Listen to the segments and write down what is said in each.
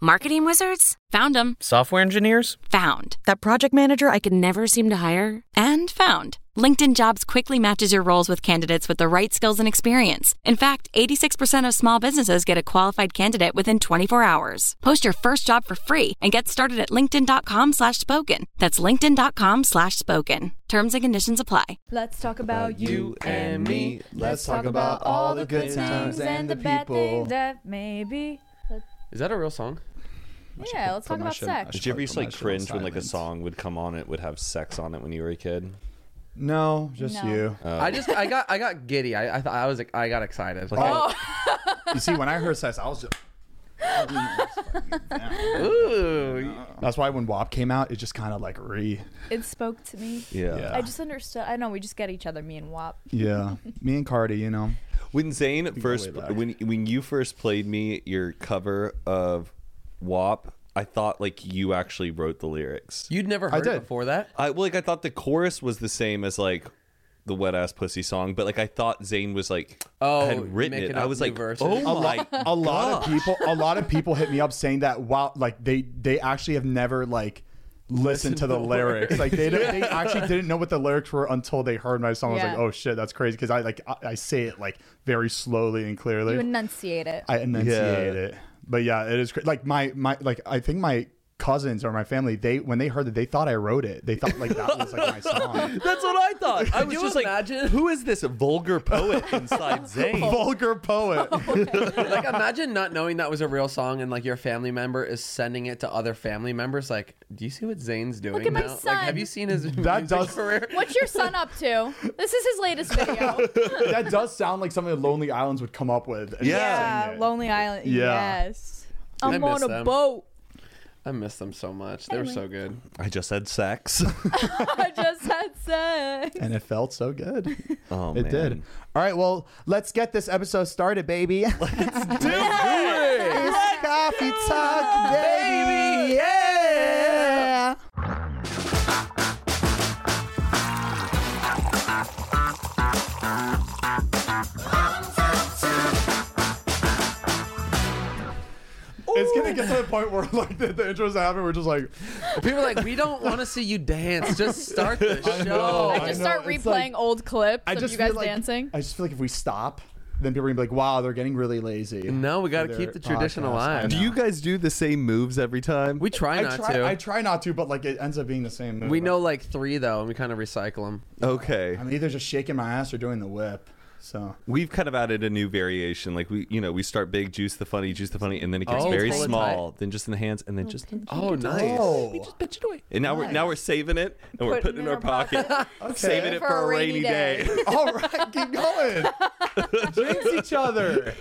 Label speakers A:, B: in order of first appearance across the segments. A: Marketing wizards? Found them.
B: Software engineers?
A: Found.
C: That project manager I could never seem to hire?
A: And found. LinkedIn Jobs quickly matches your roles with candidates with the right skills and experience. In fact, 86% of small businesses get a qualified candidate within 24 hours. Post your first job for free and get started at linkedin.com slash spoken. That's linkedin.com slash spoken. Terms and conditions apply.
D: Let's talk about you
E: and me. Let's talk about all the good times and the people.
D: that maybe.
B: Is that a real song?
D: Yeah, let's talk about
E: promotion.
D: sex.
F: Did you ever used to like
E: Promotional
F: cringe when like a
E: silence.
F: song would come on? It would have sex on it when you were a kid. Uh,
E: No, just
D: No.
E: you.
B: I just I got I got giddy. I I, thought I was like I got excited. Uh, Like,
E: You see, when I heard sex, I was just.
B: Ooh.
E: That's why when WAP came out, it just kind of like re.
D: It spoke to me.
F: Yeah.
E: Yeah.
D: I just understood. I know we just get each other, me and Wop.
E: Yeah. Me and Cardi, you know.
F: When Zane first,
E: way back.
F: when when you first played me your cover of WAP, I thought like you actually wrote the lyrics.
B: You'd never
E: I
B: heard it
E: did.
B: before that?
F: I well, like I thought the chorus was the same as like the wet ass pussy song, but like I thought Zane was like
B: Oh,
F: had written
B: making
F: it.
B: up
F: I was
B: new
F: like,
B: verses.
F: oh
E: a
F: my,
E: lot, a lot of people a lot of people hit me up saying that wow like they they actually have never like listened to the lyrics like they, don't they actually didn't know what the lyrics were until they heard my song i was
D: Yeah.
E: like oh shit that's crazy because i like I, I say it like very slowly and clearly
D: You enunciate it.
E: i enunciate
F: Yeah.
E: it but yeah it is cra- like my my like i think my cousins or my family they when they heard that they thought i wrote it they thought like that was like my song
B: That's what I thought. I
F: Could
B: was
F: you
B: just
F: imagine?
B: like,
F: who is this vulgar poet inside Zane?
E: vulgar poet
B: like imagine not knowing that was a real song and like your family member is sending it to other family members like do you see what zane's doing
D: at my
B: now like have
D: son.
B: you seen his music
E: does-
B: career
D: What's your son up to? This is his latest video.
E: that does sound like something the lonely islands would come up with and
F: Yeah.
E: sing it.
D: Lonely Island.
E: Yeah.
D: Yes.
B: I
D: I'm
B: miss
D: on a
B: them.
D: boat.
B: i miss them so much they were so good
F: I just had sex.
D: I just had sex.
E: and it felt so good.
F: Oh,
E: it did.
F: man.
E: All right, well, let's get this episode started, baby. it's coffee talk, baby. Yeah. It's gonna get to the point where like the, the intros happen, we're just like,
B: people are like we don't want to see you dance just start the
E: know,
B: show
D: I just
E: know,
D: start replaying
E: it's like-
D: old clips
E: I
D: of
E: just
D: you guys
E: feel like,
D: dancing.
E: I just feel like if we stop, then people are gonna be like, "Wow, they're getting really lazy."
B: no we got to
E: Their
B: keep the tradition
E: podcast, I
B: alive
E: know.
F: Do you guys do the same moves every time?
B: we try
E: I
B: not
E: try,
B: to
E: I try not to, but like it ends up being the same. Move.
B: we know like three though and we kind of recycle them
F: okay.
E: I'm either just shaking my ass or doing the whip. So
F: We've kind of added a new variation. Like we, you know, we start big, juice the funny, juice the funny, and then it gets
B: Oh,
F: very
B: pull it
F: small, then just in the hands, and then just.
B: oh nice
E: Oh.
B: bitch it away
F: And now we're now we're saving it and we're putting it in our pocket, saving it for, a rainy, day.
E: all right, keep going. Jinx each other.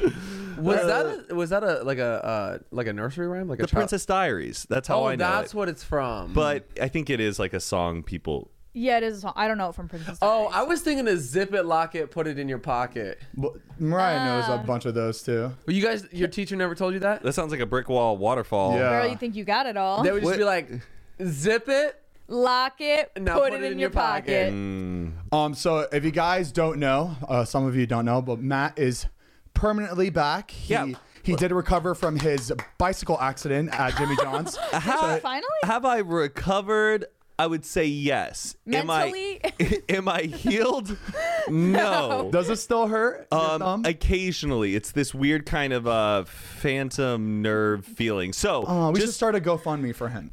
B: was that a, was that a like a uh, like a nursery rhyme like a
F: the
B: child-
F: Princess Diaries. That's how
B: oh
F: I know.
B: that's
F: it.
B: what it's from
F: But I think it is like a song people.
D: Yeah, it is. a song. I don't know it from Princess.
B: Oh,
D: Diaries.
B: I was thinking to zip it, lock it, put it in your pocket.
E: Well, Mariah
D: Ah.
E: knows a bunch of those too.
B: Well, you guys, your teacher never told you that?
F: That sounds like a brick wall waterfall. Uh,
E: Yeah.
D: Girl, you think you got it all?
B: They would just be like, zip it.
D: Lock it. Put,
B: Now
D: it, in, your pocket.
E: Um, so if you guys don't know, uh, some of you don't know, but Matt is permanently back. He,
F: Yeah.
E: He did recover from his bicycle accident at Jimmy John's.
F: How,
D: Finally?
F: have I recovered? I would say yes. Am
D: Mentally?
F: I am I healed? No.
E: Does it still hurt? your
F: Um,
E: thumb?
F: occasionally, it's this weird kind of uh, phantom nerve feeling. So
E: Uh, we should
F: just
E: start a GoFundMe for him.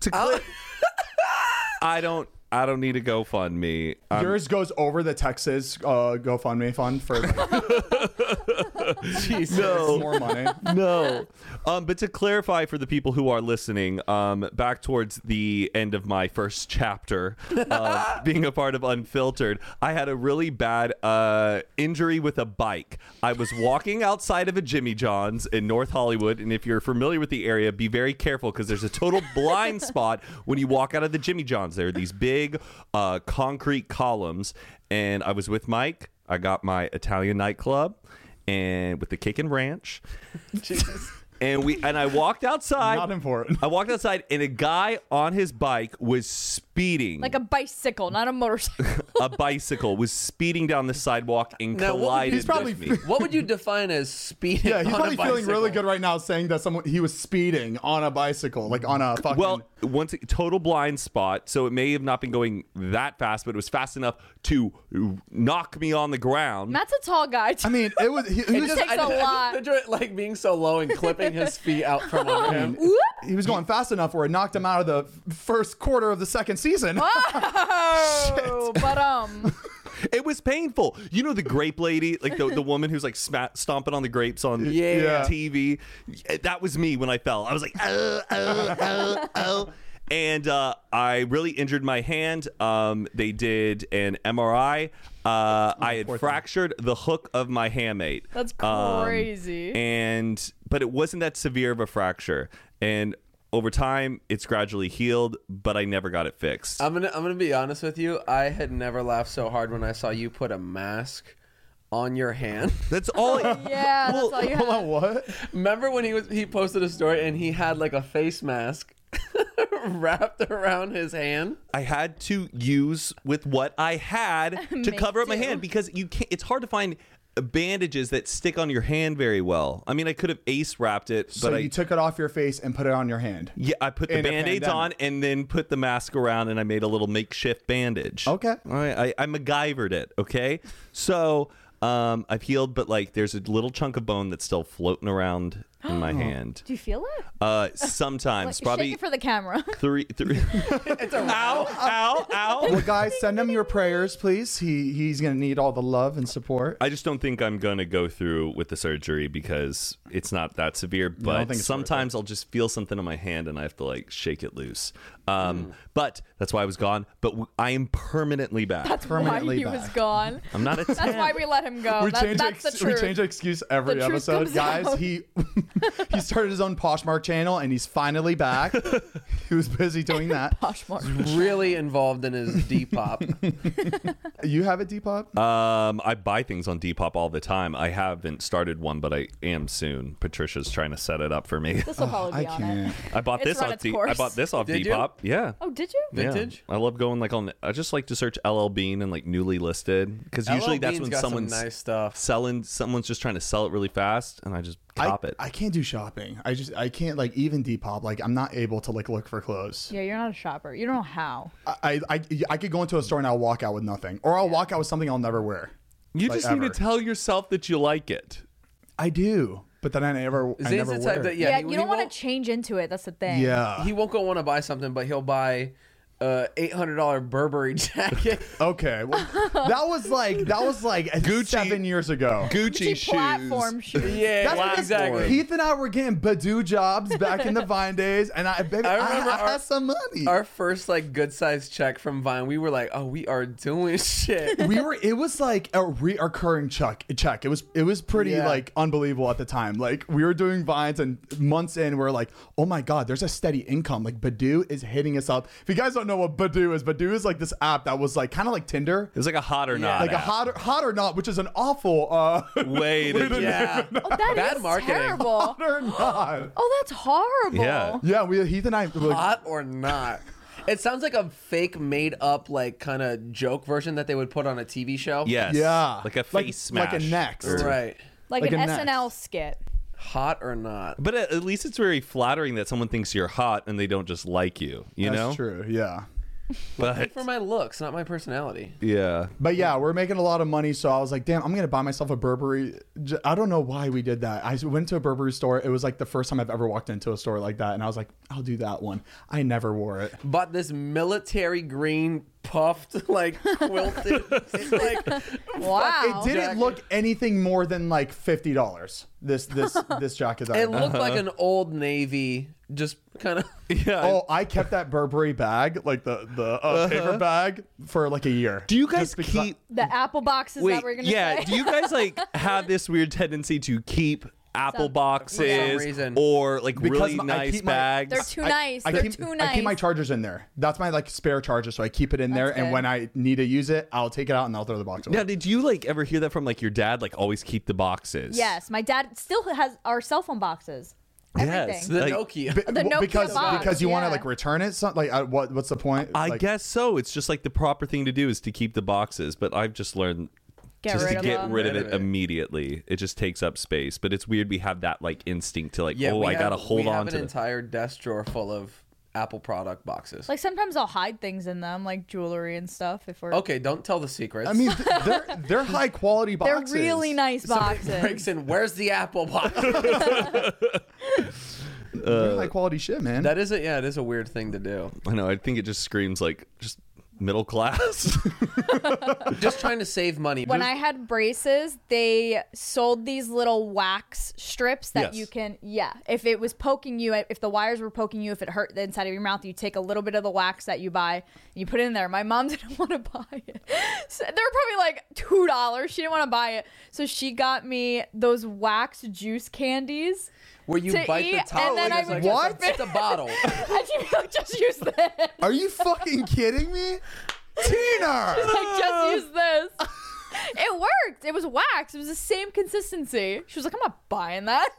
F: I don't I don't need a GoFundMe. I'm-
E: Yours goes over the Texas uh, GoFundMe fund for like,
B: Jesus.
E: more money.
F: no. Um, but to clarify for the people who are listening, um, back towards the end of my first chapter, uh, being a part of Unfiltered, I had a really bad uh, injury with a bike. I was walking outside of a Jimmy John's in North Hollywood, and if you're familiar with the area, be very careful because there's a total blind spot when you walk out of the Jimmy John's. There are these big uh, concrete columns, and I was with Mike. I got my Italian nightclub and with the kick and ranch. And we and I walked outside.
E: Not important.
F: I walked outside and a guy on his bike was speeding.
D: Like a bicycle, not a motorcycle.
F: a bicycle was speeding down the sidewalk and
B: Now, what-
F: collided
B: he's
E: probably-
F: with me.
B: What would you define as speeding?
E: Yeah, he's
B: on
E: probably
B: a
E: feeling really
B: bicycle?
E: good right now saying that someone he was speeding on a bicycle, like on a fucking.
F: Well, once total blind spot, so it may have not been going that fast, but it was fast enough to knock me on the ground.
D: Matt's a tall guy. Too.
E: I mean, it was he, he was,
D: takes
B: I just- I
D: a
B: just
D: lot.
B: picture it, like being so low and clipping his feet out from under him.
E: he was going fast enough where it knocked him out of the f- first quarter of the second season.
D: oh, but um,
F: It was painful. You know the grape lady, like the, the woman who's like sma- stomping on the grapes on
E: Yeah.
F: TV. That was me when I fell. I was like, oh, oh, oh, oh. And uh, I really injured my hand. Um, they did an MRI. Uh, I had fractured the hook of my hamate.
D: That's
F: Um,
D: crazy.
F: and but it wasn't that severe of a fracture. And over time, it's gradually healed, but I never got it fixed.
D: Oh.
B: I'm gonna I'm gonna be honest with you. I had never laughed so hard when I saw you put a mask on your hand.
F: that's all. I-
D: yeah, that's all you
E: Hold
D: have.
E: on, what?
B: Remember when he was he posted a story and he had like a face mask wrapped around his hand?
F: I had to use with what I had to
D: Me
F: cover up my
D: too.
F: hand because you can't. It's hard to find bandages that stick on your hand very well. I mean, I could have ace wrapped it, but
E: So
F: I
E: you took it off your face and put it on your hand.
F: yeah, I put the
E: in a
F: band aids on
E: pandemic.
F: and then put the mask around, and I made a little makeshift bandage.
E: Okay.
F: All right, I, I MacGyvered it. Okay, so um, I've healed, but like there's a little chunk of bone that's still floating around in my hand.
D: Do you feel it?
F: Uh, sometimes
D: Like,
F: probably
D: Shake it for the camera.
F: three three. it's a ow ow ow.
E: Well, guys, send him your prayers, please. He he's gonna need all the love and support.
F: I just don't think I'm gonna go through with the surgery because it's not that severe. But
E: think it's worth
F: sometimes I'll just feel something on my hand and I have to like shake it loose. Um,
B: Mm.
F: But that's why I was gone. But w- I am permanently back.
D: That's why
E: Permanently
D: he was
E: back.
D: gone.
F: I'm not a
D: That's why we let him go.
E: we
D: That,
E: change
D: that's the
E: ex- we
D: truth.
E: change excuse every
D: The truth
E: episode,
D: comes
E: guys.
D: out.
E: He he started his own Poshmark channel and he's finally back. he was busy doing that.
D: Poshmark.
B: Really involved in his Depop.
E: You have it, Depop?
F: um, I buy things on Depop all the time. I haven't started one, but I am soon. Patricia's trying to set it up for me.
D: This will probably
E: I
D: be on
E: can't.
D: it.
F: I bought
D: It's
F: this
D: run
F: off.
D: its
F: De- I
D: course.
F: bought this off
B: Did you?
F: Depop. Yeah.
D: Oh, did you?
F: Yeah.
B: Vintage?
F: I love going like on. I just like to search LL Bean and like newly listed because usually that's
B: LL Bean's
F: when
B: got some
F: someone's
B: nice stuff.
F: selling. Someone's just trying to sell it really fast, and I just cop
E: I,
F: it.
E: I can't do shopping. I just I can't like even Depop. Like I'm not able to like look for clothes.
D: Yeah, you're not a shopper. You don't know how.
E: I I, I could go into a store and I'll walk out with nothing, or I'll walk out with something I'll never wear.
F: you
E: like,
F: just need
E: ever.
F: to tell yourself that you like it.
E: I do, but then I never I
B: Zane's
E: never
B: the
E: wear.
B: type that
E: it.
B: yeah, he-
D: you
B: he
D: don't want
B: won't-
D: to change into it. That's the thing.
E: yeah.
B: he won't go want to buy something, but he'll buy a eight hundred dollar Burberry jacket.
E: Okay. Well, that was like that was like
F: Gucci-
E: seven years ago.
F: Gucci
D: Gucci platform shoes.
B: yeah,
E: That's because
B: exactly.
E: Heath and I were getting Badoo jobs back in the Vine days, and I baby,
B: I
E: I,
B: remember
E: I,
B: our-
E: had some money.
B: Our first like good sized check from Vine, we were like, oh, we are doing shit.
E: we were it was like a reoccurring check check it was it was pretty
B: Yeah.
E: like unbelievable at the time like we were doing vines and months in we're like oh my god there's a steady income like badoo is hitting us up if you guys don't know what badoo is badoo is like this app that was like kind of like tinder
F: It was like a hot or not.
E: like a
F: app.
E: hot or, hot or not which is an awful uh
F: way. to-
B: yeah,
D: Oh, that is
B: Bad marketing.
D: terrible.
E: hot or not
D: Oh, that's horrible.
F: Yeah.
E: yeah we heath and i like,
B: hot or not. It sounds like a fake, made up, like kind of joke version that they would put on a TV show.
F: Yes.
E: yeah
F: Like a face smash.
E: like a next
B: right.
D: Like,
E: Like
D: an
E: a next.
D: SNL skit.
B: Hot or not.
F: But at at least it's very flattering that someone thinks you're hot and they don't just like you. You
E: that's
F: know.
E: true yeah
F: But
B: For my looks, not my personality.
F: yeah,
E: But yeah, we're making a lot of money, so I was like, "Damn, I'm gonna buy myself a Burberry." J- I don't know why we did that. I went to a Burberry store. It was like the first time I've ever walked into a store like that, and I was like, "I'll do that one." I never wore it.
B: Bought this military green puffed, like quilted. it's like
D: Wow.
E: It didn't
B: Jacket.
E: look anything more than like fifty dollars. This this this jacket. That I
B: it looked like an old navy, just kind of.
F: yeah.
E: Oh, I kept that Burberry bag, like the the uh, paper bag, for like a year.
F: do you guys
E: Just because I-
F: keep?
D: The apple box is
F: Wait,
D: that we're gonna
F: yeah.
D: say.
F: Do you guys like have this weird tendency to keep apple boxes
B: reason.
F: or like
E: Because
F: really
E: my- I
F: nice
E: keep my-
F: bags?
D: They're too nice. They're
E: keep,
D: too
E: I
D: nice.
E: keep my chargers in there. That's my like spare charger, so I keep it in there.
D: That's
E: And
D: good.
E: when I need to use it, I'll take it out and I'll throw the box away.
F: now, did you like ever hear that from like your dad? Like always keep the boxes.
D: yes, my dad still has our cell phone boxes. Everything.
F: Yes.
B: The
F: Like-
B: Nokia.
E: Be-
D: The Nokia
E: because
D: box,
E: because you want to
D: yeah.
E: like return it. So, like, I, what what's the point?
F: I
E: Like,
F: guess so. It's just like the proper thing to do is to keep the boxes, but I've just learned
D: Get
F: just
D: rid
F: to
D: of
F: get
D: them.
F: rid of it immediately. It just takes up space, but it's weird we have that like instinct to like,
B: Yeah,
F: oh,
B: we
F: I gotta
B: have-
F: hold
B: we
F: on
B: have
F: to
B: an
F: the
B: entire desk drawer full of Apple product boxes.
D: Like sometimes I'll hide things in them, like jewelry and stuff. If we're
B: okay, don't tell the secrets.
E: I mean, th- they're they're high quality
D: they're
E: boxes.
D: really nice
B: breaks
D: boxes.
B: in. Where's the Apple box?
E: They're high quality shit, man.
B: that is a yeah, it is a weird thing to do.
F: I know. I think it just screams like just middle class.
B: Just trying to save money.
D: When I had braces, they sold these little wax strips that
F: Yes.
D: you can, yeah. If it was poking you, if the wires were poking you, if it hurt the inside of your mouth, you take a little bit of the wax that you buy and you put it in there. My mom didn't want to buy it. So they were probably like $2. She didn't want to buy it. So she got me those wax juice candies.
B: where you
D: to
B: bite
D: eat,
B: the
D: and
B: top,
D: then
B: and
D: I
B: it's
D: would
B: like, It's
D: just-
B: a bottle.
D: and she would just use this.
E: Are you fucking kidding me, Tina?
D: like just use this. It worked. It was wax. It was the same consistency. She was like, I'm not buying that.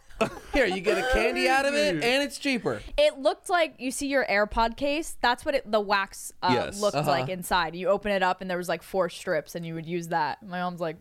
B: Here, you get a candy out of it, and it's cheaper.
D: It looked like you see your AirPod case. That's what it, the wax uh,
F: Yes.
D: looked like inside. You open it up and there was like four strips, and you would use that. My mom's like,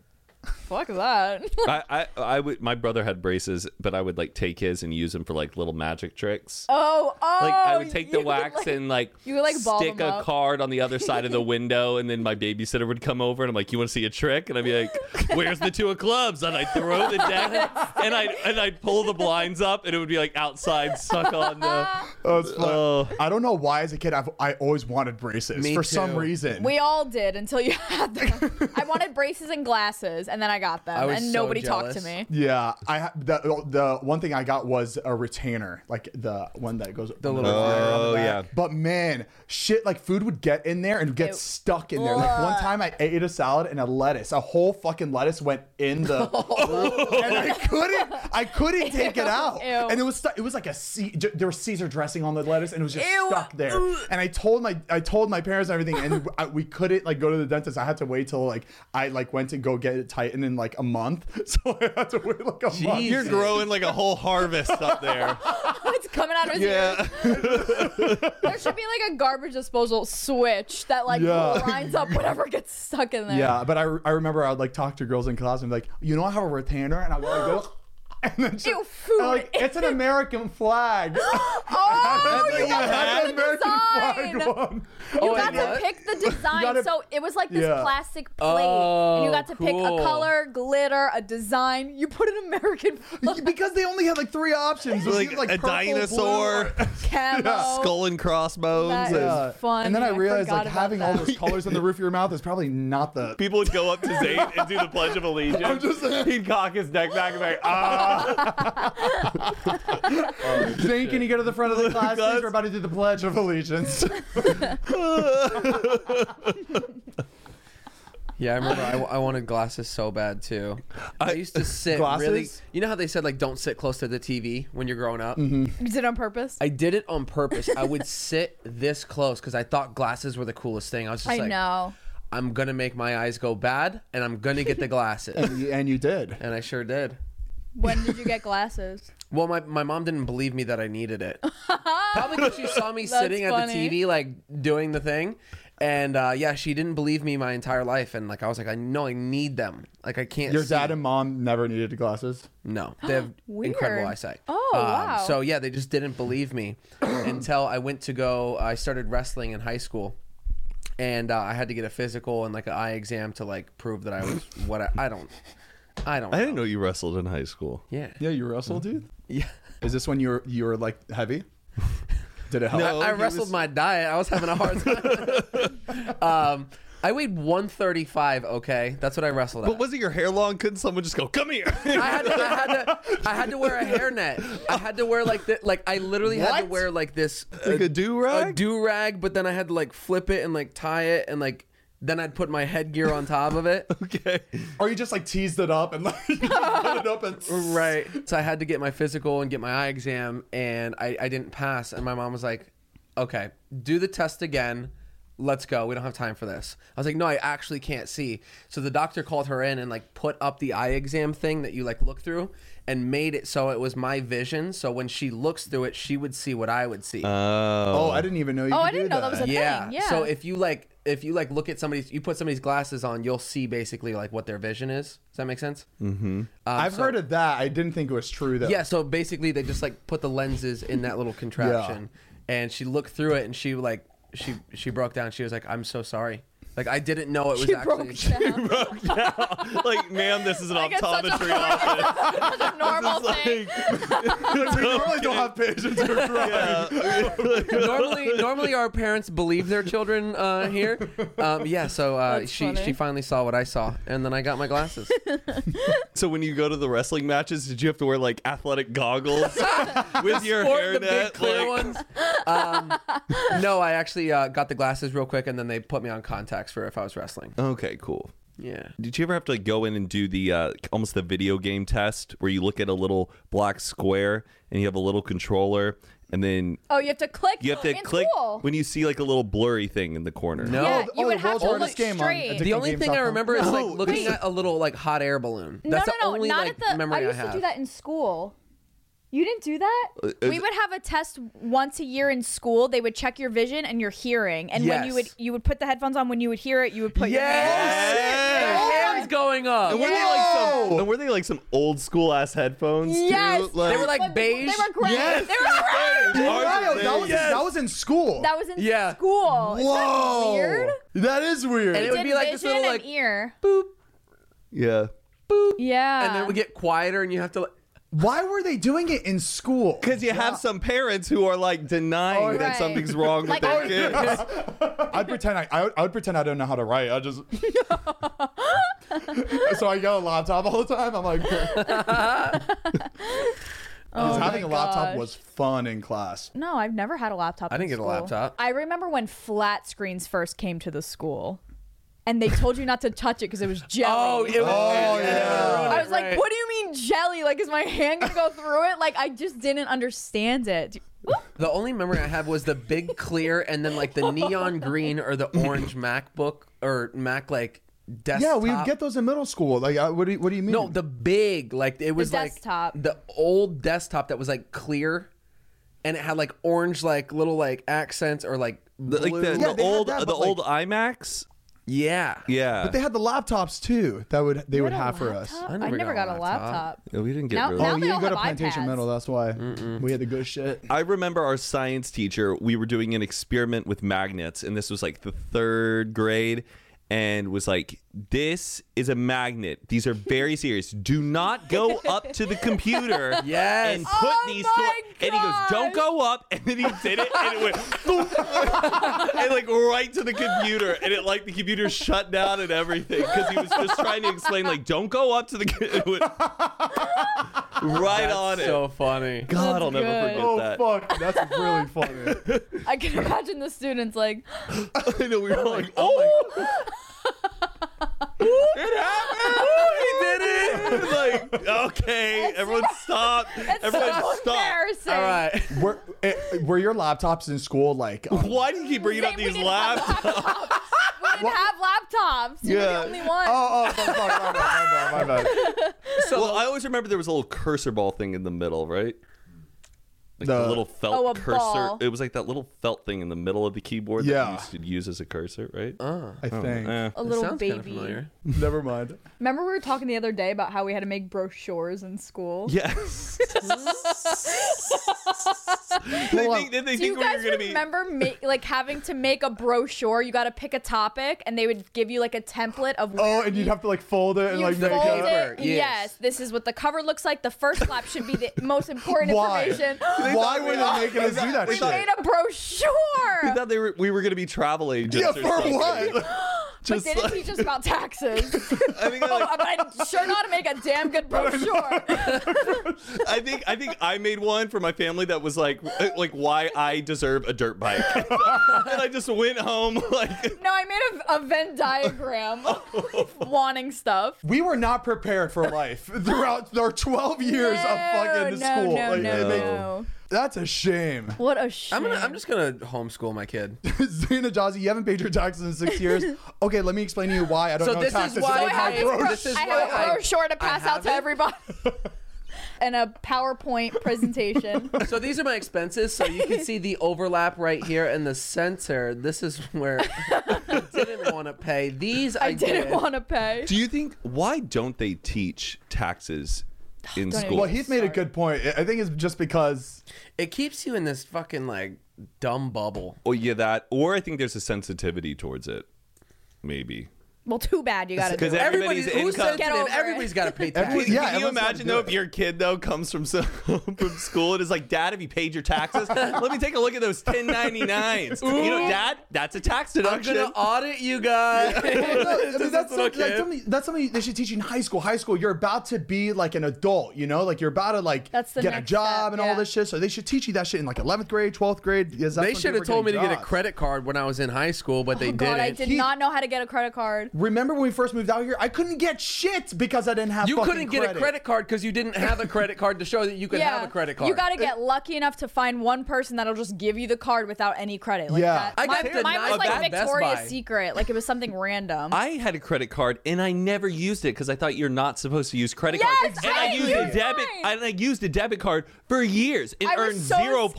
D: "Fuck that."
F: I, I, I would. My brother had braces, but I would like take his and use them for like little magic tricks.
D: oh, oh.
F: Like I would take the
D: you
F: wax
D: like-
F: and like,
D: you would, like, ball
F: stick
D: them
F: a
D: up.
F: card on the other side of the window, and then my babysitter would come over and I'm like, "You want to see a trick?" And I'd be like, "Where's the two of clubs?" And I'd throw the deck and I and I'd pull the blinds up, and it would be like outside stuck on the.
E: Oh, it's fun.
F: Oh.
E: I don't know why, as a kid, I've I always wanted braces
B: Me
E: for
B: too.
E: some reason.
D: We all did until you had them. I wanted braces and glasses, and then I got them,
B: I was
D: and
B: so
D: nobody talked
B: jealous.
D: to me.
E: yeah, I ha- the the one thing I got was a retainer, like the one that goes the
B: little retainer
F: on the Oh, back. yeah.
E: But man, shit, like food would get in there and get
D: Ew.
E: stuck in there. Like one time, I ate a salad and a lettuce, a whole fucking lettuce went in the, and I couldn't, I couldn't take it out,
D: Ew.
E: and it was stuck. It was like a C, j- there was Caesar dressing on the lettuce, and it was just
D: Ew.
E: stuck there. And I told my, I told my parents and everything, and I, we couldn't like go to the dentist. I had to wait till like I like went to go get it tightened in like a month, so I had to wait like a month.
F: You're
B: Jesus.
F: growing like a whole harvest up there.
D: it's coming out of his ears. There should be like a garbage disposal switch that like
E: Yeah.
D: lines up whatever gets stuck in there.
E: Yeah, but I, I remember I would like talk to girls in class and be like, you know, I have a retainer, and I would like go. And then she,
D: Ew,
E: and
D: food.
E: like it's an American flag.
D: Oh,
E: Like,
D: you got
E: an
D: to pick the
E: American flag
D: design.
E: one. Oh,
D: You
B: wait,
D: got to
B: what?
D: pick the design.
E: gotta-
D: so it was like this
E: Yeah. Oh,
D: plastic plate, and you got to pick
B: cool.
D: a color, glitter, a design. You put an American flag,
E: Because they only had like three options. It was
F: Like,
E: either,
F: a
E: purple, blue,
F: dinosaur,
E: or-
D: camo.
F: skull and crossbones.
D: That
F: and-
D: is fun.
E: And then I realized
D: forgot
E: like
D: about
E: having all
D: that.
E: those colors on the roof of your mouth is probably not the.
F: People would go up to Zayn and do the Pledge of Allegiance. He'd cock his neck back and be like, ah.
E: Zane, can you go to the front of the class?
F: Class.
E: Please, we're about to do the Pledge of Allegiance.
B: Yeah, I remember I, I wanted glasses so bad too. I, used to sit really.
E: Glasses?
B: You know how they said like don't sit close to the TV when you're growing up.
D: You did it on purpose.
B: I did it on purpose. I would sit this close because I thought glasses were the coolest thing. I was just
D: I
B: like,
D: know.
B: I'm gonna make my eyes go bad, and I'm gonna get the glasses,
E: and you- and you did.
B: and I sure did.
D: When did you get glasses?
B: Well, my, my mom didn't believe me that I needed it. Probably because she saw me
D: That's
B: sitting at
D: funny.
B: the TV, like doing the thing. And uh, yeah, she didn't believe me my entire life. And like, I was like, I know I need them. Like, I can't.
E: Your
B: see.
E: dad and mom never needed glasses.
B: No, they have incredible
D: Weird.
B: eyesight. Um,
D: Oh, wow.
B: So yeah, they just didn't believe me until I went to go. I started wrestling in high school, and uh, I had to get a physical and like an eye exam to like prove that I was what I, I don't. I don't.
F: I didn't know you wrestled in high school.
B: Yeah.
E: Yeah, you wrestle, dude.
B: Yeah.
E: Is this when you were you were like heavy? Did it help?
B: I, I
F: he
B: wrestled
F: was-
B: my diet. I was having a hard time. um, I weighed 135. Okay, that's what I wrestled.
F: But
B: at.
F: wasn't your hair long? Couldn't someone just go, come here?
B: I had, to, I had to, I had to wear a hairnet. I had to wear like, the, like I literally had to
F: What?
B: wear like this,
F: Like a do-rag?
B: a do rag. But then I had to like flip it and like tie it and like then I'd put my headgear on top of it.
F: okay.
E: or you just like teased it up and like put it up and
B: right. So I had to get my physical and get my eye exam, and I, I didn't pass. And my mom was like, "Okay, do the test again. Let's go. We don't have time for this." I was like, "No, I actually can't see." So the doctor called her in and like put up the eye exam thing that you like look through, and made it so it was my vision. So when she looks through it, she would see what I would see.
E: Oh, I didn't even know you.
D: Oh,
E: could
D: I didn't
E: do
D: know that was a
B: yeah.
D: thing. Yeah.
B: So if you like, if you like look at somebody's, you put somebody's glasses on, you'll see basically like what their vision is. Does that make sense?
E: I've heard of that. I didn't think it was true though.
B: Yeah, so basically they just like put the lenses in that little contraption and she looked through it and she like she she broke down. She was like, "I'm so sorry." Like I didn't know it was
D: she
B: actually
D: broke down.
F: Like, ma'am, this is an
D: Like, it's such a-
F: optometry office.
D: That's a normal thing.
F: Like,
E: we normally don't have patients who are drunk.
F: uh,
B: normally normally our parents believe their children uh, here. Um, yeah, so uh,
D: That's
B: she
D: funny.
B: she finally saw what I saw and then I got my glasses.
F: so when you go to the wrestling matches, did you have to wear like athletic goggles with your
B: Or
F: hair
B: the big
F: net?
B: clear
F: like-
B: ones. Um, no, I actually uh, got the glasses real quick and then they put me on contacts for if I was wrestling.
F: Okay, cool.
B: Yeah.
F: Did you ever have to like go in and do the uh, almost the video game test where you look at a little black square and you have a little controller and then
D: Oh, you have to click.
F: you have to
D: in
F: click
D: school.
F: when you see like a little blurry thing in the corner?
B: No.
D: yeah,
E: Oh,
D: you would
E: the
D: have to look
E: world's hardest game on
D: straight.
E: addictive-
B: The only thing I
E: Games.com.
B: remember is like
E: No,
B: looking
E: wait.
B: at a little like hot air balloon. That's
D: no,
B: the
D: no, no,
B: only
D: not
B: like
D: at the.
B: memory
D: I
B: I,
D: used
B: have. Uh,
D: to do that in school. You didn't do that. we would have a test once a year in school. They would check your vision and your hearing, and when you would
B: Yes.
D: you would put the headphones on. When you would hear it, you would put
B: Yes.
D: your hands. Oh
B: Your hands going up.
F: And were they like some? And were they like some old school ass headphones? too?
D: Yes.
F: Like,
B: They were, like,
D: But
B: beige?
D: They were gray.
E: Yes.
D: They were gray.
E: Wow, that was
F: Yes.
E: that was in school.
D: That was in
B: Yeah.
D: school. Is that
E: Whoa,
D: weird?
E: that is weird.
B: And it would
D: Did
B: be like this
D: vision
B: little,
D: and
B: like-
D: ear.
F: yeah.
D: Yeah.
B: And then we get quieter, and you have to. like
E: Why were they doing it in school?
F: Because you have some parents who are like denying that
D: Right.
F: something's wrong with
D: Like,
F: their
D: I-
F: kids.
E: I'd pretend I, I, would, I would pretend I don't know how to write. I just so I got a laptop all the time. I'm like, Because having a laptop
D: gosh.
E: Oh was fun in class.
D: No, I've never had a laptop.
B: I
D: in
B: didn't get a
D: school.
B: laptop.
D: I remember when flat screens first came to the school, and they told you not to touch it because it was jelly.
B: Oh, it was.
E: Oh,
B: it-
E: yeah.
D: I was like,
B: right.
D: "What do you mean jelly? Like, is my hand gonna go through it? Like, I just didn't understand it."
B: The only memory I have was the big clear, and then like the neon green or the orange MacBook or Mac like desktop.
E: Yeah, we would get those in middle school. Like, I, what do you, what do you mean?
B: No, the big like it was like
D: desktop.
B: the old desktop that was like clear, and it had like orange like little like accents or like
F: The- like
B: blue.
F: the,
E: Yeah,
F: the
E: they had
F: old
E: that,
F: the
E: but, like-
F: old iMacs.
B: yeah.
F: Yeah.
E: but they had the laptops too. That would they would have for us.
D: I never, got, a laptop.
F: Yeah, we didn't get
D: Now-
F: rid of
D: now
F: it.
E: you
D: they all
E: didn't go to
D: have
E: Plantation
D: iPads.
E: Metal. That's why we had the good shit.
F: I remember our science teacher, we were doing an experiment with magnets, and this was like the third grade, and was like, This is a magnet. These are very serious. Do not go up to the computer
B: Yes.
F: and put
D: Oh
F: these
D: my
F: to And he goes, Don't
D: gosh.
F: go up. And then he did it, and it went, boop, and like right to the computer. And it like the computer shut down and everything because he was just trying to explain, like, Don't go up to the. co-" It went, right on it.
B: So funny.
F: God, I'll never
D: good.
F: forget that.
E: Oh, fuck, that's really funny.
D: I can imagine the students like,
F: I know we were like, oh, it happened. He did it. Like, okay, everyone stop.
D: "That's
F: everyone
D: so
F: stop.
D: embarrassing."
B: All right.
E: were, eh, were your laptops in school like? um,
F: Why do you keep bringing up
D: They- we
F: these
D: didn't have
F: laughs?
D: laptops. we didn't have laptops. You were
F: Yeah.
D: the only one.
E: oh, oh, fuck, fuck, my bad, my bad, my bad.
F: Well, I always remember there was a little cursor ball thing in the middle, right? Like the,
E: The-
F: little felt
D: Oh, a
F: cursor.
D: ball.
F: It was like that little felt thing in the middle of the keyboard that
E: Yeah.
F: you used to use as a cursor, right?
E: I think.
D: a little
B: Sounds kinda
D: baby.
B: familiar.
E: Never mind.
D: Remember we were talking the other day about how we had to make brochures in school.
F: Yes. they think, they think
D: Do you
F: we were
D: guys
F: going to be.
D: remember ma- like having to make a brochure? You got to pick a topic, and they would give you like a template of.
E: Oh, and you'd have to like fold it and
D: you
E: like make
D: fold
E: it.
B: cover,
D: it.
B: yes.
D: Yes. this is what the cover looks like. The first lap should be the most important
E: Why?
D: information.
E: Why were
F: thought-
E: they making
F: we
E: us do that
F: thought- we
D: we
E: shit?
F: thought-
D: made a brochure.
F: We thought they were, we were going to be traveling.
E: yeah, for what?
F: Just
D: Didn't teach us about taxes. Oh, I
F: think I like-
D: but I sure know how to make a damn good brochure.
F: I think I think I made one for my family that was like uh, like why I deserve a dirt bike, and I just went home like
D: No, I made a, a Venn diagram
F: Oh.
D: with wanting stuff.
E: we were not prepared for life throughout our 12 years of fucking
D: no,
E: school.
D: No,
E: Like,
D: no,
E: they-
D: no.
E: That's a shame.
D: What a shame.
B: I'm gonna. I'm just gonna homeschool my kid.
E: Zena Jazzy, you haven't paid your taxes in six years. Okay, let me explain to you why I don't
B: So
E: know
B: this is
E: taxes.
B: why
E: Look
B: I
E: how
B: have this
E: gross.
B: pro- this is
D: I
B: why
D: have
B: I-
D: a brochure to
B: I
D: pass out to
B: have it.
D: everybody. and a PowerPoint presentation.
B: So these are my expenses. So you can see the overlap right here in the center. This is where I didn't want to pay. These I,
D: I didn't want to pay.
F: Do you think why don't they teach taxes
D: Don't
F: in
D: even-
F: school?
E: Well, he's made a good point. I I think it's just because
B: It keeps you in this fucking like dumb bubble.
F: oh yeah, that or I think there's a sensitivity towards it, maybe.
D: Well, too bad you got to do
F: Because
D: it.
B: Everybody,
F: everybody's
B: who's
F: income.
D: Get
B: sensitive?
D: over it.
B: Everybody's got to pay taxes.
E: Everybody- Yeah,
F: Can you
E: everyone's gotta
F: imagine
E: do
F: though
E: it.
F: if your kid though comes from some, from school and is like, Dad, have you paid your taxes? Let me take a look at those 1099s. you know, Dad, that's a tax
B: I'm
F: deduction.
B: gonna audit you guys.
E: No, I mean, that's,
B: little
E: something, like,
B: kid.
E: something, that's something they should teach you in high school. High school, you're about to be like an adult, you know, like you're about to like
D: That's the
E: get a
D: next
E: job
D: step,
E: and
D: yeah.
E: all this shit. So they should teach you that shit in like 11th grade, 12th grade. because that's
B: They
E: when
B: should have
E: people are
B: told me to
E: getting
B: get a
E: jobs.
B: credit card when I was in high school, but they
D: Oh, God, I
B: didn't.
D: did not know how to get a credit card.
E: Remember when we first moved out here? I couldn't get shit because I didn't have.
B: You
E: fucking
B: couldn't get a credit card because you didn't have a credit card to show that you could have a credit card.
D: You got to get lucky enough to find one person that'll just give you the card without any credit. Like
E: Yeah.
D: that.
B: I got
D: mine, mine
B: denied
D: was
B: that at Best
D: like
B: Buy.
D: Victoria's Secret. Like it was something random.
F: I had a credit card and I never used it because I thought you're not supposed to use credit
D: Yes,
F: cards. And
D: I
F: used
D: used
F: a debit
D: mine.
F: and I used a debit card for years and
D: I was
F: earned
D: so
F: zero
D: scared.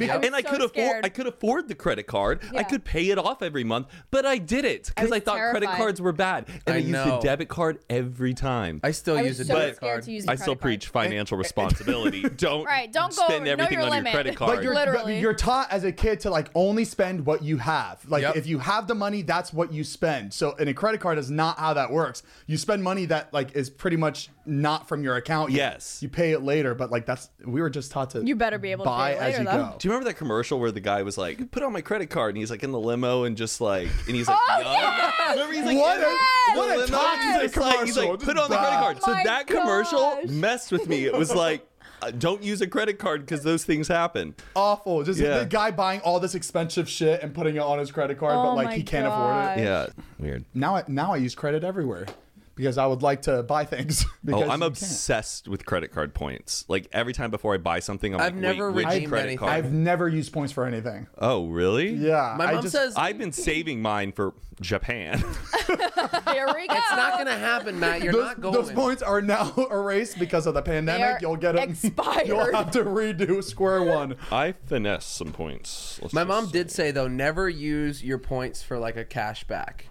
F: points.
D: I was
F: and I
D: so
F: could afford
D: scared.
F: I could afford the credit card. I
D: Yeah.
F: could pay it off every month, but I didn't because I,
D: was
F: thought credit
D: terrified.
F: cards were bad. And I,
B: I
F: used
B: know.
F: a debit card every time.
B: I still
D: I
B: use a
D: was so
F: debit
D: scared
B: debit card.
D: to use. a
F: I still
D: credit card.
F: preach financial responsibility. don't
D: Right, don't go
F: spend
D: over- know
F: everything
D: your
F: on
D: limit.
F: your credit
D: But
F: card.
E: But you're,
D: Literally.
E: but you're taught as a kid to like only spend what you have. Like
B: Yep.
E: if you have the money, that's what you spend. So and a credit card is not how that works. You spend money that like is pretty much not from your account. yet.
F: Yes.
E: You pay it later, but like that's we were just taught to
D: You better be able to
E: buy
D: pay it
E: as
D: later,
E: you
D: though.
E: go.
F: Do you remember that commercial where the guy was like, "Put on my credit card," and he's like in the limo and just like, and he's like,
D: Oh,
F: "Yup."
D: yes!
F: Remember he's like,
E: What
F: in
E: a-
F: the
E: what a
F: limo,
E: toxic
F: he's like- he's like,
E: commercial.
F: "Put on the credit
E: Oh
F: card." So
D: my
F: that commercial
D: gosh.
F: messed with me. It was like, uh, "Don't use a credit card because those things happen."
E: Awful. Just
F: Yeah.
E: the guy buying all this expensive shit and putting it on his credit card,
D: Oh
E: but like
D: my
E: he can't afford
D: God.
E: it.
F: Yeah, weird. Oh,
E: Now I now I use credit everywhere because I would like to buy things.
F: Oh,
E: because
F: I'm
E: you
F: obsessed with credit card points. Like every time before I buy something, I'm
B: I've
F: like,
B: never
F: "Wait, which
B: redeemed
F: credit
B: anything.
F: card?"
E: can't. I've never used points for anything.
F: oh, really?
E: Yeah.
B: My
E: I
B: mom
E: just-
B: says
F: I've been saving mine for Japan.
D: Here we go.
B: it's not gonna happen, Matt. You're
E: those,
B: not going.
E: those points are now erased because of the pandemic.
D: They're
E: You'll get it.
D: expired.
E: You'll have to redo square one.
F: I finessed some points. Let's
B: My
F: just
B: mom did
F: say.
B: say though, never use your points for like a cash back.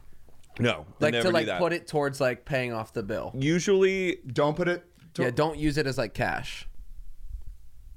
F: no, I
B: Like
F: never
B: to
F: do
B: like
F: that.
B: put it towards like paying off the bill.
F: Usually,
E: Don't put it. to-
B: Yeah, don't use it as like cash.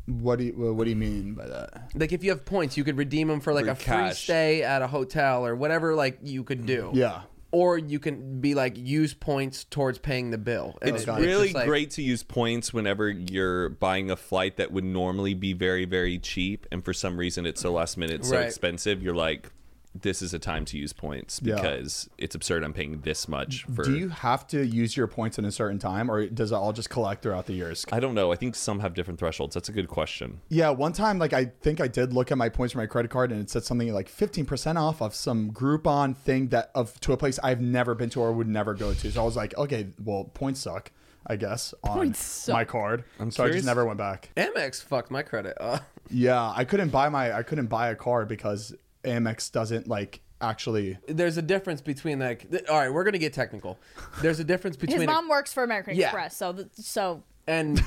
E: What do you well, What do you mean by that?
B: Like if you have points, you could redeem them for like
F: For
B: a free
F: cash.
B: stay at a hotel or whatever like you could do.
E: Yeah.
B: Or you can be like use points towards paying the bill. And
F: it's
B: Oh, just
F: really
B: like-
F: great to use points whenever you're buying a flight that would normally be very, very cheap, and for some reason it's so last minute, so
B: Right.
F: expensive. You're like, this is a time to use points
E: Yeah.
F: because it's absurd. I'm paying this much for.
E: Do you have to use your points in a certain time, or does it all just collect throughout the years?
F: I don't know. I think some have different thresholds. That's a good question.
E: Yeah, one time, like I think I did look at my points for my credit card, and it said something like fifteen percent off of some Groupon thing that of to a place I've never been to or would never go to. So I was like, okay, well, points suck, I guess, on my card. so I
F: curious-
E: just never went back.
B: Amex fucked my credit. Uh,
E: Yeah, I couldn't buy my I couldn't buy a car because Amex doesn't like actually.
B: there's a difference between like th- all right, we're gonna get technical. There's a difference between
D: His
B: a-
D: mom works for American
B: Yeah.
D: Express, so th- so
B: and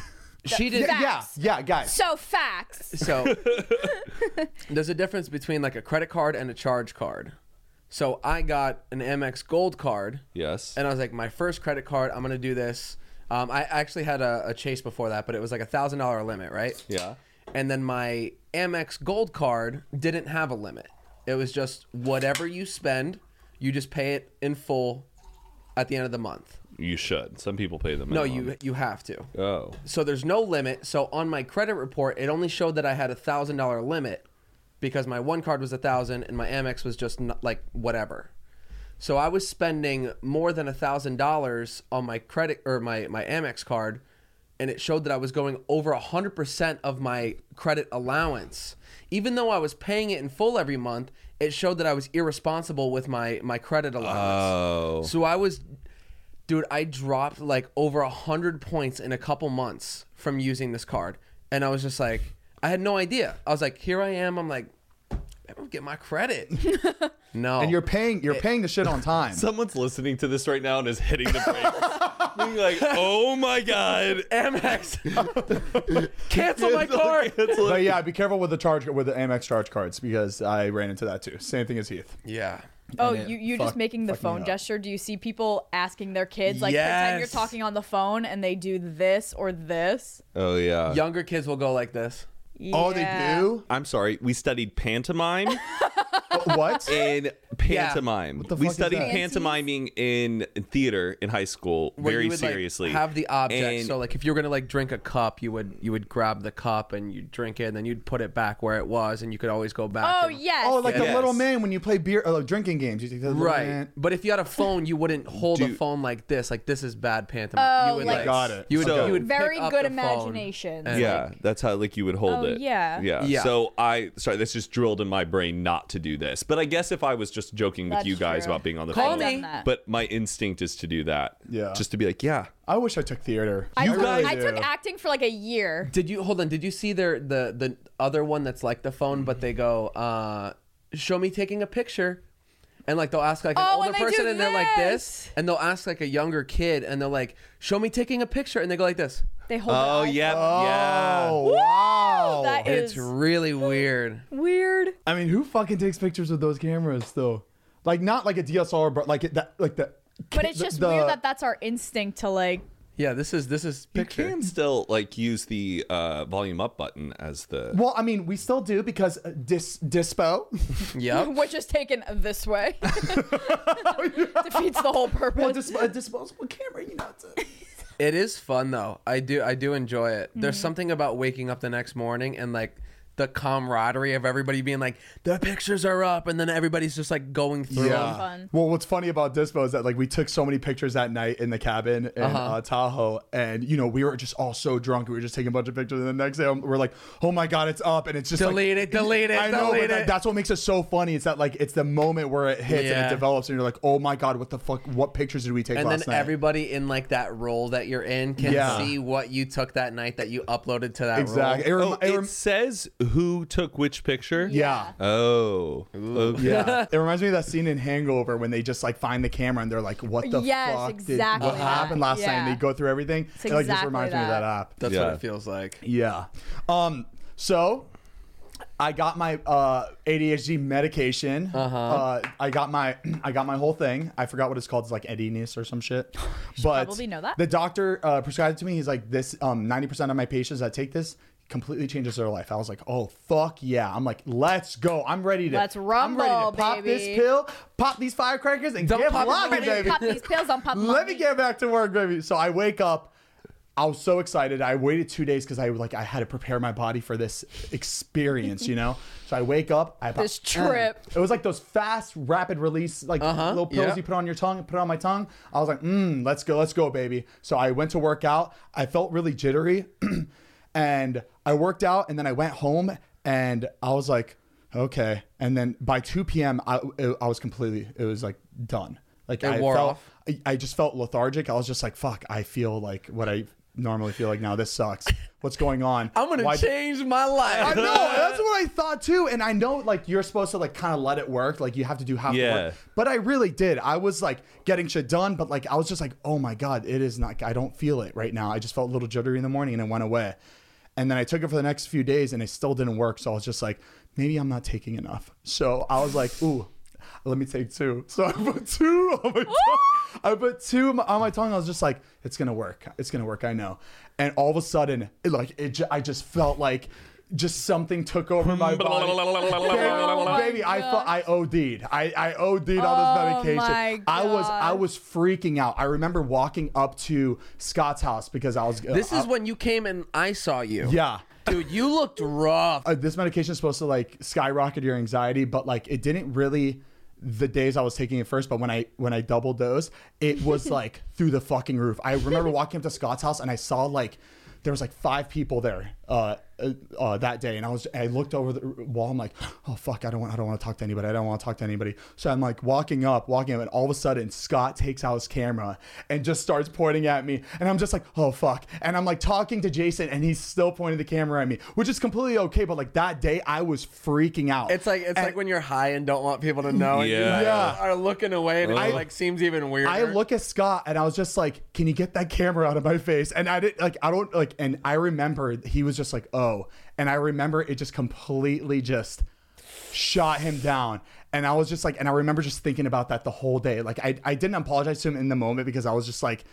B: she did
D: Facts.
E: Yeah, yeah, guys.
D: so facts.
B: So there's a difference between like a credit card and a charge card. So I got an Amex Gold card.
F: Yes.
B: And I was like, my first credit card, I'm gonna do this. Um, I actually had a, a chase before that, but it was like a thousand dollar limit, right?
F: Yeah.
B: and then my Amex Gold card didn't have a limit. It was just whatever you spend, you just pay it in full at the end of the month.
F: You should. Some people pay them.
B: No, you you have to.
F: Oh.
B: So there's no limit. So on my credit report, it only showed that I had a thousand dollar limit because my one card was a thousand and my Amex was just not, like whatever. So I was spending more than a thousand dollars on my credit or my my Amex card, and it showed that I was going over a hundred percent of my credit allowance. Even though I was paying it in full every month, it showed that I was irresponsible with my my credit allowance. Oh. So I was dude i dropped like over a 100 points in a couple months from using this card and i was just like i had no idea i was like here i am i'm like i'm gonna get my credit no
E: And you're paying
D: Eh.
E: you're paying the shit on time.
F: Someone's listening to this right now and is hitting the brakes. Being like, oh my god.
B: amex cancel my card
F: Cancel it.
E: but yeah, be careful with the charge with the Amex charge cards because I ran into that too. Same thing as Heath.
B: yeah
D: Oh,
E: it
D: you you just
E: fuck-
D: making the
E: fucked me
D: phone
E: up.
D: gesture. Do you see people asking their kids like pretend you're
B: Yes.
D: talking on the phone and they do this or this?
F: Oh yeah.
B: younger kids will go like this
E: Oh, they
D: Yeah.
E: do.
F: I'm sorry. We studied pantomime
E: Uh, what?
F: and pantomime.
E: the
F: we
E: fuck is
F: studied
E: that?
F: pantomiming in theater in high school
B: where
F: very
B: you would, like,
F: seriously.
B: have the object
F: And-
B: so like if you're gonna like drink a cup you would you would grab the cup and you drink it and then you'd put it back where it was and you could always go back
D: Oh
B: and-
D: yes.
E: Oh, like the
F: Yes.
E: little man when you play beer uh, like drinking games. You take the little
B: Right,
E: man-
B: but if you had a phone, you wouldn't hold a
F: Dude.
B: phone like this. Like this is bad pantomime. you would,
D: Oh, like-
B: like,
E: Got it.
B: You would,
F: So-
B: you would pick
D: Very
B: up
D: good
B: the phone
D: imagination.
B: and,
F: yeah,
B: like,
F: that's how like you would hold
D: Oh,
F: it.
D: yeah.
F: yeah,
B: Yeah.
F: So I sorry, that's just drilled in my brain not to do this. But I guess if I was just joking with
D: That's
F: you guys
D: true.
F: about being on the
B: Call
F: phone,
B: me.
D: that.
F: but my instinct is to do that.
E: Yeah.
F: just to be like, yeah,
E: I wish I took theater.
D: I, took,
E: really
D: I took
E: do.
D: acting for like a year.
B: did you hold on? Did you see their the the other one that's like the phone, but they go, uh, "Show me taking a picture," and like they'll ask like an
D: Oh,
B: older
D: and they do
B: person, and they're like
D: this.
B: this, and they'll ask like a younger kid, and they're like, "Show me taking a picture," and they go like this.
D: They hold.
F: oh
D: it up.
F: yeah,
E: Oh
F: yeah.
E: wow!
D: That
B: It's
D: is
B: really weird.
D: weird.
E: I mean, who fucking takes pictures with those cameras though? Like not like a DSLR, but like it- that, like that.
D: But it's just weird that that's our instinct to like.
B: Yeah, this is this is
F: You
B: picture.
F: can still like use the uh, volume up button as the.
E: Well, I mean, we still do because uh, dis dispo. Oh.
B: Yep.
D: Which is taken this way. Defeats the whole purpose.
E: well, dis- a disposable camera, you know. It's a-
B: It is fun though. I do I do enjoy it. There's something about waking up the next morning and like the camaraderie of everybody being like the pictures are up and then everybody's just like going through them.
D: Fun.
E: Well, what's funny about Dispo is that like we took so many pictures that night in the cabin in
B: Uh-huh.
E: uh Tahoe, and you know we were just all so drunk. We were just taking a bunch of pictures, and the next day um, we're like, "Oh my god, it's up!" And it's just
B: Delete
E: like,
B: it, delete it,
E: I know,
B: delete
E: but that-
B: it.
E: that's what makes it so funny. It's that like it's the moment where it hits and
B: Yeah.
E: it develops, and you're like, "Oh my god, what the fuck? What pictures did we take
B: And then
E: last night?"
B: everybody in like that role that you're in can
E: Yeah.
B: see what you took that night that you uploaded to that
E: exactly. It
B: role.
E: rem-
F: Oh,
E: it
F: it
E: rem-
F: says who took which picture.
E: yeah.
F: Oh. Okay.
E: Yeah, it reminds me of that scene in Hangover when they just like find the camera and they're like, "What the
D: Yes,
E: fuck?
D: exactly
E: Did, what
D: that.
E: happened last night?" And
D: Yeah.
E: they go through everything.
D: It's
E: It like just
D: exactly
E: reminds me of
D: that.
E: that app.
B: That's
F: Yeah.
B: what it feels like.
E: Yeah. Um. So, I got my uh, ADHD medication. Uh-huh. I got my I got my whole thing. I forgot what it's called. It's like Edinus or some shit. But
D: probably know that.
E: the doctor uh, prescribed it to me. He's like, this um ninety percent of my patients that take this completely changes their life. I was like, oh fuck yeah! I'm like, let's go. I'm ready to
D: Let's
E: I'm ready
D: rumble,
E: to pop this
D: baby.
E: pill, pop these firecrackers, and
B: Don't
E: get
B: pop-
E: vlogging,
B: Ready to
E: baby.
D: Pop these pills on pop.
E: Let me
D: Mommy.
E: get back to work, baby. So I wake up. I was so excited. I waited two days because I like I had to prepare my body for this experience, you know. So I wake up. I
D: This trip.
E: It was like those fast, rapid release, like little pills
B: Uh-huh, yeah.
E: you put on your tongue. Put on my tongue. I was like, mm, let's go, let's go, baby. So I went to work out. I felt really jittery, and I worked out, and then I went home, and I was like, okay. And then by 2 p.m., I I was completely. It was like done. Like I
B: wore
E: felt,
B: off?
E: I- I just felt lethargic. I was just like, fuck, I feel like what I normally feel like now. This sucks. What's going on?
B: I'm gonna
E: Why-
B: change my life.
E: I know. That's what I thought too. And I know like you're supposed to like kind of let it work. Like you have to do half the
F: Yeah.
E: work. But I really did. I was like getting shit done, but like I was just like, oh my God, it is not I don't feel it right now. I just felt a little jittery in the morning and it went away. And then I took it for the next few days and it still didn't work. So I was just like, maybe I'm not taking enough. So I was like, ooh, let me take two. So I put two on my tongue. I put two on my- on my tongue. I was just like, it's gonna work. It's gonna work. I know. And all of a sudden, it, like it, ju- I just felt like just something took over my body.
D: Oh my
E: baby, baby I felt I OD'd. I, I OD'd on this
D: Oh my
E: medication. I was I
D: God.
E: was freaking out. I remember walking up to Scott's house because I was
B: This
E: uh,
B: is when you came and I saw you.
E: yeah.
B: Dude, you looked rough.
E: Uh, this medication is supposed to like skyrocket your anxiety, but like it didn't really the days I was taking it first, but when I when I double dosed, it was like through the fucking roof. I remember walking up to Scott's house and I saw like there was like five people there uh, uh, uh, that day, and I was I looked over the wall. I'm like, oh fuck, I don't want I don't want to talk to anybody. I don't want to talk to anybody. So I'm like walking up, walking up, and all of a sudden Scott takes out his camera and just starts pointing at me, and I'm just like, oh fuck, and I'm like talking to Jason, and he's still pointing the camera at me, which is completely okay. But like that day, I was freaking out.
B: It's like it's
E: And-
B: like when you're high and don't want people to know, and you
F: Yeah.
B: like,
E: Yeah.
B: are looking away, and it
E: I-
B: like seems even weirder.
E: I look at Scott and I was just like, "Can you get that camera out of my face?" And I didn't like, I don't like, and I remember he was just like, "Oh," and I remember it just completely just shot him down. And I was just like, and I remember just thinking about that the whole day. Like, I I didn't apologize to him in the moment because I was just like.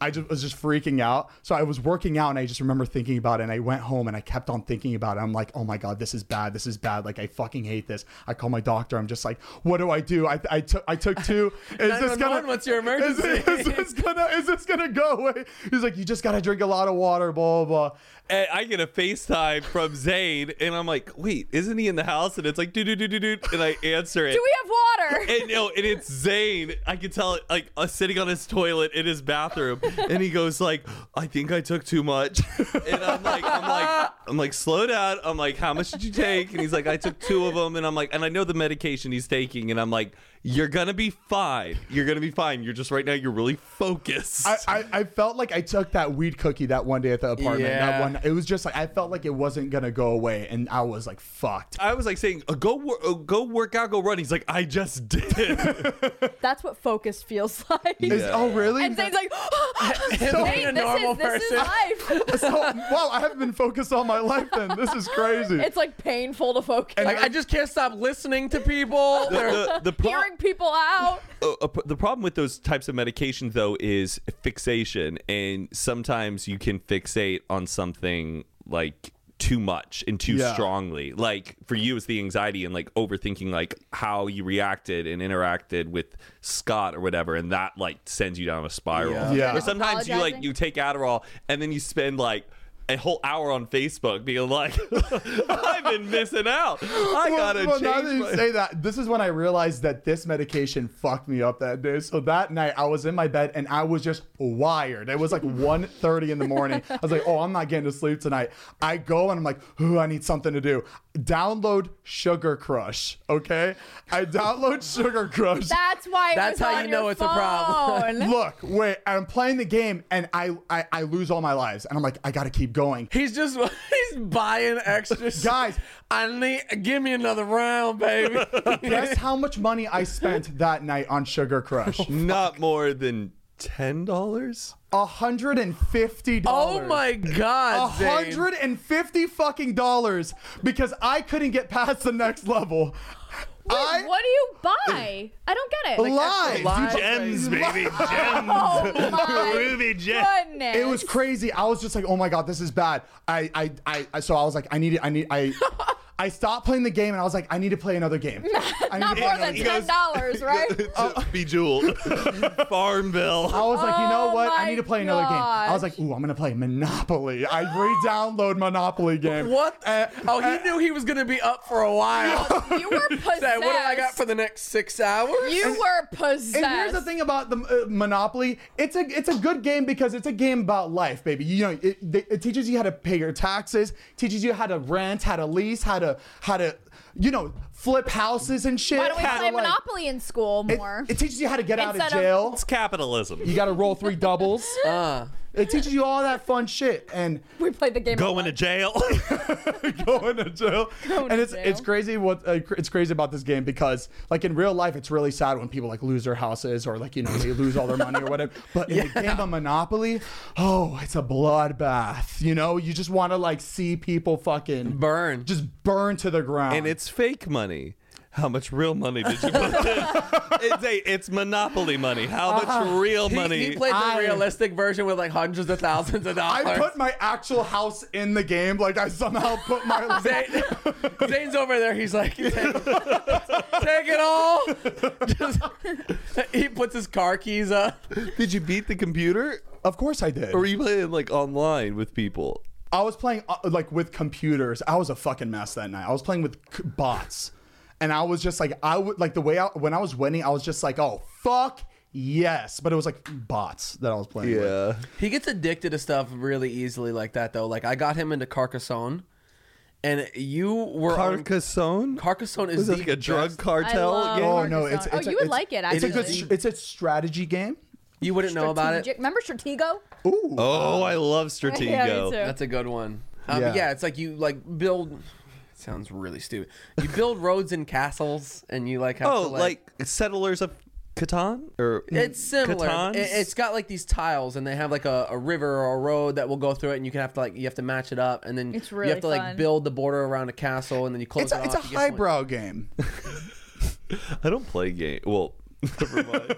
E: I just was just freaking out. So I was working out and I just remember thinking about it and I went home and I kept on thinking about it. I'm like, oh my God, this is bad. This is bad. Like I fucking hate this. I call my doctor. I'm just like, what do I do? I, I took, I took two. Is this gonna,
B: 911, what's your
E: is it- Is, this gonna, is this gonna go away? He's like, you just gotta drink a lot of water, blah, blah, blah.
F: And I get a FaceTime from Zayn, and I'm like, wait, isn't he in the house? And it's like, dude, dude, dude, dude, and I answer it.
D: Do we have water?
F: and no, and it's Zayn. I can tell, like, uh, sitting on his toilet in his bathroom, and he goes like, "I think I took too much." And I'm like, I'm like, I'm like, slow down. I'm like, how much did you take? And he's like, I took two of them. And I'm like, and I know the medication he's taking, and I'm like, you're gonna be fine. You're gonna be fine. You're just right now. You're really focused.
E: I, I, I felt like I took that weed cookie that one day at the apartment. That
B: Yeah.
E: one, it was just like, I felt like it wasn't gonna go away. And I was like, fucked.
F: I was like saying, uh, "Go, wor- uh, go work out, go run." He's like, "I just did."
D: That's what focus feels like.
E: Is- oh, really?
D: And Zane's like,
B: being
D: Zane,
B: a
D: this,
B: normal
D: is, this is
B: person.
D: life.
E: So- wow, I haven't been focused all my life then. This is crazy.
D: it's like painful to focus.
B: Like, I just can't stop listening to people.
F: The-
B: They're-
F: the, the pro-
D: Hearing people out.
F: uh, uh, p- the problem with those types of medications though is fixation and sometimes you can fixate on something like too much and too
E: Yeah.
F: strongly like for you it's the anxiety and like overthinking like how you reacted and interacted with scott or whatever and that like sends you down a spiral
B: Yeah.
E: Yeah.
F: or sometimes you like
D: Apologizing.
F: you take adderall and then you spend like a whole hour on facebook being like i've been missing out i gotta
E: well, now
F: change
E: that you
F: my-
E: say that, this is when I realized that this medication fucked me up that day. So that night, I was in my bed and I was just wired. It was like 1.30 in the morning. I was like, "Oh, I'm not getting to sleep tonight." I go and I'm like, "Ooh, I need something to do." Download Sugar Crush, okay? I download Sugar Crush.
D: That's why it
B: That's
D: was
B: how
D: on
B: you know
D: your
B: it's a problem.
D: phone.
E: Look, wait, I'm playing the game and I, I I lose all my lives and I'm like, I gotta keep going.
B: he's just he's buying extra shit.
E: Guys.
B: I need give me another round, baby.
E: Guess how much money I spent that night on Sugar Crush?
F: not more than ten dollars
E: hundred and fifty
B: oh
E: dollars.
B: my god, Zane.
E: hundred and fifty fucking dollars because I couldn't get past the next level. I
D: What do you buy? I don't get it.
E: lied.
B: lies.
F: Gems, baby.
D: oh
F: Gems.
D: my
F: Ruby gems.
D: goodness.
E: It was crazy. I was just like, oh my god, this is bad. I I I, I so I was like, I need it. I need I. I stopped playing the game and I was like, I need to play another game. I need
D: Not
E: to play
D: more
E: another
D: than
E: game.
D: ten dollars, right?
F: Bejeweled. Oh. Farmville.
E: I was like, you know
D: Oh
E: what? I
D: my
E: need to play another game. I was
D: gosh.
E: like, ooh, I'm gonna play Monopoly. I re-download Monopoly game.
B: What? oh, he knew he was gonna be up for a while.
D: you were possessed.
B: Say, what do I got for the next six hours?
D: You were possessed.
E: And here's the thing about the uh, Monopoly. It's a it's a good game because it's a game about life, baby. You know, it, they- it teaches you how to pay your taxes, teaches you how to rent, how to lease, how to how to you know flip houses and shit.
D: Why don't we
E: how to,
D: play
E: like-
D: Monopoly in school
E: It,
D: more?
E: it teaches you how to get out of
D: Instead of-
E: jail.
F: It's capitalism.
E: you got to roll three doubles. It teaches you all that fun shit and
D: we played the game.
F: Going to jail.
E: going to jail.
D: Going
E: and
D: to
E: it's
D: jail.
E: it's crazy what uh, cr- it's crazy about this game because like in real life it's really sad when people like lose their houses or like you know they lose all their money or whatever. But in the game of Monopoly, oh, it's a bloodbath. You know, you just want to like see people fucking
B: Burn.
E: just burn to the ground.
F: and it's fake money. How much real money did you put in? it's, a, it's monopoly money. How much real
B: He,
F: money?
B: he played the
E: I-
B: realistic version with like hundreds of thousands of dollars.
E: I put my actual house in the game. Like I somehow put my.
B: Zane, Zane's over there. He's like, take, take it all. Just- he puts his car keys up.
F: did you beat the computer?
E: of course I did.
F: Or were you playing like online with people?
E: I was playing uh, like with computers. I was a fucking mess that night. I was playing with c- bots, and I was just like, I would like the way I, when I was winning, I was just like, oh fuck yes, but it was like bots that I was playing. with.
F: Yeah.
B: He gets addicted to stuff really easily like that though. Like I got him into Carcassonne, and you were on-
F: Carcassonne?
B: Carcassonne is
F: Was it
B: the
F: like a drug
B: best.
F: cartel?
D: I love
F: game?
E: Oh
D: Carcassonne.
E: no, it's, it's
D: oh,
E: a-
D: you would
E: it's-
D: like it.
E: It's
D: Actually,
E: a good.
B: It
E: str- It's a strategy game.
B: You wouldn't know about it.
D: Strategic- Remember Stratego?
F: Oh, I love
D: Yeah, me
F: Stratego.
D: too.
B: That's a good one. Um,
E: Yeah.
B: yeah. yeah, it's like you like build. It sounds really stupid. You build roads and castles, and you like have
F: oh,
B: to
F: like, Settlers of Catan? Or
B: It's similar.
F: Catans?
B: It, it's got like these tiles, and they have like a, a river or a road that will go through it, and you can have to like you have to match it up, and then
D: It's
B: you
D: really
B: have to
D: fun.
B: like build the border around a castle, and then you close
E: It's
B: it
E: a, it's a
B: off, you get points.
E: highbrow game.
F: I don't play game. Well, never mind.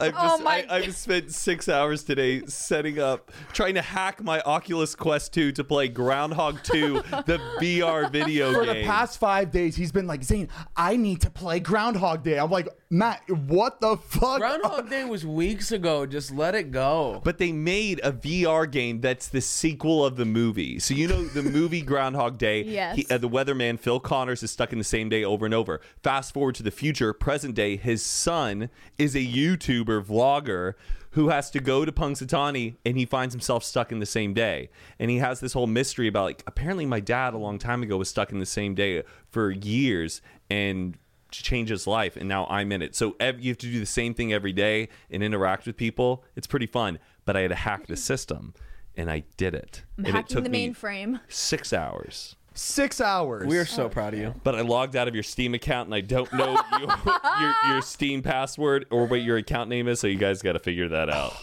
F: I've, just,
D: Oh my
F: I, I've
D: God.
F: spent six hours today setting up, trying to hack my Oculus Quest 2 to play Groundhog 2, the VR video
E: For
F: game.
E: the past five days, he's been like, Zane, I need to play Groundhog Day. I'm like, Matt, what the fuck?
B: Groundhog Day was weeks ago. Just let it go.
F: but they made a VR game that's the sequel of the movie. So you know the movie Groundhog Day.
D: Yes.
F: he- uh, the weatherman Phil Connors is stuck in the same day over and over. Fast forward to the future, present day. His son is a YouTuber vlogger who has to go to Punxsutawney, and he finds himself stuck in the same day. And he has this whole mystery about like apparently my dad a long time ago was stuck in the same day for years, and to change his life and now i'm in it so ev- you have to do the same thing every day and interact with people it's pretty fun but i had to hack the system and i did it
D: I'm
F: and it
D: hacking
F: took
D: the
F: me
D: mainframe.
F: six hours
E: Six hours.
B: We are
D: Oh,
B: so proud of you.
F: but i logged out of your steam account and i don't know your, your, your steam password or what your account name is so you guys got to figure that out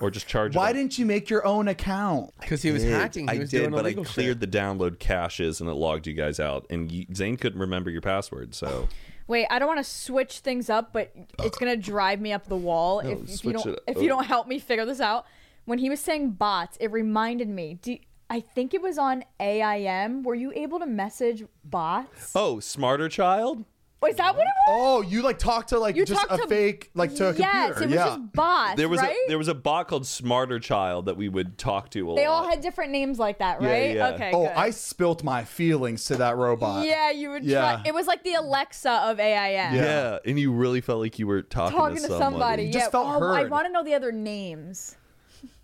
F: or just charge
E: Why
F: it up.
E: didn't you make your own account?
B: Because he was hacking. He
F: I
B: was
F: did,
B: doing
F: but I
B: illegal shit.
F: cleared the download caches and it logged you guys out. And you, Zane couldn't remember your password, so
D: Wait, I don't want to switch things up, but it's gonna drive me up the wall if, if you
F: switch
D: don't
F: it up.
D: if you don't help me figure this out. When he was saying bots, it reminded me. Do I think it was on AIM? Were you able to message bots?
F: oh, smarter child.
D: Oh, is that what it was?
E: Oh, you like talk to like
D: You
E: just
D: talked
E: a
D: to-
E: fake like to a
D: yes,
E: computer.
D: it was
E: yeah.
D: just bots.
F: There was
D: right?
F: a there was a bot called Smarter Child that we would talk to a
D: they
F: lot.
D: all had different names like that,
F: Yeah,
D: right?
F: yeah.
D: Okay.
E: oh,
D: good.
E: I spilt my feelings to that robot.
D: Yeah, you would.
E: Yeah.
D: Try, it was like the Alexa of AIM.
F: yeah. and you really felt like you were talking,
D: Talking to somebody.
E: just
D: yeah.
E: felt
D: oh, I
E: heard.
D: want to know the other names.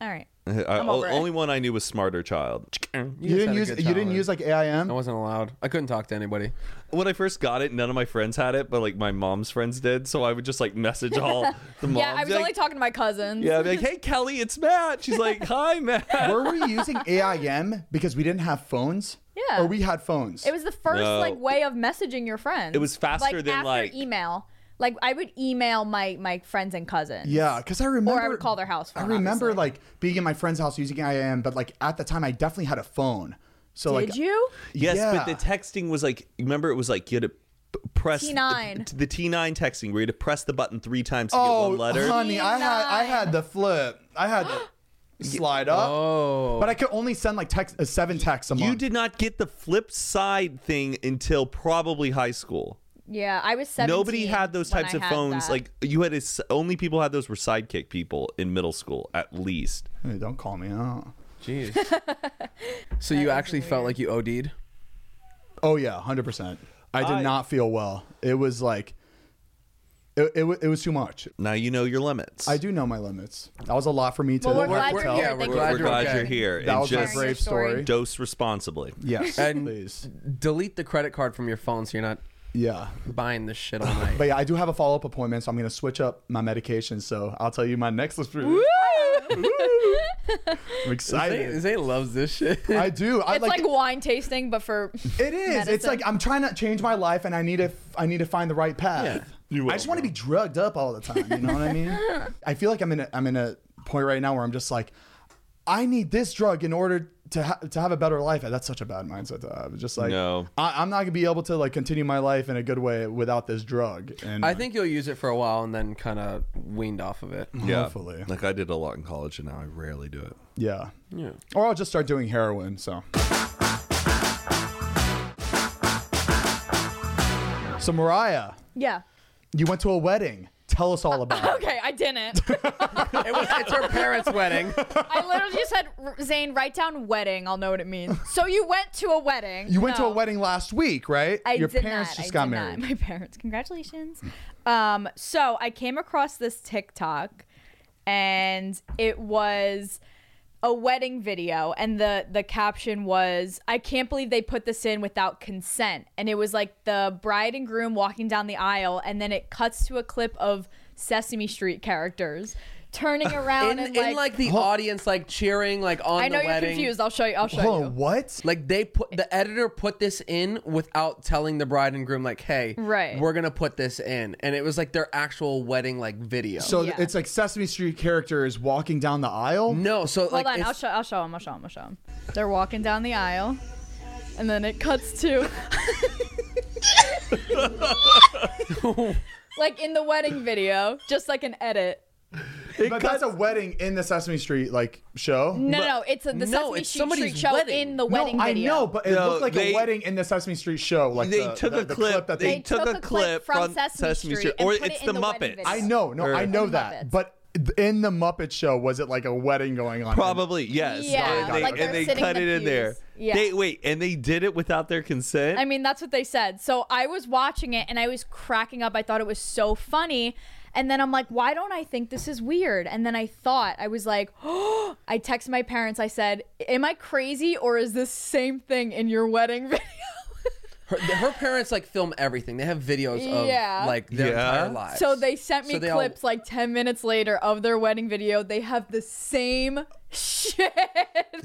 D: All right.
F: I-
D: I'm
F: o-
D: over it.
F: only one I knew was Smarter Child.
E: You
B: just
E: didn't
B: had a
E: use
B: good
E: you didn't
B: childhood.
E: use like AIM.
B: I wasn't allowed. I couldn't talk to anybody.
F: When I first got it, none of my friends had it, but like my mom's friends did. So I would just like message all the moms.
D: Yeah, I was
F: like,
D: only talking to my cousins.
F: Yeah, I'd be like, hey Kelly, it's Matt. She's like, hi Matt.
E: Were we using AIM because we didn't have phones?
D: Yeah.
E: Or we had phones.
D: It was the first
F: No.
D: like way of messaging your friends.
F: It was faster
D: like,
F: than,
D: after
F: like-
D: email. Like I would email my my friends and cousins.
E: yeah, because I remember.
D: would call their house phone,
E: I remember
D: obviously.
E: like being in my friend's house using AIM, but like at the time I definitely had a phone. So
D: Did
E: like
D: you?
F: yes,
E: yeah.
F: but the texting was like, remember it was like you had to p- press
D: T9.
F: the, the T9 texting where you had to press the button three times to
E: Oh,
F: get one letter.
E: honey, I had I had the flip. I had the slide up. Oh. But I could only send like text uh, seven texts a month.
F: You did not get the flip side thing until probably high school.
D: Yeah, I was seventeen.
F: Nobody had those
D: when
F: types
D: I
F: of
D: had
F: phones.
D: that.
F: Like you had a s only people had those were sidekick people in middle school at least.
E: Hey, don't call me out.
B: Jeez. so you actually felt like you OD'd.
E: Oh yeah, hundred percent. I did
F: I-
E: not feel well. It was like, it, it, wa- it was too much.
F: Now you know your limits.
E: I do know my limits. That was a lot for me to.
D: Well, we're
B: We're-
D: glad
B: we're-
D: you're here.
B: yeah,
D: Thank
B: we're
D: you
F: We're
B: glad
D: for
B: you're
F: glad
B: okay.
F: you're here.
E: that
F: and
E: was my
D: Sharing
F: just
D: your
E: brave
D: story.
E: story.
F: dose responsibly.
E: Yes,
B: And-
E: please.
B: Delete the credit card from your phone so you're not
E: Yeah,
B: buying this shit all night.
E: but yeah, I do have a follow up appointment, so I'm gonna switch up my medication. So I'll tell you my next experience. I'm
B: Zane,
E: excited.
B: Zane loves this shit.
E: I do. I
D: it's like, wine tasting, but for
E: It is. It's
D: medicine.
E: like I'm trying to change my life, and I need to. f- I need to find the right path.
F: You
E: I
F: will,
E: just want to be drugged up all the time. You know what I mean? I feel like I'm in. A, I'm in a point right now where I'm just like, I need this drug in order to ha- to have a better life. That's such a bad mindset to have. It's just like
F: No.
E: I- I'm not gonna be able to like continue my life in a good way without this drug. And
B: I think you'll use it for a while and then kind of weaned off of it.
F: Yeah.
E: Hopefully.
F: Like I did a lot in college and now I rarely do it.
E: yeah, yeah. Or I'll just start doing heroin. So. So Mariah,
D: Yeah.
E: you went to a wedding. Tell us all about it.
D: Okay, I didn't.
B: It was, it's her parents' wedding.
D: I literally just said, "R- Zane, write down wedding. I'll know what it means. So you went to a wedding.
E: You went to
D: No.
E: a wedding last week, right?
D: I
E: Your
D: did
E: parents
D: not.
E: just
D: I
E: got
D: did
E: married.
D: not. My parents. Congratulations. um, so I came across this TikTok, and it was a wedding video, and the the caption was, "I can't believe they put this in without consent." And it was like the bride and groom walking down the aisle, and then it cuts to a clip of Sesame Street characters turning around
B: In,
D: and
B: in like the audience, like cheering, like on
D: I know
B: the
D: you're
B: wedding.
D: confused. I'll show you. I'll show
E: Hold
D: you.
E: on, what?
B: Like they put
D: Eh.
B: the editor put this in without telling the bride and groom, like, hey,
D: Right.
B: we're gonna put this in, and it was like their actual wedding like video.
E: So
D: Yeah.
E: it's like Sesame Street characters walking down the aisle.
B: no, so
D: Hold
B: like
D: on,
B: it's-
D: I'll show, I'll show him, I'll show him, I'll show him. They're walking down the aisle, and then it cuts to. like in the wedding video, just like an edit.
E: but that's a wedding in the Sesame Street like show.
D: No, no, no, it's a,
B: No,
D: the Sesame
B: it's
D: Street,
B: somebody's
D: Street show
B: wedding.
D: in the
E: No,
D: wedding
E: I
D: video.
E: know, but it
F: No,
E: looked like
F: they-
E: a wedding in the Sesame Street show. Like
F: they
E: the-
F: took
E: the-
F: a
E: the
F: clip.
E: that
F: they,
D: They
F: took, a clip from Sesame, Street,
D: and
F: or
D: put
F: it's
D: it in
F: the,
D: the wedding
F: Muppets.
D: video.
E: I know, no, I
F: Or-
E: know
D: The
E: that,
D: Muppets.
E: but th- in the Muppet show, was it like a wedding going on?
F: Probably yes.
D: Yeah,
F: and they,
D: like
F: and
D: they're
F: they
D: sitting
F: cut
D: in
F: it
D: the
F: in there.
D: pews. Yeah.
F: They wait, and they did it without their consent.
D: I mean, that's what they said. So I was watching it and I was cracking up. I thought it was so funny. And then I'm like, why don't I think this is weird? And then I thought, I was like, oh, I texted my parents. I said, am I crazy or is this same thing in your wedding video?
B: her, her parents like film everything. They have videos of
D: Yeah.
B: like their
F: Yeah.
B: entire lives.
D: So they sent me
B: So they all-
D: clips like 10 minutes later of their wedding video. They have the same shit.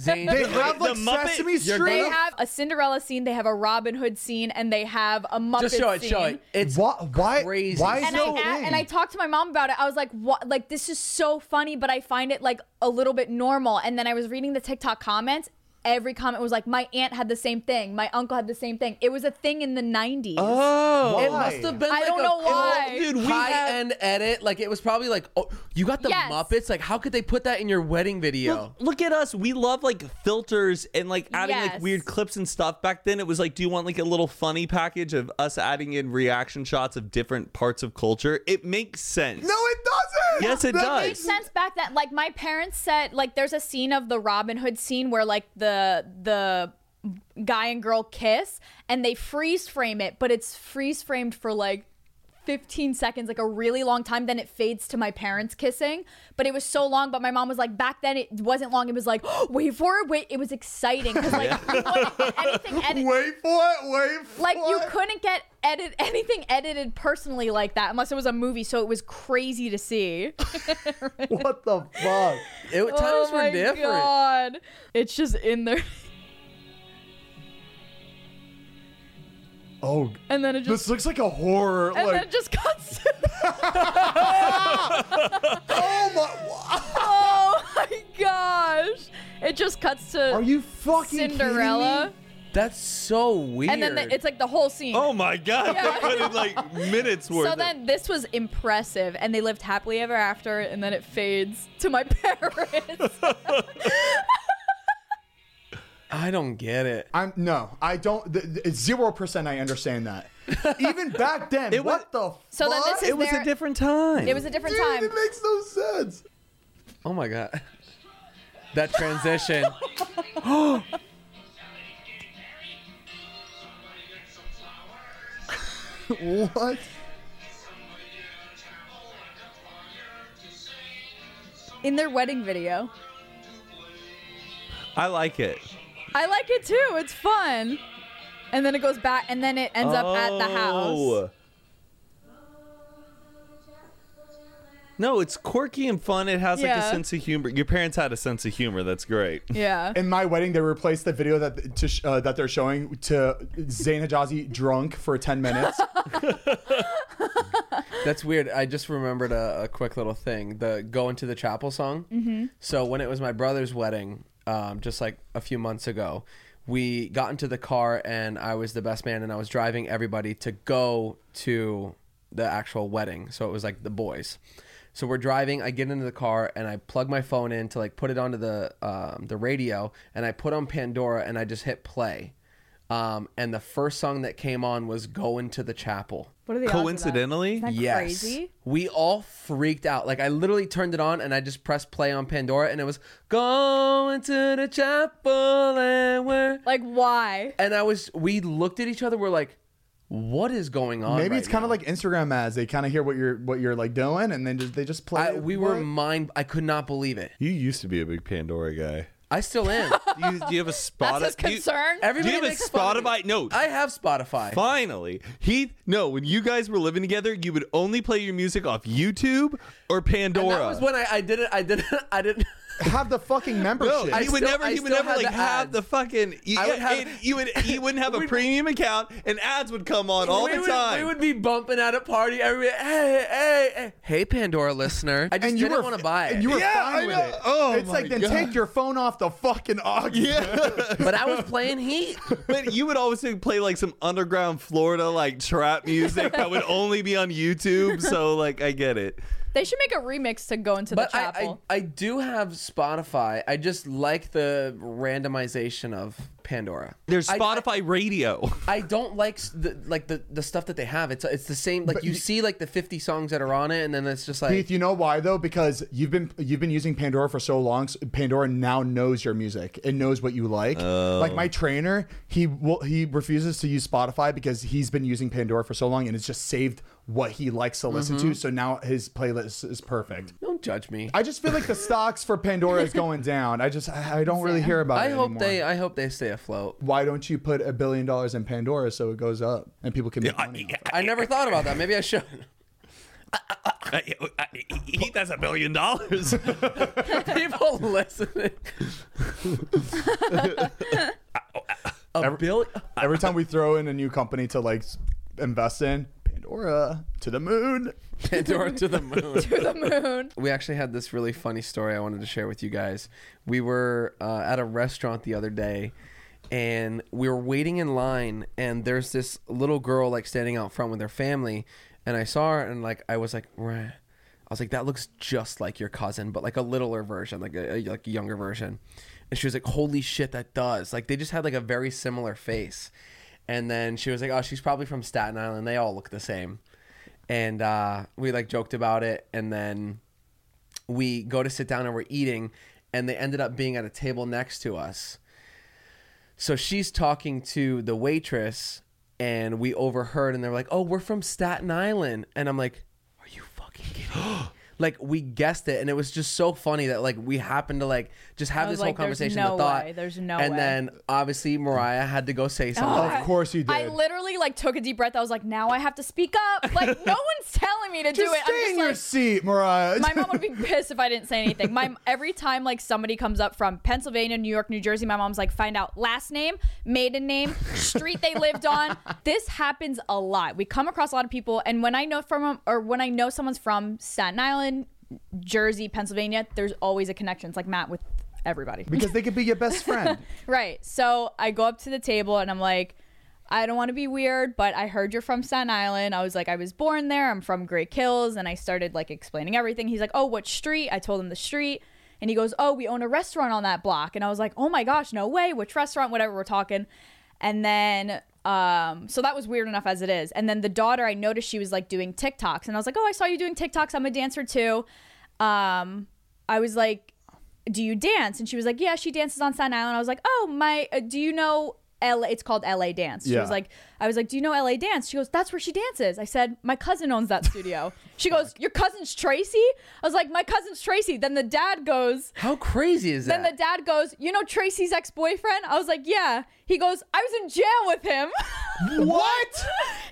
B: Zane,
E: They have
F: the
E: like
F: Muppet-
E: Sesame
B: You're gonna-
D: They
E: Street.
D: have a Cinderella scene, they have a Robin Hood scene, and they have a Muppet
B: just show it,
D: scene.
B: show it. It's
E: Why? Why?
B: Crazy.
E: Why is
D: and
E: no
D: I a-
E: thing?
D: and I talked to my mom about it. I was like, "What? Like this is so funny, but I find it like a little bit normal." And then I was reading the TikTok comments. Every comment was like, "My aunt had the same thing. My uncle had the same thing. It was a thing in the '90s."
F: oh,
B: It must have been.
D: I
B: like
D: don't
B: a
D: know
B: cool
D: why.
F: Dude, we have-
B: high-end edit. Like it was probably like, oh, you got the
D: Yes.
B: Muppets. Like, how could they put that in your wedding video?
F: Look, look at us. We love like filters and like adding like
D: Yes.
F: weird clips and stuff. Back then, it was like, do you want like a little funny package of us adding in reaction shots of different parts of culture? It makes sense.
E: no, it doesn't.
F: Yes, it
E: That
F: does.
D: made sense back then. Like my parents said, like there's a scene of the Robin Hood scene where like the the guy and girl kiss and they freeze frame it, but it's freeze framed for like 15 seconds, like a really long time. Then it fades to my parents kissing, but it was so long. But my mom was like, back then it wasn't long. It was like, wait for it, wait. It was exciting because like you couldn't anything edit.
E: Wait for it. Wait for
D: Like you
E: it.
D: couldn't get edit anything edited personally like that unless it was a movie, so it was crazy to see.
E: What the fuck?
B: It, times
D: Oh
B: were different.
D: god. It's just in there.
E: Oh,
D: And then it just
E: this looks like a horror.
D: and
E: like,
D: then it just cuts.
E: oh my.
D: oh my gosh. It just cuts to
E: Are you fucking kidding me?
D: Cinderella.
B: That's so weird.
D: And then the, it's like the whole scene.
F: Oh my god, they put in like minutes worth.
D: so then this was impressive and they lived happily ever after and then it fades to my parents.
B: I don't get it.
E: I'm no, I don't. Zero percent. I understand that. Even back then,
F: It was-
E: what the?
D: So then
E: fuck?
D: this is
F: it was
D: their-
F: a different time.
D: it was a different
E: Dude,
D: time.
E: It makes no sense.
B: Oh my god. That transition.
E: What?
D: In their wedding video.
F: I like it.
D: I like it too. It's fun. And then it goes back and then it ends up at the house.
F: Oh. No, it's quirky and fun. It has like a
D: Yeah.
F: sense of humor. Your parents had a sense of humor. That's great.
D: Yeah.
E: In my wedding, they replaced the video that to sh- uh, that they're showing to Zayn Hajazi drunk for ten minutes.
B: That's weird. I just remembered a, a quick little thing: the "Go into the Chapel" song. Mm-hmm. So when it was my brother's wedding, um, just like a few months ago, we got into the car and I was the best man, and I was driving everybody to go to the actual wedding. So it was like the boys. So we're driving. I get into the car and I plug my phone in to like put it onto the um, the radio, and I put on Pandora and I just hit play. Um, and the first song that came on was "Go into the Chapel."
D: What are the odds of that?
F: Coincidentally,
D: Isn't that
B: yes.
D: crazy?
B: We all freaked out. Like I literally turned it on and I just pressed play on Pandora and it was going to the chapel and we're
D: Like why?
B: and I was we looked at each other, we're like, what is going on?
E: Maybe
B: right
E: it's kind
B: now?
E: of like Instagram ads. They kind of hear what you're what you're like doing, and then just they just play.
B: I,
E: it.
B: we were
E: What?
B: mind I could not believe it.
F: you used to be a big Pandora guy.
B: I still am.
F: Do you, do you have a spot?
D: That's his
F: do you-
D: concern.
F: Do
B: Everybody
F: you have a
B: makes fun of me.
F: Spotify? No.
B: I have Spotify.
F: Finally, Heath. No, when you guys were living together, you would only play your music off YouTube or
B: And that
F: Pandora.
B: was when I, I did it I did it I didn't
E: have the fucking
F: No,
E: membership.
F: he would
B: still-
F: never.
B: I
F: he would
B: still
F: never
B: had
F: like
B: the
F: have
B: ads.
F: the fucking. You,
B: I would have-
F: and you would. You wouldn't have a premium account, and ads would come on all
B: we
F: the
B: would,
F: time.
B: We would be bumping at a party every hey, hey, hey. Hey Pandora listener. I just
E: and you
B: didn't
E: were
B: want to buy it.
E: And you were
F: Yeah,
E: fine
F: I
E: with
F: know.
E: it.
F: Oh
E: it's
F: my
E: like then
F: God.
E: take your phone off the fucking auction.
B: but I was playing Heat.
F: but you would always play like some underground Florida like trap music that would only be on YouTube. So like, I get it.
D: They should make a remix to go into
B: But
D: the
B: I, I,
D: chapel.
B: I do have Spotify. I just like the randomization of Pandora.
F: There's
B: I-
F: Spotify Radio.
B: I don't like s- the, like the, the stuff that they have. It's it's the same. Like you see like the 50 songs that are on it, and then it's just like
E: Keith, you know why though? Because you've been you've been using Pandora for so long. So Pandora now knows your music. It knows what you like. Like my trainer, he will he refuses to use Spotify because he's been using Pandora for so long, and it's just saved what he likes to listen to. So now his playlist is perfect.
B: don't judge me. I,
E: I just feel like the stocks for Pandora is going down. I just I I don't really hear about it
B: hope
E: anymore.
B: they I hope they stay afloat.
E: why don't you put a billion dollars in Pandora so it goes up and people can make money? off it?
B: I never thought about that. Maybe I should.
F: Uh, Heath has a billion dollars.
B: People listening. a billion.
E: Every time we throw in a new company to like s- invest in, Pandora to the moon.
B: Pandora to the moon.
D: to the moon.
B: we actually had this really funny story I wanted to share with you guys. We were uh, at a restaurant the other day, and we were waiting in line, and there's this little girl like standing out front with her family, and I saw her, and like I was like, "Rah." I was like, that looks just like your cousin, but like a littler version, like a, a like a younger version. And she was like, holy shit, that does. Like they just had like a very similar face. And then she was like, oh, she's probably from Staten Island. They all look the same. And uh, we like joked about it. And then we go to sit down and we're eating and they ended up being at a table next to us so she's talking to the waitress and we overheard and they're like oh we're from staten island and i'm like are you fucking kidding me like we guessed it and it was just so funny that like we happened to like just have
D: I was
B: this whole
D: like, there's
B: conversation
D: no
B: the thought
D: way, there's no
B: and
D: way. Oh,
B: then obviously mariah had to go say something
E: Of course you did.
D: I literally like took a deep breath. I was like, now I have to speak up. Like no one's telling me to
E: just
D: do it.
E: stay
D: I'm just
E: in
D: like,
E: your seat, Mariah.
D: my mom would be pissed if I didn't say anything. My every time like somebody comes up from Pennsylvania, New York, New Jersey, my mom's like, find out last name, maiden name, street they lived on. This happens a lot. We come across a lot of people, and when I know from or when I know someone's from Staten Island, Jersey, Pennsylvania, there's always a connection. It's like Matt with everybody.
E: because they could be your best friend.
D: Right. So I go up to the table and I'm like, I don't want to be weird, but I heard you're from Staten Island. I was like, I was born there. I'm from Great Kills. And I started like explaining everything. He's like, Oh, what street? I told him the street. And he goes, Oh, we own a restaurant on that block. And I was like, Oh my gosh, no way. Which restaurant? Whatever we're talking. And then, um, so that was weird enough as it is. And then the daughter, I noticed she was like doing TikToks. And I was like, Oh, I saw you doing TikToks. I'm a dancer too. Um, I was like, do you dance? And she was like, yeah, she dances on Staten Island. I was like, oh my, uh, do you know LA? It's called LA Dance. She was
E: Yeah.
D: like, I was like, do you know LA Dance? She goes, that's where she dances. I said, my cousin owns that studio. she goes, your cousin's Tracy? I was like, my cousin's Tracy. Then the dad goes,
B: how crazy is that
D: then the dad goes, you know Tracy's ex boyfriend? I was like, yeah. He goes, I was in jail with him.
E: what?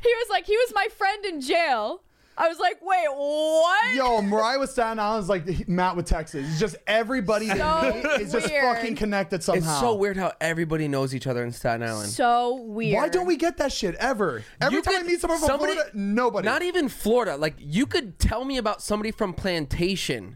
D: he was like, he was my friend in jail. I was like, wait, what?
E: Yo, Mariah with Staten Island is like Matt with Texas. It's just everybody they
D: So
E: meet is just
D: weird.
E: fucking connected somehow.
B: It's so weird how everybody knows each other in Staten Island.
D: So weird.
E: Why don't we get that shit ever? Every
B: You
E: time
B: could-
E: I meet someone from
B: somebody-
E: Florida, nobody.
B: Not e even Florida. Like you could tell me about somebody from Plantation,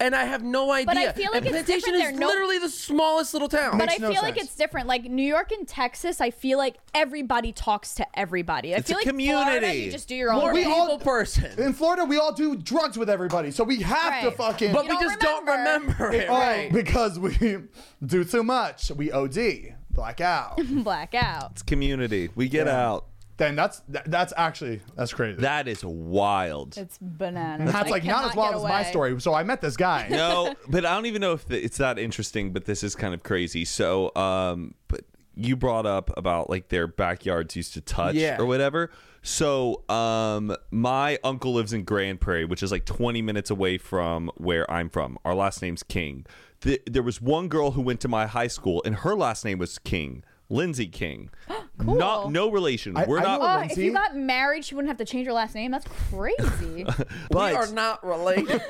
B: and I have no idea.
D: I feel like
B: and
D: it's
B: Plantation
D: different there.
B: is
D: No-
B: literally the smallest little town.
D: But I
E: no
D: feel like
E: sense.
D: it's different. Like New York and Texas, I feel like everybody talks to everybody. I
F: It's
D: feel
F: a
D: like Florida,
F: community.
D: you just do your own.
B: More
D: thing.
E: we
B: people
E: all-
B: person.
E: in Florida, we all do drugs with everybody, so we have to
D: Right.
E: fucking.
B: But
D: You
B: we
D: don't
B: just don't
D: remember.
B: remember it.
E: Oh,
B: Right.
E: because we do too much. We OD, blackout.
D: black out.
F: Community. We get out.
E: then that's that, that's actually that's crazy.
F: That is wild.
D: It's bananas.
E: that's
D: I
E: like not
D: cannot
E: as wild
D: get
E: as my
D: away.
E: story. So I met this guy.
F: no, but I don't even know if the, it's that interesting. But this is kind of crazy. So, um, but you brought up about like their backyards used to touch
B: Yeah.
F: or whatever. So, um, my uncle lives in Grand Prairie, which is like 20 minutes away from where I'm from. Our last name's King. Th there was one girl who went to my high school, and her last name was King, Lindsay King. Not no relation.
E: I-
F: We're
E: I
F: not.
E: know
D: Oh, if
E: Lindsay.
D: you got married, she wouldn't have to change her last name. That's crazy.
F: but
B: we are not related.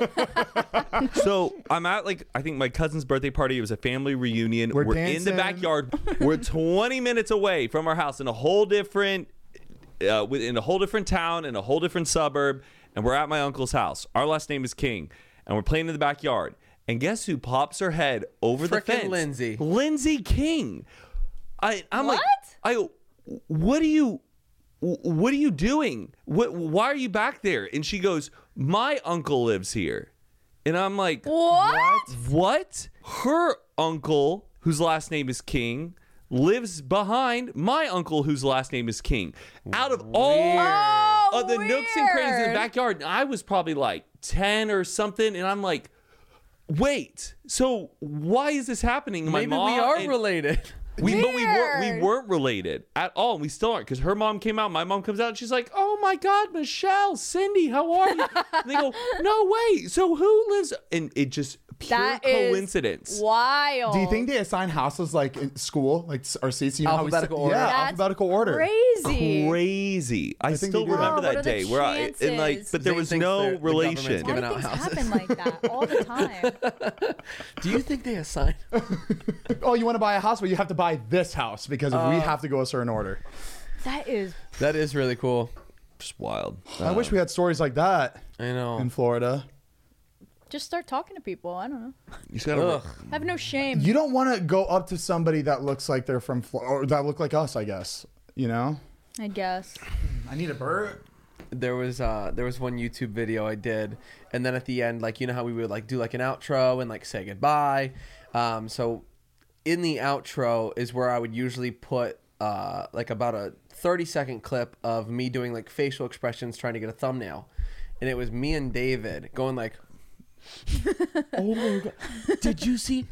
F: So I'm at like I think my cousin's birthday party. It was a family reunion.
E: We're
F: in the
E: dancing.
F: backyard. We're 20 minutes away from our house in a whole different, uh, in a whole different town in a whole different suburb, and we're at my uncle's house. Our last name is King, and we're playing in the backyard. And guess who pops her head over the
B: Frickin'
F: fence?
B: Lindsay.
F: Lindsay King. I I'm like
D: What?
F: I go, what are you what are you doing? What why are you back there? And she goes, "My uncle lives here." And I'm like,
D: what?
F: "What? Her uncle, whose last name is King, lives behind my uncle whose last name is King." Out of all
D: Oh,
F: of the nooks and crannies in the
D: weird.
F: backyard, I was probably like 10 or something and I'm like, "Wait. So why is this happening?" My
B: Maybe
F: mom
B: we are
F: and-
B: related.
F: we, but we weren't we
D: Weird.
F: weren't related at all. And we still aren't because her mom came out, my mom comes out, and she's like, "Oh my God, Michelle, Cindy, how are you?" and they go, "No way." So who lives? And it just pure
D: That is
F: coincidence.
D: Wild.
E: Do you think they assign houses like in school, like s- or seats? You know how we sit-
B: Alphabetical order.
E: Yeah,
D: That's
E: alphabetical order.
D: Crazy. Oh,
F: Crazy. I,
E: think
F: still
E: they do that.
F: remember
E: Wow,
F: that
D: what are the
F: day where I and like,
D: chances?
F: but there
B: They
F: was
B: think they're-
F: no
B: the government's
F: relation.
B: giving
D: Why do
B: out
D: things
B: houses.
D: happen like that all the time?
B: Do you think they assign?
E: Oh, you want to buy a house? Well, you have to buy this house because we have to go a certain order.
D: that is
B: that is really cool.
F: Just wild.
E: I wish we had stories like that
B: I know.
E: in Florida.
D: just start talking to people. I don't know.
F: You just gotta-
D: Have no shame.
E: You don't want to go up to somebody that looks like they're from Florida or that look like us, I guess. You know?
D: I guess.
E: I need a bird.
B: there was uh there was one YouTube video I did, and then at the end, like you know how we would like do like an outro and like say goodbye. Um, so in the outro is where I would usually put uh like about a thirty second clip of me doing like facial expressions trying to get a thumbnail, and it was me and David going like, "Oh my god, did you see?"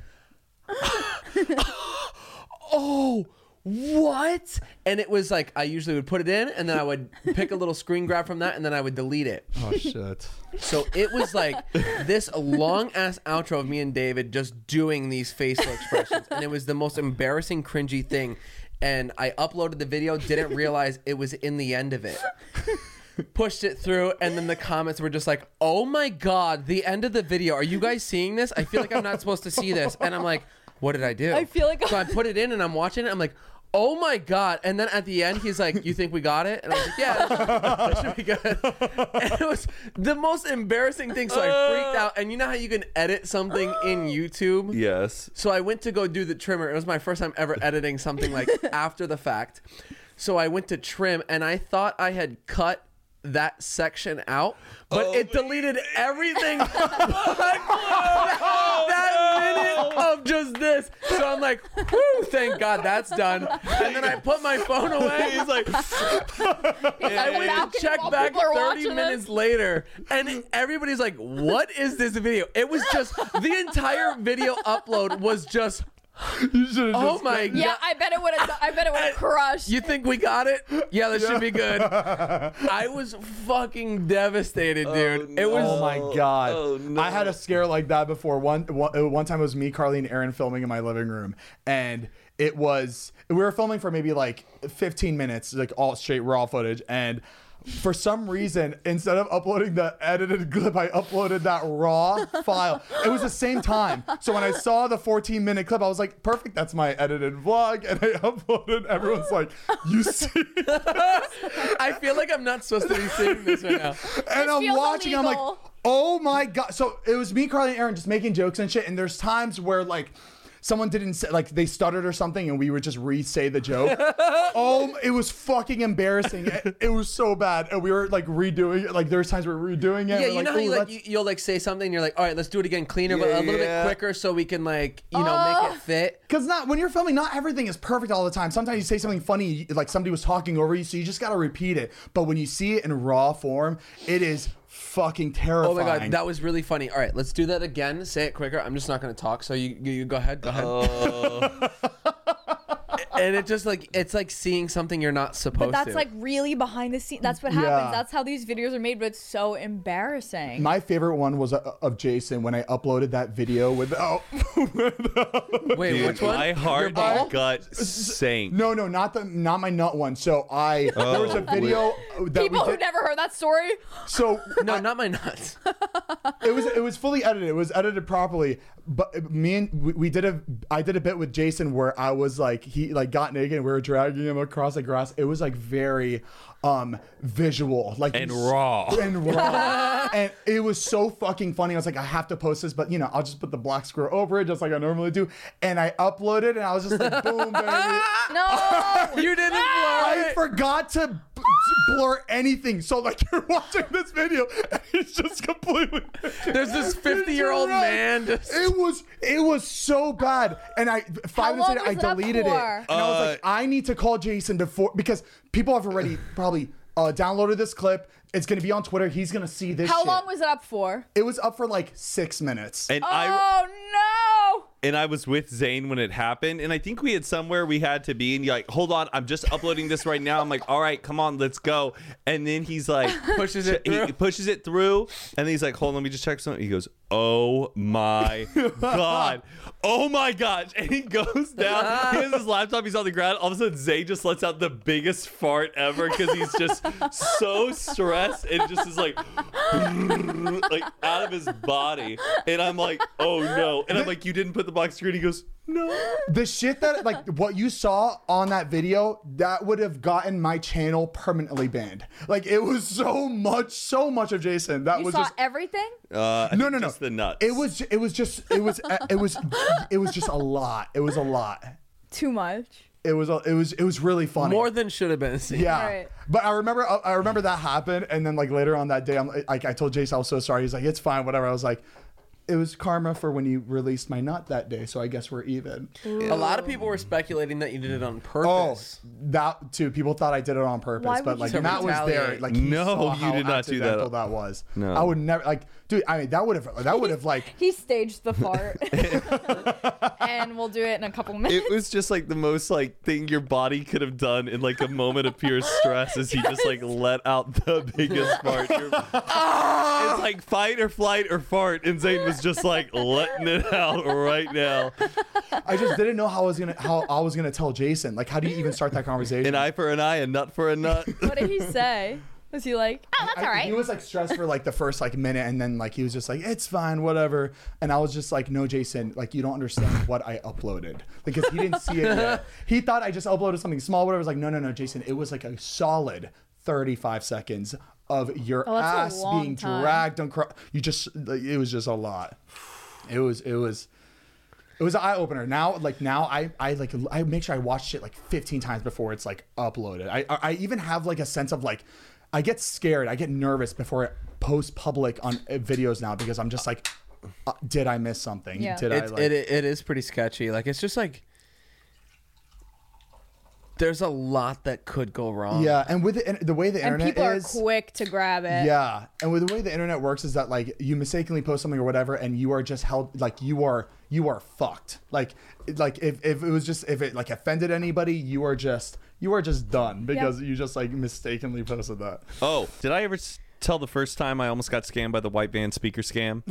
B: oh what and it was like i usually would put it in and then i would pick a little screen grab from that and then i would delete it
E: Oh shit.
B: so it was like this long ass outro of me and david just doing these facial expressions and it was the most embarrassing cringy thing and i uploaded the video didn't realize it was in the end of it pushed it through and then the comments were just like oh my god the end of the video are you guys seeing this i feel like i'm not supposed to see this and i'm like what did i do
D: I feel like-
B: so i put it in and i'm watching it i'm like oh my god and then at the end he's like you think we got it and i was like yeah that should be good and it was the most embarrassing thing so i freaked out and you know how you can edit something in youtube
F: Yes.
B: so I went to go do the trimmer. It was my first time ever editing something like after the fact. So I went to trim and I thought I had cut that section out, but it
F: Oh,
B: deleted everything but that minute of just this. So I'm like, whoo, thank God that's done. And then I put my phone away.
F: He's like,
B: I went and
D: Falcon
B: checked
D: while
B: back
D: people are
B: 30
D: watching
B: minutes
D: us.
B: later, and everybody's like, "What is this video?" It was just the entire video upload was just. Oh my
D: Yeah,
B: god!
D: I bet it would have. I bet it would have crushed.
B: You think we got it? Yeah, that should be good. I was fucking devastated, dude. It was
E: Oh my god!
F: Oh, no.
E: I had a scare like that before. One one uh, one time it was me, Carly, and Aaron filming in my living room, and it was we were filming for maybe like 15 minutes, like all straight raw footage, and for some reason, instead of uploading the edited clip, I uploaded that raw file. It was the same time. So when I saw the 14 minute clip, I was like, perfect, that's my edited vlog. And I uploaded, everyone's like, you see?
B: I feel like I'm not supposed to be seeing this right now.
E: and I'm
D: feels
E: watching. I'm like,
D: illegal.
E: oh my god! So it was me, Carly, and Aaron just making jokes and shit. And there's times where like. Someone didn't say, like they stuttered or something, and we would just re-say the joke. oh, it was fucking embarrassing. It, it was so bad, and we were like redoing it. Like there's times we were redoing it.
B: Yeah,
E: we're
B: you
E: like,
B: know how
E: "Ooh,
B: you like
E: let's-"
B: you, you'll like say something and you're like, all right, let's do it again, cleaner, but a little
F: Yeah.
B: bit quicker, so we can like you know make it fit.
E: Because not when you're filming, not everything is perfect all the time. Sometimes you say something funny, like somebody was talking over you, so you just gotta repeat it. But when you see it in raw form, it is fucking terrifying.
B: Oh my god, that was really funny. All right, let's do that again. Say it quicker. I'm just not gonna talk. So you you, you go ahead, go ahead.
E: Oh.
B: and it just like it's like seeing something you're not supposed
D: But that's
B: to.
D: like really behind the scenes. That's what
E: Yeah.
D: happens. That's how these videos are made, but it's so embarrassing.
E: My favorite one was uh, of Jason when I uploaded that video with oh
B: wait,
F: Dude,
B: which one?
F: My
B: Your
F: heart
B: ball?
F: gut sank.
E: no no not the not my nut one so I there was a video that
D: People
E: we
D: who
E: did,
D: never heard that story.
E: so
B: No, not my nuts.
E: it was it was fully edited it was edited properly but me and we, we did a I did a bit with Jason where I was like he like got naked and we were dragging him across the grass it was like very um visual like
F: And
E: you
F: raw.
E: and raw. and it was so fucking funny. I was like, I have to post this, but you know, I'll just put the black square over it just like I normally do. And I uploaded and I was just like, boom, baby.
D: No.
B: you didn't
D: Ah!
B: blur
E: I
B: it.
E: forgot to b- to blur anything. So like you're watching this video and it's just completely
B: There's this 50 year old man just.
E: It was it was so bad, and I five
D: How
E: minutes
D: long
E: later I
D: was it up
E: deleted it,
D: for?
E: and I was like, I need to call Jason before because people have already probably uh, downloaded this clip. It's gonna be on Twitter. He's gonna see this.
D: How
E: shit.
D: long was it up for?
E: It was up for like six minutes.
F: And I
D: Oh no.
F: and I was with Zane when it happened, and I think we had somewhere we had to be, and you're like, hold on, I'm just uploading this right now. I'm like, all right, come on, let's go. And then he's like,
B: Pushes it
F: he
B: through.
F: pushes it through, and he's like, hold on, let me just check something. He goes, oh my god, oh my gosh, and he goes down. He has his laptop, he's on the ground. All of a sudden, Zane just lets out the biggest fart ever because he's just so stressed and just is like, like out of his body. And I'm like, oh no. And I'm like, you didn't put the box screen. He goes, no.
E: the shit that like what you saw on that video that would have gotten my channel permanently banned. Like it was so much, so much of Jason that
D: You
E: was
D: saw
E: just
D: everything?
F: Uh, I
E: no,
F: think
E: no, no.
F: Just the nuts.
E: It was. It was just. It was. It was. It was just a lot. It was a lot.
D: Too much.
E: It was. a- It was. It was really funny.
B: More than should have been seen.
E: yeah.
D: Right.
E: But I remember. I remember that happened, and then like later on that day, I'm like, I told Jason I was so sorry. He's like, it's fine, whatever. I was like. It was karma for when you released my nut that day, so I guess we're even.
B: A lot of people were speculating that you did it on
E: Oh,
B: purpose.
E: that too. People thought I did it on purpose,
D: Why
E: but
D: would
E: like
D: you
E: Matt was there.
B: retaliate?
E: Like, he
F: No,
E: saw
F: you
E: how
F: did not do that.
E: accidental That was
F: No.
E: I would never like, dude. I mean, that would have. That would have like.
D: He staged the fart. and we'll do it in a couple minutes.
F: It was just like the most like thing your body could have done in like a moment of pure stress as he just like let out the biggest fart. You're- it's like fight or flight or fart, and Zane was just like letting it out right now.
E: I just didn't know how I was gonna how I was gonna tell Jason. Like, how do you even start that conversation?
F: An eye for an eye, a nut for a nut.
D: what did he say? Was he like, oh, that's
E: I-
D: all right?
E: He was like stressed for like the first like minute, and then like he was just like, "It's fine, whatever." And I was just like, "No, Jason, like you don't understand what I uploaded because he didn't see it yet. He thought I just uploaded something small, whatever." I was like, "No, no, no, Jason, it was like a solid 35 seconds of your
D: Oh, that's a
E: ass
D: long
E: being
D: time.
E: dragged on. Cro- you just like, it was just a lot. It was it was." It was an eye opener. Now, like now, I I like I make sure I watch shit like 15 times before it's like uploaded. I I I even have like a sense of like, I get scared, I get nervous before I post public on uh, videos now because I'm just like, uh, did I miss something?
D: Yeah.
E: Did I
B: It's
E: like?
B: it, it is pretty sketchy. Like it's just like there's a lot that could go wrong.
E: yeah, and with the, and the way the
D: and
E: internet
D: people
E: is,
D: are quick to grab it.
E: Yeah, and with the way the internet works is that like you mistakenly post something or whatever, and you are just held like you are you are fucked. Like like if, if it was just if it like offended anybody, you are just you are just done because you just like mistakenly posted that.
F: Oh, did I ever s- tell the first time I almost got scammed by the white van speaker scam?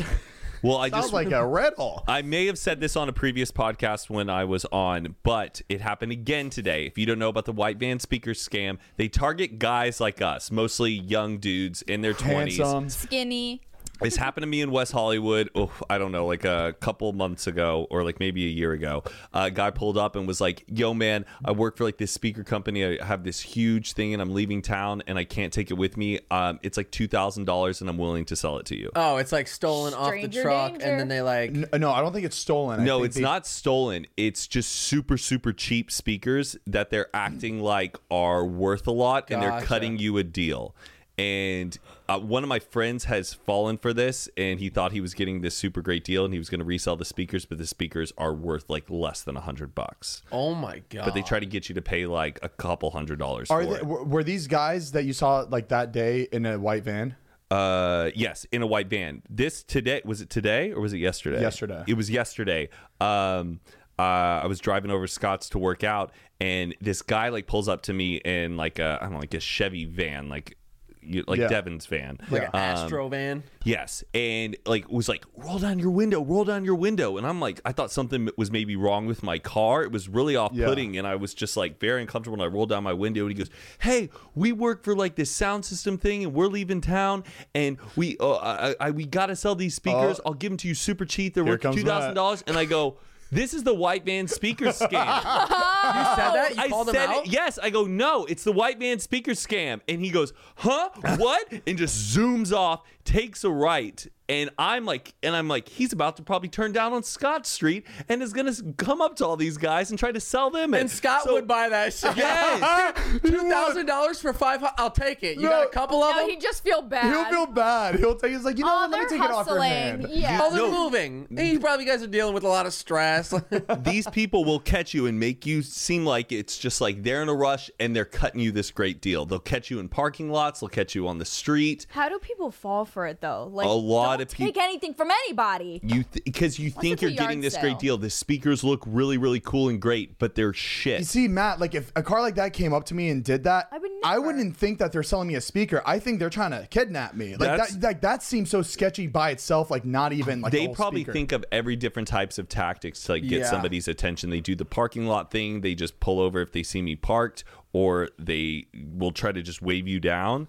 F: Well, I
E: Sounds
F: just
E: like a riddle.
F: I may have said this on a previous podcast when I was on, but it happened again today. If you don't know about the white van speaker scam, they target guys like us, mostly young dudes in their 20s.
E: Handsome.
D: Skinny.
F: This happened to me in West Hollywood. Oh, I don't know, like a couple months ago, or like maybe a year ago. A guy pulled up and was like, "Yo, man, I work for like this speaker company. I have this huge thing, and I'm leaving town, and I can't take it with me. Um, it's like two thousand dollars, and I'm willing to sell it to you."
B: Oh, it's like stolen off the
D: Stranger
B: truck,
D: danger.
B: and then they like
E: N- No, I don't think it's stolen. I
F: No,
E: think
F: it's
E: they-
F: not stolen. It's just super, super cheap speakers that they're acting like are worth a lot and they're
B: Gotcha.
F: cutting you a deal. And uh, one of my friends has fallen for this and he thought he was getting this super great deal and he was going to resell the speakers, but the speakers are worth like less than a hundred bucks.
B: Oh my god!
F: But they try to get you to pay like a couple hundred dollars
E: Are
F: for
E: they,
F: it.
E: were were these guys that you saw like that day in a white van?
F: Uh, yes, in a white van. This today was it today or was it yesterday?
E: Yesterday.
F: It was yesterday. Um, uh, I was driving over Scott's to work out, and this guy like pulls up to me in like a I don't know like a Chevy van, like you, like
E: Yeah.
F: Devin's van,
B: like an
F: Um,
B: Astro van.
F: Yes, and like was like roll down your window, roll down your window, and I'm like I thought something was maybe wrong with my car. It was really off putting, and I was just like very uncomfortable. And I rolled down my window, and he goes, "Hey, we work for like this sound system thing, and we're leaving town, and we uh, I, I, we gotta sell these speakers. I'll give them to you super cheap. They're
E: Oh. Here
F: worth
E: comes
F: two thousand dollars." And I go. This is the white van speaker scam.
B: You said that. You
F: I
B: called
F: said
B: him out.
F: it. Yes, I go, no, it's the white man speaker scam. And he goes, huh? What? and just zooms off, takes a right. And I'm like, and I'm like, he's about to probably turn down on Scott Street and is gonna come up to all these guys and try to sell them.
B: And Scott
F: So-
B: would buy that shit.
F: Yes.
B: two thousand dollars for five. hu- I'll take it. You got a couple of
D: No,
B: them.
D: he just feel bad.
E: He'll feel bad. He'll take. He's like, you know,
D: Oh,
E: what? let me
D: they're
E: take it off your
D: hustling.
E: hand.
D: Yeah.
B: Oh, they're moving. You probably guys are dealing with a lot of stress.
F: These people will catch you and make you seem like it's just like they're in a rush and they're cutting you this great deal. They'll catch you in parking lots, they'll catch you on the street.
D: How do people fall for it though? Like
F: A lot
D: don't
F: of
D: take
F: peop-
D: anything from anybody.
F: You because you think
D: it's a
F: you're getting
D: yard
F: this
D: sale.
F: great deal. The speakers look really, really cool and great, but they're shit.
E: You see, Matt, like if a car like that came up to me and did that,
D: I would never.
E: not think that they're selling me a speaker. I think they're trying to kidnap me. Like
F: That's-
E: that, like that seems so sketchy by itself. Like not even like
F: they
E: a whole
F: probably
E: speaker.
F: think of every different types of tactics to like get
B: Yeah.
F: somebody's attention. They do the parking lot thing. They just pull over if they see me parked, or they will try to just wave you down.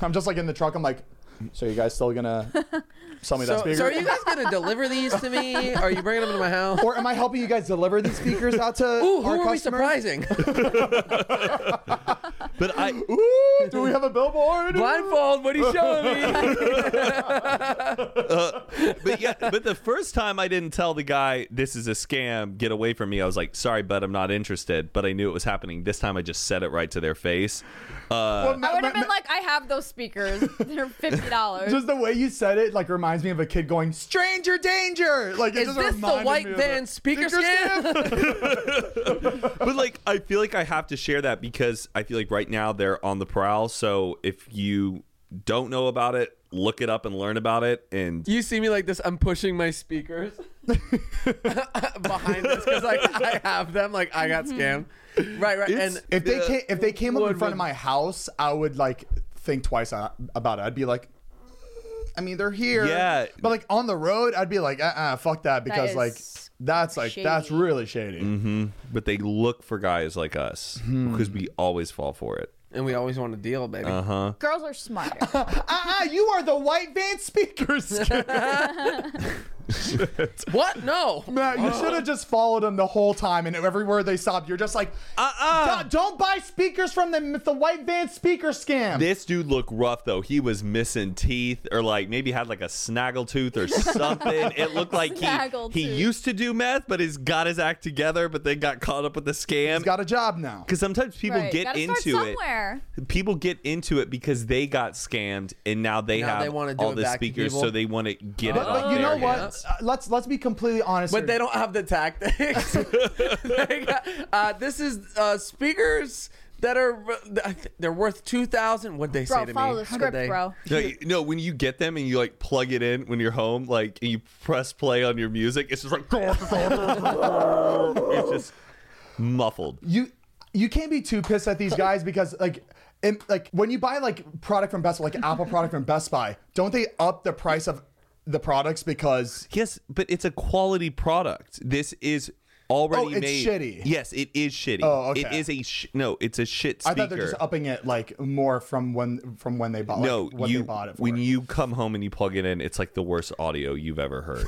E: I'm just like in the truck. I'm like, so you guys still gonna sell me that
B: so,
E: speaker?
B: so are you guys gonna deliver these to me? Are you bringing them to my house?
E: or am I helping you guys deliver these speakers out to
B: Ooh, who
E: our
B: are we
E: customers?
B: surprising?
F: But I,
E: Ooh, do we have a billboard?
B: Blindfold. What are you showing me?
F: but yeah, but the first time I didn't tell the guy this is a scam, get away from me. I was like, sorry, but I'm not interested. But I knew it was happening. This time I just said it right to their face. Uh,
E: Well,
D: I
E: Matt-
D: would have
E: Matt-
D: been like, I have those speakers. They're fifty dollars.
E: Just the way you said it, like reminds me of a kid going "Stranger Danger." Like, it
B: Is
E: just
B: this the
E: reminded
B: white
E: me of
B: van
E: it.
B: speaker
E: scam?
B: scam?
F: but like I feel like I have to share that because I feel like right now they're on the prowl. So if you don't know about it, look it up and learn about it. And
B: You see me like this? I'm pushing my speakers behind us because like I have them. Like I
D: Mm-hmm.
B: got scammed. Right, right.
F: It's-
B: and
E: If they
F: Yeah.
E: came, if they came up in
B: Would-
E: front of
B: would-
E: my house, I would like think twice a- about it. I'd be like, I mean, they're here.
F: Yeah.
E: But like on the road, I'd be like, uh, uh fuck that, because
D: is
E: like that's like that's
D: shady.
E: really shady.
F: Mm-hmm. but they look for guys like us
B: Hmm.
F: because we always fall for it.
B: and we always want a deal, baby.
D: Uh-huh. Girls are smarter.
E: Uh-uh, you are the white van speakers.
B: What? No.
E: Matt, you should have just followed them the whole time, and everywhere they stopped, you're just like,
F: Uh-uh.
E: "Don't- don't buy speakers from them. It's the white van speaker scam.
F: This dude looked rough though. He was missing teeth, or like maybe had like a snaggle tooth or something. it looked like he
D: Snaggletooth.
F: he used to do meth, but he's got his act together, but then got caught up with the
E: He's
F: scam.
E: got a job now.
F: Because sometimes people
D: Right,
F: get
D: gotta
F: into
D: start
F: it.
D: somewhere.
F: People get into it because they got scammed, and now they
B: Now
F: have
B: they wanna do
F: all
B: it
F: the
B: back to
F: speakers,
B: people.
F: so they want to
D: Oh,
F: get it.
E: But, but
F: on
E: you know
F: their
E: what?
F: hands.
E: Uh, let's let's be completely honest.
B: But
E: here.
B: they don't have the tactics. They got- uh, this is uh, speakers that are uh, they're worth two thousand. What they say
D: bro,
B: to
D: follow
B: me?
D: the
B: How did
D: script,
B: they-
D: bro.
F: No, you- no, when you get them and you like plug it in when you're home, like and you press play on your music, it's just like it's just muffled.
E: you you can't be too pissed at these guys because like and like when you buy like product from Best like Apple product from Best Buy, don't they up the price of the products because
F: Yes, but it's a quality product. This is already
E: Oh, it's
F: made.
E: shitty.
F: Yes, it is shitty.
E: Oh, okay.
F: It is a sh- no. It's a shit
E: I
F: speaker.
E: thought they're just upping it like more from when from when they bought like,
F: no,
E: what
F: you
E: they bought it for.
F: when you come home and you plug it in, it's like the worst audio you've ever heard.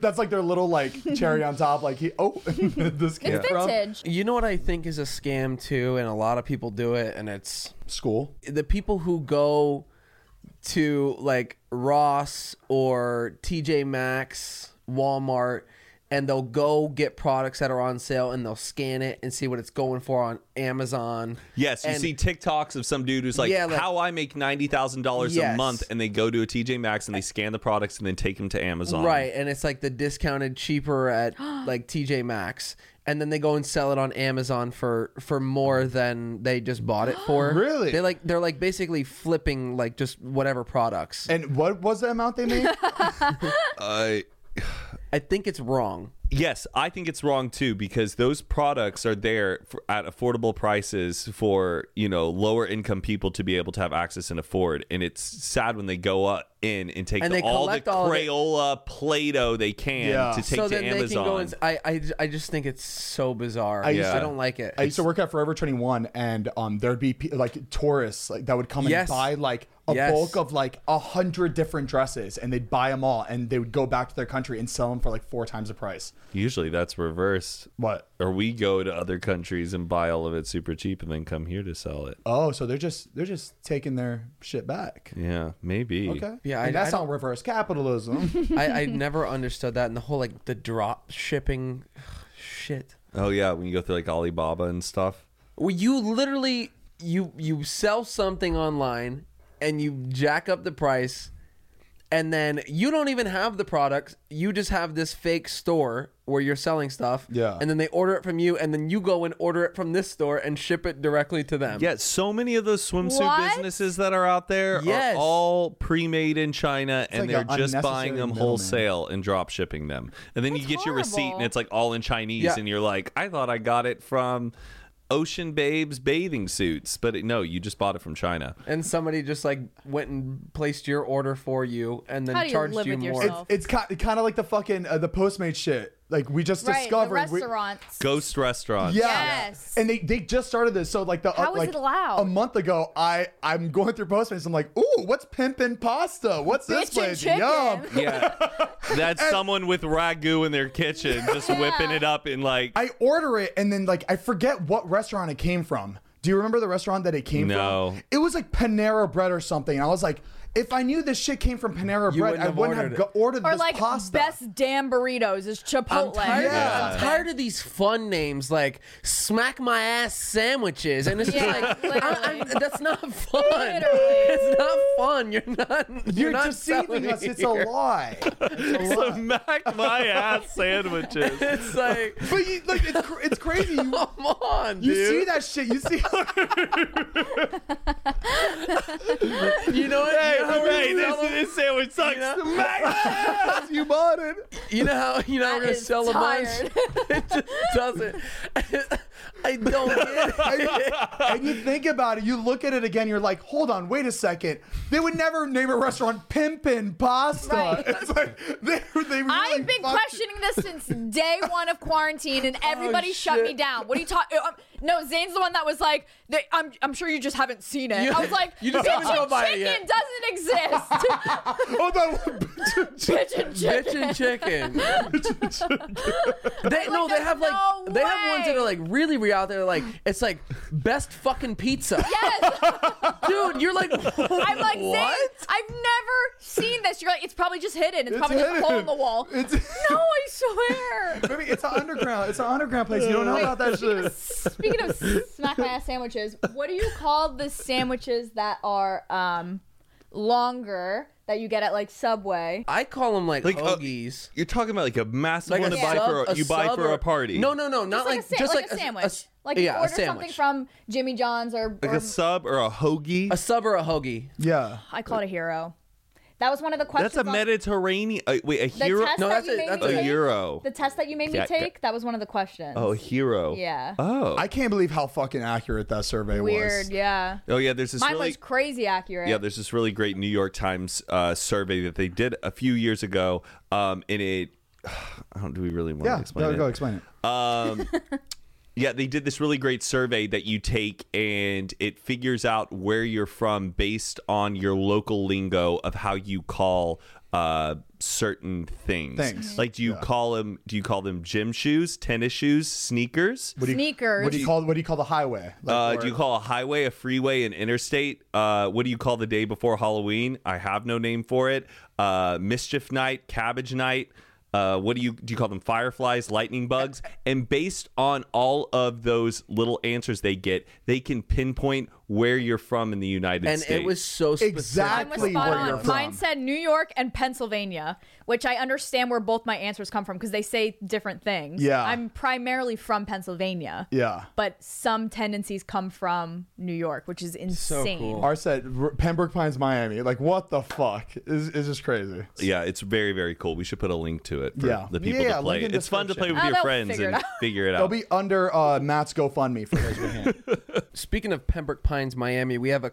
E: That's like their little like cherry on top. Like he oh this came
D: It's
E: from
D: vintage.
B: You know what I think is a scam too, and a lot of people do it, and it's
E: school.
B: the people who go to like Ross or TJ Maxx, Walmart, and they'll go get products that are on sale and they'll scan it and see what it's going for on Amazon.
F: yes, you
B: And-
F: see TikToks of some dude who's like,
B: Yeah, like-
F: "How I make ninety thousand dollars a
B: Yes.
F: month," and they go to a TJ Maxx and they scan the products and then take them to Amazon.
B: Right, and it's like the discounted cheaper at like TJ Maxx, and then they go and sell it on Amazon for for more than they just bought it for.
E: Really?
B: They like they're like basically flipping like just whatever products.
E: And what was the amount they made?
F: Uh,
B: I think it's wrong.
F: Yes, I think it's wrong too because those products are there for, at affordable prices for you know lower income people to be able to have access and afford, and it's sad when they go up in and take
B: And
F: the-
B: they
F: all the
B: collect all of it.
F: Crayola Play-Doh they can
E: Yeah.
F: to take
B: so
F: to
B: then
F: Amazon.
B: they can go and I, I I just think it's so bizarre. I,
E: used to-
B: I don't like it.
E: I used to work at Forever 21, and um, there'd be pe- like tourists like that would come and
B: Yes.
E: buy like a
B: Yes.
E: bulk of like a hundred different dresses, and they'd buy them all, and they would go back to their country and sell them for like four times the price.
F: Usually that's reversed,
E: What?
F: or we go to other countries and buy all of it super cheap and then come here to sell it.
E: Oh, so they're just they're just taking their shit back.
F: Yeah, maybe.
E: Okay.
B: Yeah,
E: and
B: I-
E: that's
B: I
E: not reverse capitalism.
B: I, I never understood that and the whole like the drop shipping shit.
F: Oh yeah, when you go through like Alibaba and stuff.
B: Well, you literally you you sell something online and you jack up the price and then you don't even have the product. You just have this fake store where you're selling stuff.
E: Yeah.
B: And then they order it from you and then you go and order it from this store and ship it directly to them.
F: Um, Yeah, so many of those swimsuit
D: What?
F: businesses that are out there
B: Yes.
F: are all pre-made in China, and
E: like a
F: they're just buying
E: unnecessary
F: them
E: middleman.
F: wholesale and drop shipping them. And then you
D: That's
F: get your receipt, and
D: horrible.
F: it's like all in Chinese,
B: Yeah.
F: and you're like, I thought I got it from Ocean Babes bathing suits, but it, no, you just bought it from China.
B: And somebody just like went and placed your order for you and then
D: How do you
B: charged
D: live
B: you
D: with
B: more.
D: yourself?
E: it's kind kind of like the fucking uh, the Postmates shit. Like we just
D: Right, the
E: discovered. we-
D: restaurants.
F: Ghost restaurants.
E: Yeah.
D: Yes.
E: And they, they just started this. So like the uh,
D: How is
E: like
D: it allowed?
E: a month ago, I I'm going through Postmates. I'm like, ooh, what's pimpin' pasta? What's this
D: Bitchin'
E: place?
D: chicken.
E: Yum.
F: Yeah. That's someone with ragu in their kitchen just whipping it up and like
E: I order it and then like I forget what restaurant it came from. Do you remember the restaurant that it came
F: No.
E: from? It was like Panera Bread or something. And I was like, if I knew this shit came from Panera
B: You
E: Bread,
B: wouldn't
E: I
B: have
E: wouldn't have
B: ordered
E: go-
B: it.
E: ordered
D: Or
E: this
D: like
E: pasta.
D: best damn burritos is
B: I'm
D: Chipotle.
B: tired,
E: Yeah.
B: I'm tired of these fun names like smack my ass sandwiches and it's just
D: Yeah,
B: like I,
D: literally.
B: I, that's not fun.
D: Literally.
B: It's not fun. You're not you're,
E: You're,
B: not selling
E: deceiving us.
B: Here.
E: It's a lie. It's a lie.
F: smack my ass sandwiches.
B: It's like
E: But you, like, it's, cr- it's crazy. You,
B: come on,
E: you see
B: dude.
E: that shit. You see.
B: You, know what? you, know how we're
F: Hey,
B: gonna
F: this,
B: sell 'em?
F: this sandwich sucks. Smack
E: you bought it.
B: you know how you know how
D: That
B: we're gonna
D: is
B: sell a
D: tired.
B: bunch. it just doesn't. I don't get it.
E: and you think about it, you look at it again, you're like, hold on, wait a second. They would never name a restaurant Pimpin' Pasta.
D: Right.
E: It's like, they, they really
D: I've been
E: fucked it.
D: questioning this since day one of quarantine, and everybody shut
B: Oh, shit.
D: me down. What are you talking? Um, no, Zane's the one that was like, they, "I'm, I'm sure you just haven't seen it."
B: You-
D: I was like,
B: you just
D: "Bitchin'
B: haven't gone by it
D: chicken
B: yet."
D: doesn't exist."
E: Hold on.
D: Bitchin'
B: Bitch
D: chicken.
B: and chicken. they no, they
D: there's
B: have like
D: no
B: they have ones that
D: way.
B: are like really re out there. Like it's like best fucking pizza.
D: yes,
B: dude, you're like
D: I'm like, Zane,
B: what?
D: I've never seen this. You're like, it's probably just hidden. It's, probably just a hole
E: hidden.
D: in the wall.
E: It's-
D: no, I swear.
E: Maybe it's an underground. It's an underground place. You don't know
D: Wait,
E: about that
D: speaking
E: shit.
D: of- Speaking of smack my ass sandwiches, what do you call the sandwiches that are um longer that you get at like Subway?
B: I call them like,
F: Like, uh,
B: hoagies.
F: You're talking about like a massive one
B: a
F: to buy
B: sub-
F: for a, you buy
B: sub
F: for
B: or-
F: a party.
B: No, no, no, not like,
D: a, sa-
B: just
D: like, a sandwich. like you
B: yeah,
D: order
B: a sandwich.
D: something from Jimmy John's or,
F: like
D: or
F: a sub or a hoagie.
B: a sub or a hoagie.
E: Yeah.
D: I call it a hero. That was one of the questions.
F: That's a
D: on-
F: Mediterranean. Uh, wait, a
D: The
F: hero?
D: test
B: No,
D: that
B: that's
D: you
B: a-
D: made me
B: that's
F: a
D: take-
F: euro.
D: The test that you made me
F: Yeah, yeah.
D: take. That was one of the questions.
F: Oh, a hero.
D: Yeah.
F: Oh.
E: I can't believe how fucking accurate that survey
D: weird.
E: was.
D: Yeah.
F: oh yeah. There's this
D: Mine
F: really.
D: was crazy accurate.
F: Yeah, there's this really great New York Times uh, survey that they did a few years ago, um, and it. I don't. Do we really want
E: Yeah,
F: to explain
E: go,
F: it?
E: go explain it.
F: Yeah, they did this really great survey that you take and it figures out where you're from based on your local lingo of how you call uh certain things.
E: Things.
F: Like do you call them do you call them gym shoes, tennis shoes, sneakers?
E: What do you-
D: Sneakers.
E: What do you call what do you call the highway? Like,
F: uh,
E: or-
F: do you call a highway a freeway an interstate? Uh, what do you call the day before Halloween? I have no name for it. Uh, mischief night, cabbage night. Uh, what do you do? You call them fireflies, lightning bugs, and based on all of those little answers they get, they can pinpoint where you're from in the United
B: and
F: States.
B: it was so specific.
D: Mine was
E: Exactly
D: spot
E: where
D: on.
E: you're from.
D: Mine said New York and Pennsylvania, which I understand where both my answers come from because they say different things.
E: Yeah.
D: I'm primarily from Pennsylvania.
E: Yeah.
D: But some tendencies come from New York, which is insane.
B: cool.
E: Ours said R- Pembroke Pines, Miami. Like what the fuck? Is is just crazy.
F: yeah, it's very very cool. We should put a link to it for
E: Yeah.
F: the people
E: Yeah,
F: to
E: link
F: play.
E: in
F: It's fun to play
E: description.
F: with
D: Oh,
F: your
D: they'll
F: friends
D: figure it
F: and
D: out.
F: figure it out.
E: They'll be under uh, Matt's GoFundMe for those with hand.
B: Speaking of Pembroke Pines, Miami, we have a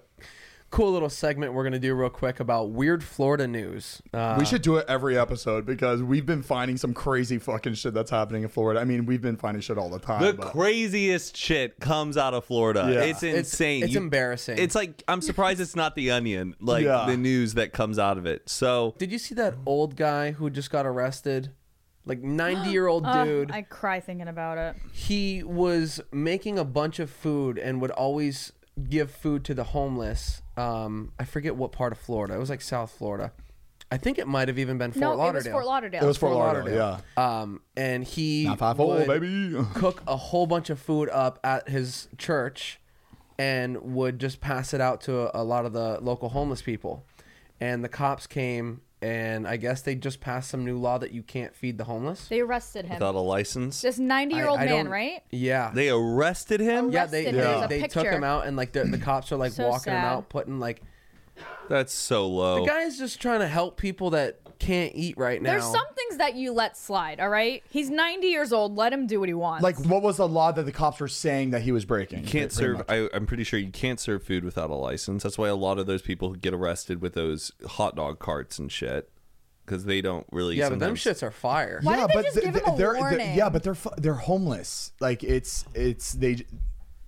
B: cool little segment we're going to do real quick about weird Florida news. Uh,
E: we should do it every episode because we've been finding some crazy fucking shit that's happening in Florida. I mean, we've been finding shit all the time.
F: The
E: but-
F: craziest shit comes out of Florida.
E: Yeah.
F: It's insane.
B: it's embarrassing.
F: It's like I'm surprised it's not the Onion, like
E: Yeah.
F: the news that comes out of it. So
B: Did you see
D: Mm.
B: that old guy who just got arrested? Like 90 year old
D: Ugh,
B: dude.
D: I cry thinking about it.
B: he was making a bunch of food and would always give food to the homeless. Um, I forget what part of Florida. It was like South Florida. I think it might have even been Fort
D: no,
B: Lauderdale.
D: it was Fort Lauderdale.
E: it was Fort,
B: Fort
E: Lauderdale.
B: Lauderdale. Um, and he
E: Not 5'0",
B: would
E: baby.
B: cook a whole bunch of food up at his church, and would just pass it out to a, a lot of the local homeless people. And the cops came, and I guess they just passed some new law that you can't feed the homeless.
D: They arrested him.
F: without a license,
D: This 90 year
B: I-
D: old
B: I
D: man,
B: don't-
D: right?
B: Yeah,
F: they arrested him.
B: yeah, they
D: arrested
B: they,
D: him. There's a
B: they took him
D: picture.
B: out, and like the, the cops are like
D: So
B: walking him
D: sad.
B: out, putting like
F: That's so low.
B: the guy's just trying to help people that can't eat right now.
D: There's some things that you let slide, all right? He's 90 years old. Let him do what he wants.
E: Like, what was the law that the cops were saying that he was breaking?
F: you can't serve. I, I'm pretty sure you can't serve food without a license. That's why a lot of those people get arrested with those hot dog carts and shit because they don't really.
B: yeah, but them
F: sometimes-
B: shits are fire.
D: Why did they just give him a
E: they're,
D: warning?
E: yeah, but they're fu- they're homeless. Like it's it's they.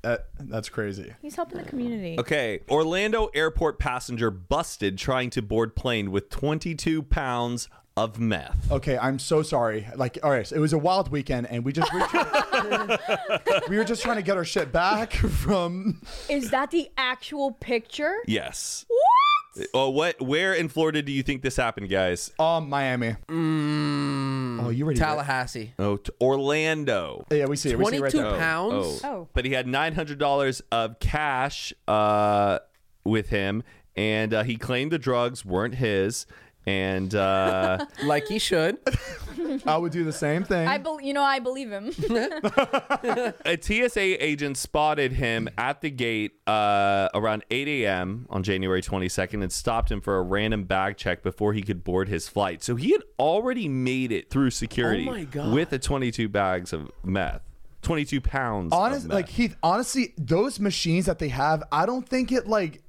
E: Uh, that's crazy.
D: He's helping the community.
F: Okay, Orlando airport passenger busted trying to board plane with 22 pounds of meth.
B: Oh.
E: Okay, I'm so sorry. Like, all right, so it was a wild weekend, and we just we, we were just trying to get our shit back from.
D: Is that the actual picture?
F: Yes.
D: What?
F: Oh, what? Where in Florida do you think this happened, guys?
E: Um, Miami.
F: Mm.
E: oh, you ready?
B: Tallahassee,
F: Oh, t- Orlando.
E: Yeah, we see it. We see it right
B: 22
E: there.
B: pounds.
D: Oh.
F: But he had nine hundred dollars of cash uh, with him, and uh, he claimed the drugs weren't his. And uh,
B: like he should.
E: I would do the same thing.
D: I bel you know I believe him.
F: a TSA agent spotted him at the gate uh, around 8 a.m. on January 22nd and stopped him for a random bag check before he could board his flight. So he had already made it through security
B: Oh my God.
F: with the 22 bags of meth, 22 pounds.
E: Honest,
F: of meth.
E: like Heath. Honestly, those machines that they have, I don't think it like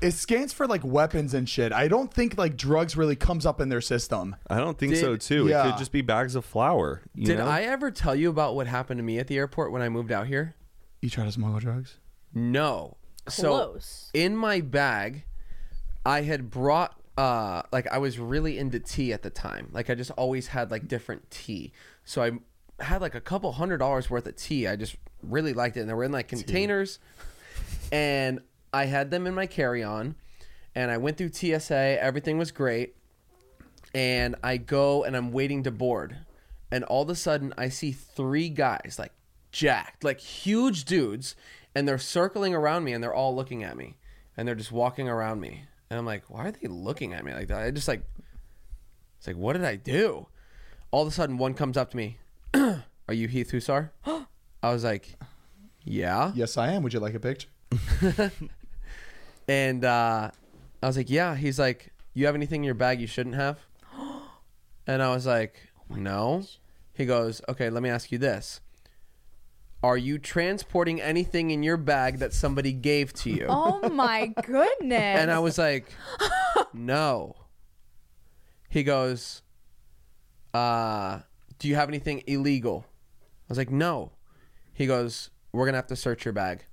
E: it scans for like weapons and shit. I don't think like drugs really comes up in their system.
F: I don't think so
B: Did-
F: too. It
E: Yeah.
F: could just be bags of flour. You
B: Did
F: know?
B: I ever tell you about what happened to me at the airport when I moved out here?
E: You try to smuggle drugs?
B: No.
D: Close.
B: So in my bag, I had brought uh like I was really into tea at the time. Like I just always had like different tea. So I had like a couple hundred dollars worth of tea. I just really liked it and they were in like containers and I had them in my carry-on and I went through TSA, everything was great. And I go and I'm waiting to board. And all of a sudden I see three guys like jacked, like huge dudes, and they're circling around me and they're all looking at me. And they're just walking around me. And I'm like, why are they looking at me like that? I just like it's like, what did I do? All of a sudden one comes up to me. are you Heath Hussar? I was like, Yeah.
E: Yes, I am. Would you like a picture?
B: And uh, I was like, yeah. He's like, "You have anything in your bag you shouldn't have?" And I was like,
D: Oh
B: "No." He goes, "Okay, let me ask you this." Are you transporting anything in your bag that somebody gave to you?
D: Oh my goodness.
B: And I was like, no. He goes, uh, do you have anything illegal? I was like, no. He goes, we're going to have to search your bag.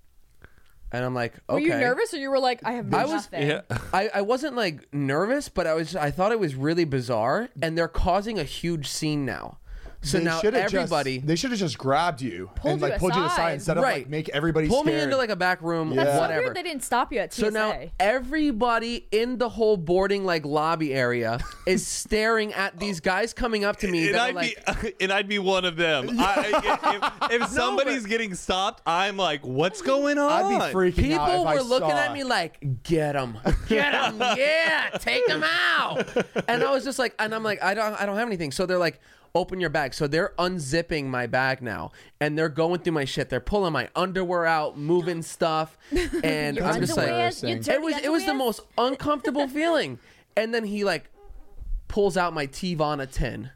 B: And I'm like, okay.
D: Were you nervous or you were like, I have
B: I
D: nothing?
B: was- I, I wasn't like nervous, but I was I thought it was really bizarre and they're causing a huge scene now. So now
E: shoulda just-
B: everybody
E: they should have just grabbed you
D: Pulled
E: and like
D: you
E: pulled you aside
D: aside.
E: instead of like make everybody
B: pull me
E: scared.
B: into like a back room,
E: That's
D: So
B: whatever.
D: weird they didn't stop you at TSA.
B: So now everybody in the whole boarding like lobby area is staring at these guys coming up to me
F: and
B: that
F: I'd
B: are like
F: be and I'd be one of them. I, I- if if somebody's getting stopped, I'm like, what's going on?
E: I'd be freaking out
B: people
E: if I
B: were looking
E: saw
B: at
E: it.
B: me like get them get them yeah take them out and i was just like and i'm like i don't i don't have anything so they're like open your bag so they're unzipping my bag now and they're going through my shit they're pulling my underwear out moving stuff and i'm just like
D: Underwears, you dirty
B: it was it was the
D: underwears?
B: most uncomfortable feeling and then he like pulls out my tivana 10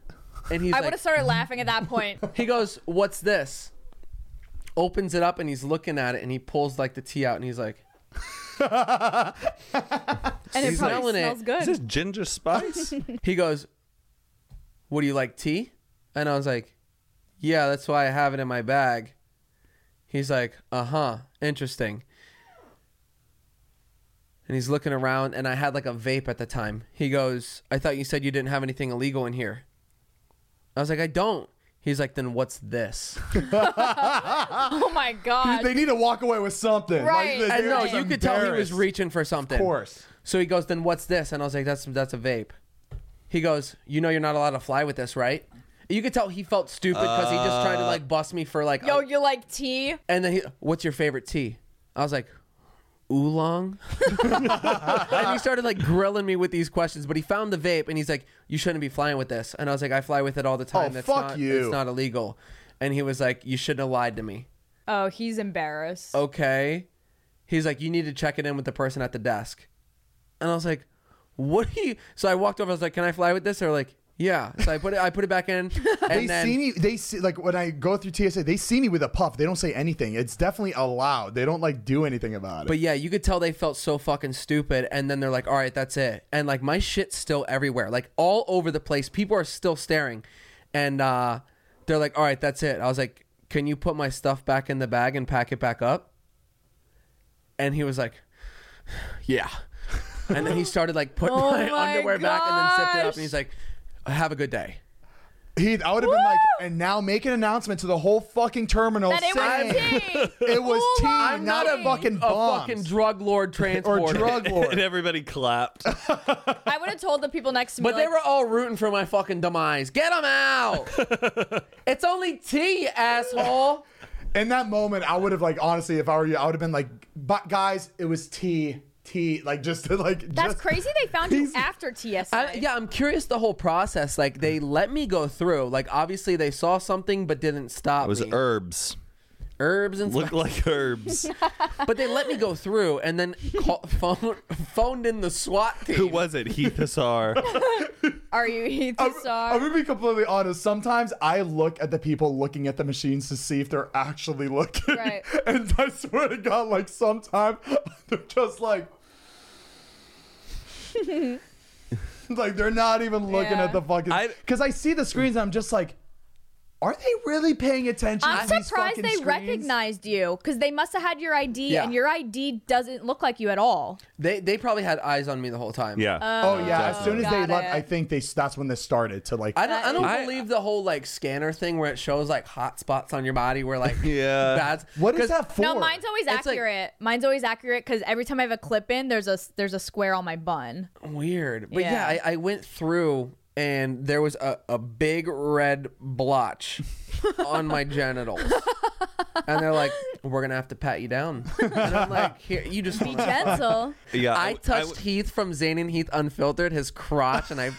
B: and he's
D: I would
B: like
D: have started laughing at that point.
B: he goes, "What's this?" Opens it up and he's looking at it and he pulls like the tea out and he's like,
D: And it
B: He's
D: probably
B: smelling it.
D: smells
F: Is
D: good.
F: this ginger spice?
B: he goes, "What do you like tea?" And I was like, "Yeah, that's why I have it in my bag." He's like, "Uh huh, interesting." And he's looking around and I had like a vape at the time. He goes, "I thought you said you didn't have anything illegal in here." I was like, "I don't." He's like, "Then what's this?"
D: oh my god.
E: they need to walk away with something.
D: Right.
E: Like,
B: and
E: they're
B: no,
E: just
B: you could tell he was
E: embarrassed.
B: reaching for something.
E: Of course.
B: So he goes, "Then what's this?" And I was like, "That's that's a vape." He goes, "You know you're not allowed to fly with this, right?" You could tell he felt stupid because he just tried to
E: Uh.
B: like bust me for like.
D: Yo,
B: a-
D: you like tea?
B: and then he, what's your favorite tea? I was like, oolong. and he started like grilling me with these questions, but he found the vape and he's like, "You shouldn't be flying with this." And I was like, "I fly with it all the time.
E: Oh,
B: That's
E: fuck
B: not,
E: you."
B: It's not illegal." And he was like, "You shouldn't have lied to me."
D: Oh, he's embarrassed.
B: Oh, okay. He's like, you need to check it in with the person at the desk. And I was like, what are you? So I walked over. I was like, can I fly with this? They're like, yeah. So I put it. I put it back in. And
E: They
B: then
E: see me. They see like when I go through TSA. They see me with a puff. They don't say anything. It's definitely allowed. They don't like do anything about it.
B: But yeah, you could tell they felt so fucking stupid. And then they're like, all right, that's it. And like my shit's still everywhere, like all over the place. People are still staring. And uh, they're like, all right, that's it. I was like, can you put my stuff back in the bag and pack it back up? And he was like, yeah. And then he started like putting
D: Oh
B: my,
D: my
B: underwear back and then zipped it up.
D: gosh.
B: And he's like, have a good day.
E: he, I would have been like, and now make an announcement to the whole fucking terminal
D: That it was
E: saying
D: tea.
E: it was tea,
D: Oolong
E: not
D: tea.
E: a fucking
B: A
E: bomb
B: fucking drug lord transporter.
E: or drug
F: and
E: lord.
F: everybody clapped.
D: I would have told the people next to me.
B: But
D: like,
B: they were all rooting for my fucking demise. Get him out! it's only tea, you asshole.
E: In that moment, I would have like honestly, if I were you, I would have been like, but guys, it was tea, tea, like just to like.
D: That's
E: just-
D: crazy. They found you after TSA.
B: I, yeah, I'm curious the whole process. Like they let me go through. Like obviously they saw something but didn't stop.
F: It was
B: me.
F: herbs.
B: herbs and
F: Look
B: stuff.
F: like herbs.
B: but they let me go through and then call, phone, phoned in the SWAT team.
F: Who was it? Heath Hassar.
D: Are you eating
E: I'm,
D: sorry?
E: I'm gonna be completely honest. Sometimes I look at the people looking at the machines to see if they're actually looking.
D: Right.
E: and I swear to God, like sometimes they're just like, like they're not even looking
D: Yeah.
E: at the fucking.
F: I-
E: Because I, see the screens, and I'm just like, are they really paying attention?
D: I'm
E: to these
D: surprised
E: fucking
D: they
E: screens?
D: recognized you because they must have had your ID
B: Yeah.
D: and your ID doesn't look like you at all.
B: They they probably had eyes on me the whole time.
F: Yeah.
E: Oh yeah, as soon as they
D: Got
E: left,
D: it.
E: I think they that's when this started to like.
B: I don't, I don't
F: I-
B: believe the whole like scanner thing where it shows like hot spots on your body where like
F: Yeah.
B: bad.
E: what is that for?
D: No, mine's always
B: It's like-
D: accurate. mine's always accurate because every time I have a clip in, there's a there's a square on my bun.
B: Weird. But yeah,
D: Yeah.
B: I, I went through and there was a, a big red blotch on my genitals. And they're like, we're going to have to pat you down. And I'm like, here, you just
D: Be
B: want to.
D: gentle.
F: yeah.
B: I
F: w-
B: touched
F: w-
B: Heath from Zane and Heath Unfiltered, his crotch, and I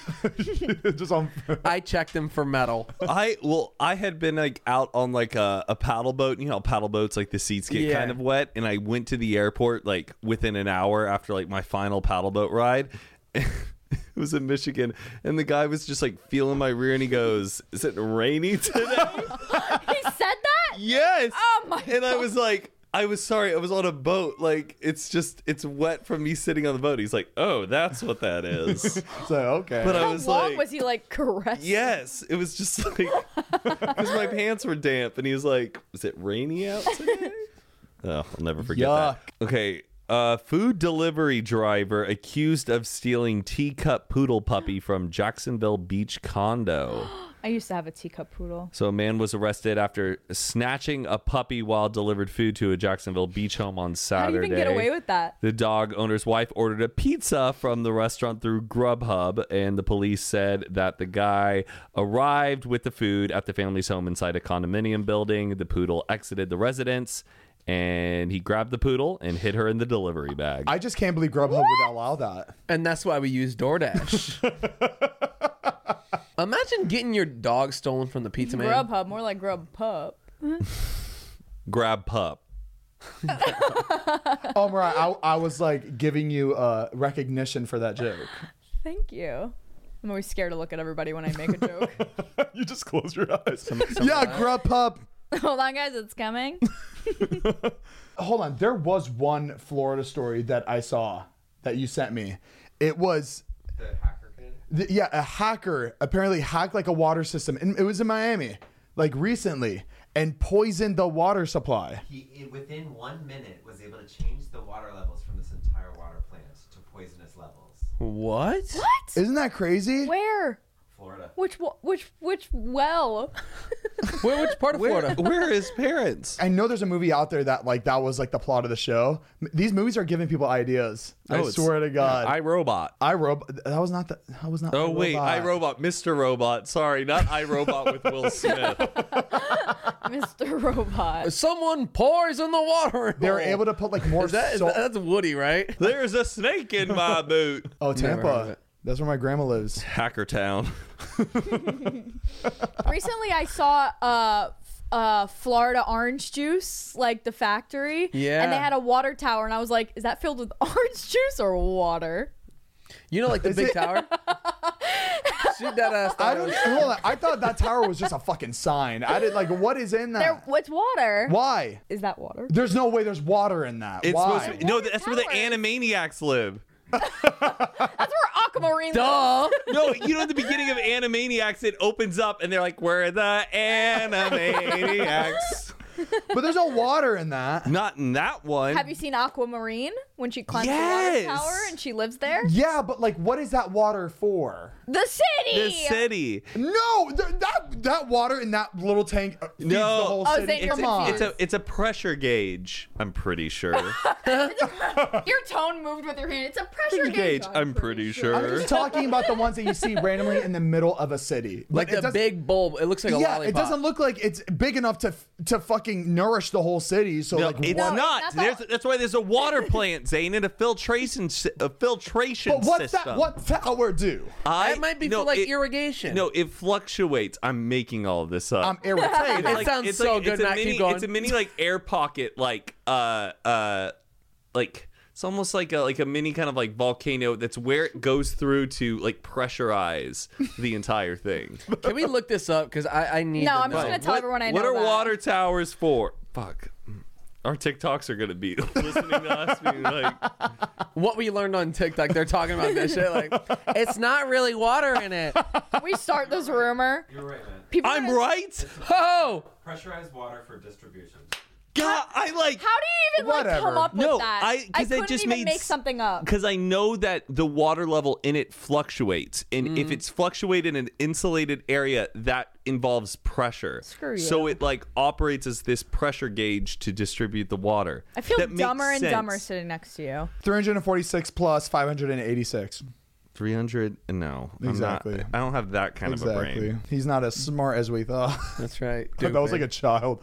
E: just on.
B: I checked him for metal.
F: I well, I had been like out on like a, a paddle boat. You know, how paddle boats like the seats get
B: Yeah.
F: kind of wet, and I went to the airport like within an hour after like my final paddle boat ride. It was in Michigan, and the guy was just like feeling my rear, and he goes, "Is it rainy
D: he
F: today?"
D: said that?
F: yes.
D: Oh my
F: And I was like, I was sorry, I was on a boat. Like it's just it's wet from me sitting on the boat. He's like, oh, that's what that is.
E: So okay.
F: But I
D: How
F: was
D: long
F: like,
D: was he like caressing?
F: yes. It was just like because my pants were damp, and he was like, is it rainy out today? oh, I'll never forget that. Okay. Uh, food delivery driver accused of stealing teacup poodle puppy from Jacksonville Beach condo.
D: I used to have a teacup poodle.
F: So a man was arrested after snatching a puppy while delivered food to a Jacksonville beach home on
D: How do
F: Saturday.
D: you even get away with that?
F: The dog owner's wife ordered a pizza from the restaurant through Grubhub, and the police said that the guy arrived with the food at the family's home inside a condominium building. The poodle exited the residence, and he grabbed the poodle and hid her in the delivery bag.
E: I just can't believe Grubhub would allow that.
B: And that's why we use DoorDash. Imagine getting your dog stolen from the pizza man.
D: Grubhub, more like grub pup.
F: Grab pup.
E: Oh, Mariah, I, I was like giving you uh, recognition for that joke.
D: Thank you. I'm always scared to look at everybody when I make a joke.
E: you just close your eyes. yeah, Grubhub.
D: Hold on, guys, it's coming.
E: Hold on. There was one Florida story that I saw that you sent me. It was. The, yeah, a hacker apparently hacked like a water system, and it was in Miami, like recently, and poisoned the water supply.
G: He, in- within one minute, was able to change the water levels from this entire water plant to poisonous levels.
B: What?
E: Isn't that crazy?
D: Where?
G: Florida.
D: Which wa- which which well?
B: Where, which part of
F: Where,
B: Florida?
F: where are his parents?
E: I know there's a movie out there that like that was like the plot of the show. M- These movies are giving people ideas. I
F: Oh, it's-
E: swear to God.
F: I robot.
E: I robot. That was not the. That was not.
F: Oh
E: iRobot.
F: wait, I Robot, Mr. Robot. Sorry, not I Robot with Will Smith.
D: Mr. Robot.
B: Someone pours in the water.
E: They were able to put like more.
B: Is that, is
E: salt-
B: that- that's Woody, right?
F: There's a snake in my boot.
E: oh,
B: heard of
E: Tampa.
B: it.
E: That's where my grandma lives.
F: Hacker Town.
D: Recently, I saw uh f- uh Florida orange juice, like the factory.
B: Yeah.
D: And they had a water tower, and I was like, is that filled with orange juice or water?
B: You know, like the big
E: it-
B: tower. Shoot that ass.
E: I
B: down.
E: don't. hold on, I thought that tower was just a fucking sign. I didn't like. What is in
D: There,
E: that?
D: what's water?
E: Why?
D: Is that water?
E: There's no way. There's water in that.
F: It's
E: Why?
F: supposed to be, no, that's where the Animaniacs live.
D: That's where aquamarine.
B: Duh.
F: No, you know at the beginning of Animaniacs, it opens up and they're like, "We're the Animaniacs."
E: but there's no water in that.
F: Not in that one.
D: Have you seen Aquamarine when she climbs the water
F: Yes.
D: tower and she lives there?
E: Yeah, but like, what is that water for?
D: The city.
F: the city?
E: No, th- that that water in that little tank uh, feeds the
F: No.
E: whole
F: Oh,
E: city.
D: Zane, you're
E: Come on.
F: It's a it's a pressure gauge. I'm pretty sure.
D: Your tone moved with your hand. It's a pressure
F: Pressure
D: gauge.
F: gauge. I'm pretty
E: I'm
F: sure.
E: just talking about the ones that you see randomly in the middle of a city.
B: Like
E: it
B: the
E: does-
B: big bulb. It looks like a
E: yeah,
B: lollipop.
E: it doesn't look like it's big enough to f- to fucking nourish the whole city. So
F: No,
E: like,
F: it's
E: what-
F: not.
D: that's
F: There's-
D: all-
F: that's why there's a water plant, Zane, and a filtration si- a filtration
E: but what's
F: system.
E: that? What's that tower do?
F: I,
B: That might be for, like, irrigation.
F: No, it fluctuates. I'm making all of this up.
E: I'm irritated.
B: It sounds
F: it's
B: so
F: like,
B: good,
F: It's a
B: Matt. Keep
F: mini,
B: going.
F: It's a mini like air pocket, like uh uh, like it's almost like a like a mini kind of like volcano. That's where it goes through to like pressurize the entire thing.
B: Can we look this up? Because I, I need.
D: No,
B: to
D: I'm just
B: know.
D: gonna tell everyone I know.
F: what are
D: that.
F: water towers for? Fuck. Our TikToks are gonna be listening to us being like,
B: What we learned on TikTok, they're talking about this shit. Like, it's not really water in it.
D: We start this rumor.
G: You're right, man.
D: People are
F: "I'm
D: gonna-
F: right."
B: Oh,
G: Pressurized water for distribution.
F: God, I like.
D: How do you even like come
E: Whatever.
D: up with
F: No,
D: that?
F: I- 'cause
D: I
F: that
D: couldn't
F: just
D: even
F: made
D: make
F: s-
D: something up.
F: because I know that the water level in it fluctuates, and if
D: Mm.
F: it's fluctuated in an insulated area, that involves pressure.
D: Screw
F: So
D: you.
F: it like operates as this pressure gauge to distribute the water.
D: I feel
F: That makes
D: dumber and
F: sense.
D: dumber sitting next to you.
E: 346 plus 586.
F: Three hundred? No, I'm not-
E: Exactly.
F: I don't have that kind of a
E: Exactly.
F: brain.
E: He's not as smart as we thought.
B: that's right.
E: that was like a child.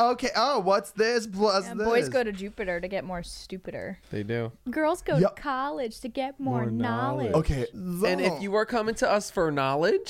H: Okay. Oh, what's this? What's
D: Yeah,
H: this?
D: boys go to Jupiter to get more stupider.
B: They do.
D: Girls go
E: Yep.
D: to college to get more, knowledge.
E: Okay.
B: And
E: Oh.
B: if you are coming to us for knowledge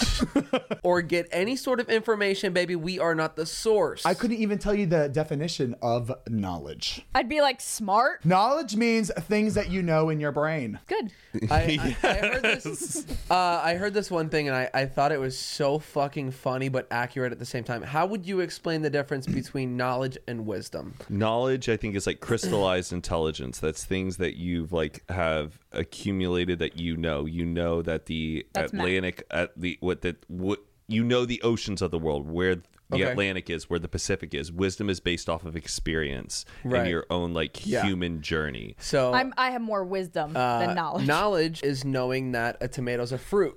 B: or get any sort of information, baby, we are not the source.
E: I couldn't even tell you the definition of knowledge.
D: I'd be like smart.
E: Knowledge means things that you know in your brain.
D: Good.
B: I, I, I heard this. Uh, I heard this one thing, and I, I thought it was so fucking funny but accurate at the same time. How would you explain the difference between knowledge and wisdom?
F: knowledge i think is like crystallized intelligence that's things that you've like have accumulated that you know you know that the
D: That's math.
F: atlantic at the what the what you know the oceans of the world where the
B: Okay.
F: atlantic is where the pacific is wisdom is based off of experience
B: Right.
F: and your own like
B: Yeah.
F: human journey
B: So
D: I'm, I have more wisdom
F: uh,
D: than knowledge.
B: knowledge is knowing that a tomato's a fruit.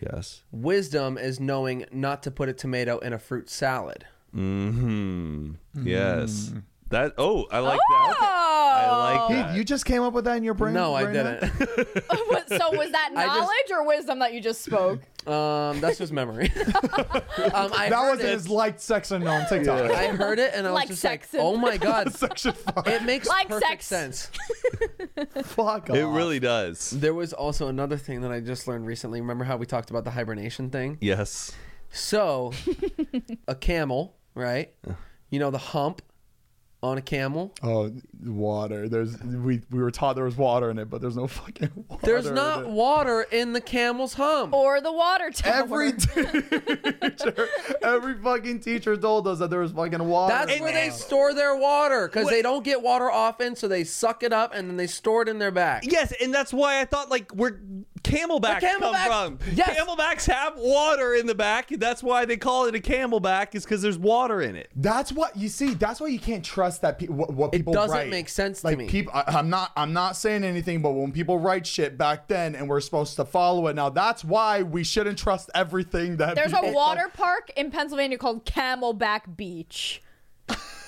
F: yes
B: Wisdom is knowing not to put a tomato in a fruit salad.
F: hmm yes
B: Mm.
F: that oh i like that
D: oh,
F: i like
E: Dude,
F: that
E: you just came up with that in your brain?
B: No, I
E: right now?
B: didn't.
D: What- so was that
B: I just-
D: knowledge or wisdom that you just spoke?
B: Um, that's just memory. um, I
E: That
B: heard
E: wasn't
B: it.
E: his liked section on TikTok.
B: I heard it and I was
D: Like
B: just
D: Saxon.
B: like, "Oh my god,
E: section five.
B: it makes
D: Like
B: perfect
D: sex.
B: sense."
E: Fuck
F: it
E: off.
F: really does
B: There was also another thing that I just learned recently. Remember how we talked about the hibernation thing?
F: yes
B: So, a camel, right? You know the hump on a camel.
E: Oh, water. There's we we were taught there was water in it, but there's no fucking water.
B: There's
E: in
B: not
E: it.
B: water in the camel's hump.
D: Or the water tower?
E: Every teacher, every fucking teacher told us that there was fucking water.
B: That's where they store their water because they don't get water often, so they suck it up and then they store it in their back.
F: Yes, and that's why I thought like where camelbacks
B: Where
F: come
B: camelbacks-
F: from.
B: yes.
F: Camelbacks have water in the back. and That's why they call it a camelback is because there's water in it.
E: That's what you see. That's why you can't trust that people. What, what
B: It
E: people
B: doesn't
E: write.
B: make sense to
E: like
B: me.
E: People, I, I'm not. I'm not saying anything. But when people write shit back then, and we're supposed to follow it now, that's why we shouldn't trust everything that.
D: There's a
E: people-
D: water park in Pennsylvania called Camelback Beach.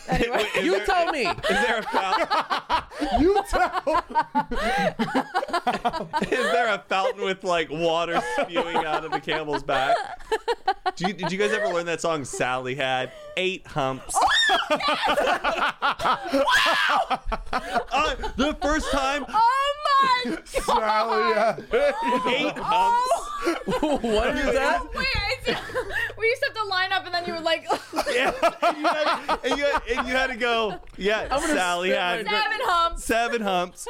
D: Anyway,
B: You tell me.
F: Is there a fountain?
E: You tell.
F: is there a fountain with like water spewing out of the camel's back? Do you, did you guys ever learn that song Sally had eight humps?
E: Oh
F: Uh, the first time,
D: oh my
E: Sally, yeah.
F: eight humps.
B: what is that?
D: Wait, it's, we used to have to line up, and then you would like seven
F: Yeah. And you had, and you had- and you had to go. Yeah, Sally
B: spit
F: had
B: my
D: humps.
F: seven humps.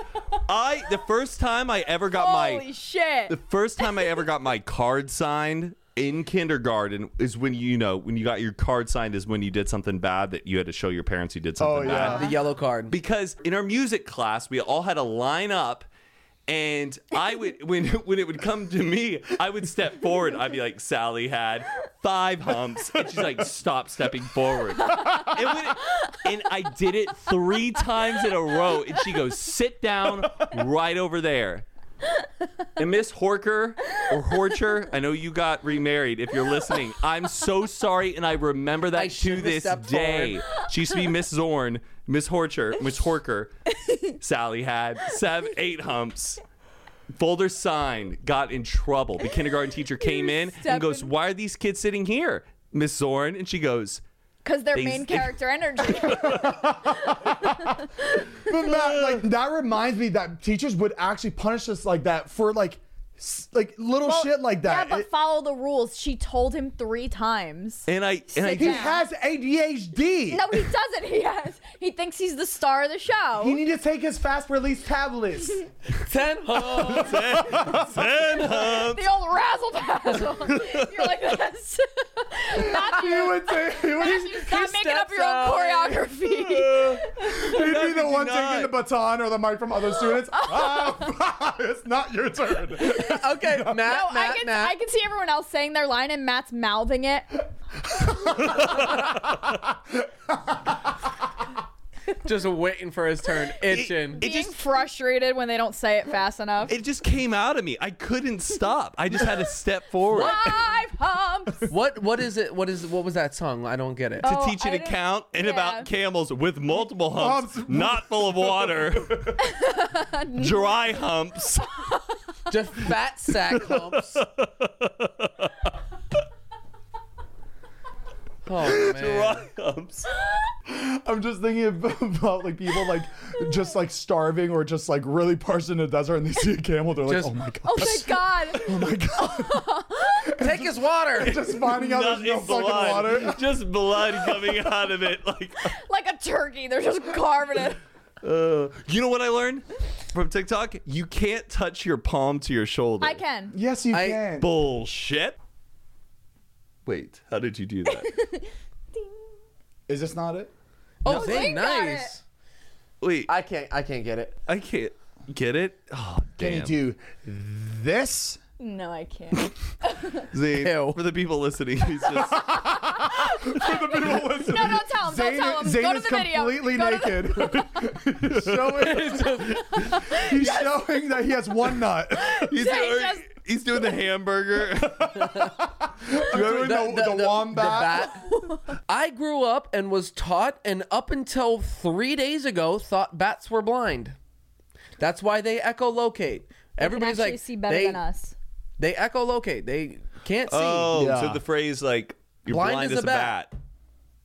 F: I the first time I ever got
D: Holy
F: my
D: shit!
F: the first time I ever got my card signed in kindergarten is when you know when you got your card signed is when you did something bad that you had to show your parents you did something
E: Oh, yeah.
F: bad
B: The yellow card.
F: because in our music class we all had to line up and I would when when it would come to me, I would step forward. I'd be like, Sally had five humps. And she's like, stop stepping forward. And, when it- and I did it three times in a row. And she goes, sit down right over there. And Miss Horker or Horcher, I know you got remarried if you're listening. I'm so sorry and I remember that
B: I
F: to
B: shouldn't have
F: this
B: stepped
F: day.
B: forward.
F: She used to be Miss Zorn, Miss Horcher, Miss Horker. Sally had seven, eight humps. Folder sign got in trouble. The kindergarten teacher came in and goes,
D: stepping-
F: Why are these kids sitting here? Miss Zorn. And she goes,
D: Because their
F: They-
D: main character energy.
E: But that, like that reminds me that teachers would actually punish us like that for like, s- like little
D: Well,
E: shit like that.
D: Yeah, but
E: It-
D: follow the rules. She told him three times.
F: and I and I
D: Sit
E: he
D: down.
E: has ADHD.
D: No, he doesn't. He has. He thinks he's the star of the show.
E: He need to take his fast release tablets.
B: Ten humps.
F: ten humps.
D: the old razzle dazzle. You're like this. Matthew,
E: he would take. He would,
D: Matthew, stop making up
B: steps
D: your own
B: out.
D: choreography.
E: he'd be the
F: did
E: one
F: not.
E: taking the baton or the mic from other students. Ah, it's not your turn.
B: Okay, Matt,
D: No,
B: Matt,
D: I can.
B: Matt.
D: I can see everyone else saying their line and Matt's mouthing it.
B: just waiting for his turn, itching.
F: It
D: being
F: just-
D: frustrated when they don't say it fast enough.
F: It just came out of me. I couldn't stop. I just had to step forward.
D: Five humps.
B: what what is it? What is what was that song? I don't get it.
F: to
D: Oh,
F: teach you
D: I
F: to
D: don't-
F: count and
D: yeah.
F: about camels with multiple humps,
E: Humps.
F: not full of water, dry humps.
B: Just fat sack humps. Oh man. Oh,
F: Dry humps.
E: I'm just thinking ab- about like people like just like starving or just like really parched in the desert and they see a camel, they're like,
B: Just-
E: oh my god.
D: Oh my god.
E: Oh my god.
B: Take his water.
E: just finding out there's no
F: Nothing
E: fucking
F: blood.
E: water.
F: Just blood coming out of it. Like,
D: like a turkey. They're just carving it.
F: uh, you know what I learned from TikTok? You can't touch your palm to your shoulder.
D: I can.
E: Yes, you
B: I-
E: can.
F: Bullshit. Wait, how did you do that?
E: Is this not it?
B: oh,
D: they
B: dang,
D: got
B: nice.
F: Wait, I,
B: I can't. I can't get it.
F: I can't get it. Oh, damn.
E: do this?
D: No, I can't.
F: Zane,
B: Ew.
F: for the people listening, he's just
D: No, don't tell him.
E: Zane,
D: don't tell him.
E: Zane
D: Go to
E: is
D: the video.
E: completely
D: Go to the-
E: naked. showing, he's showing that he has one nut.
F: he's,
D: Zane
F: doing,
D: just-
F: he's doing the hamburger.
E: You ever know the, wombat?
B: bat. I grew up and was taught, and up until three days ago, thought bats were blind. That's why they echolocate. Everybody's
D: actually
B: like,
D: see better
B: they,
D: than us.
B: They echolocate. They can't see.
F: oh, so
E: Yeah.
F: the phrase like "you're blind, as, a bat."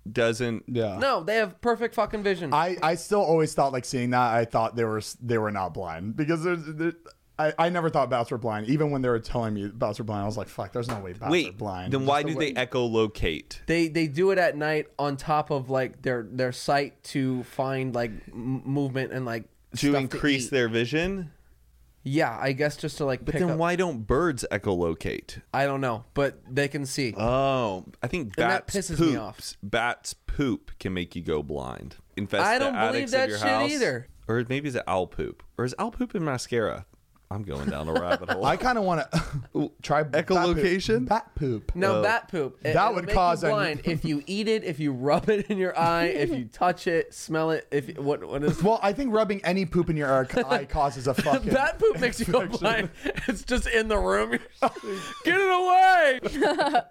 F: doesn't.
E: Yeah.
B: No, they have perfect fucking vision.
E: I, I still always thought like seeing that I thought they were they were not blind because there's there, I, I never thought bats were blind even when they were telling me bats were blind I was like fuck there's no way bats are
F: Wait,
E: blind
F: then why do they echolocate?
B: they they do it at night on top of like their their sight to find like m- movement and like
F: to
B: stuff
F: increase
B: eat.
F: their vision.
B: yeah I guess just to like
F: But
B: pick
F: then
B: up-
F: why don't birds echolocate?
B: I don't know but they can see
F: Oh, I think
B: And that
F: bats
B: pisses
F: poops.
B: me off.
F: Bats poop can make you go blind. Infest
B: I
F: the
B: don't believe
F: attics
B: that
F: of your
B: shit
F: house.
B: either.
F: Or maybe it's owl poop. Or is owl poop in mascara? I'm going down a rabbit hole.
E: I kind of want to try bat poop.
F: Echolocation?
E: bat poop
B: now bat poop it-
E: That
B: it'll
E: would
B: make
E: cause
B: you
E: an-
B: blind if you eat it if you rub it in your eye if you touch it smell it if what what is
E: well I think rubbing any poop in your uh, eye causes a fucking
B: bat poop makes you go blind it's just in the room get it away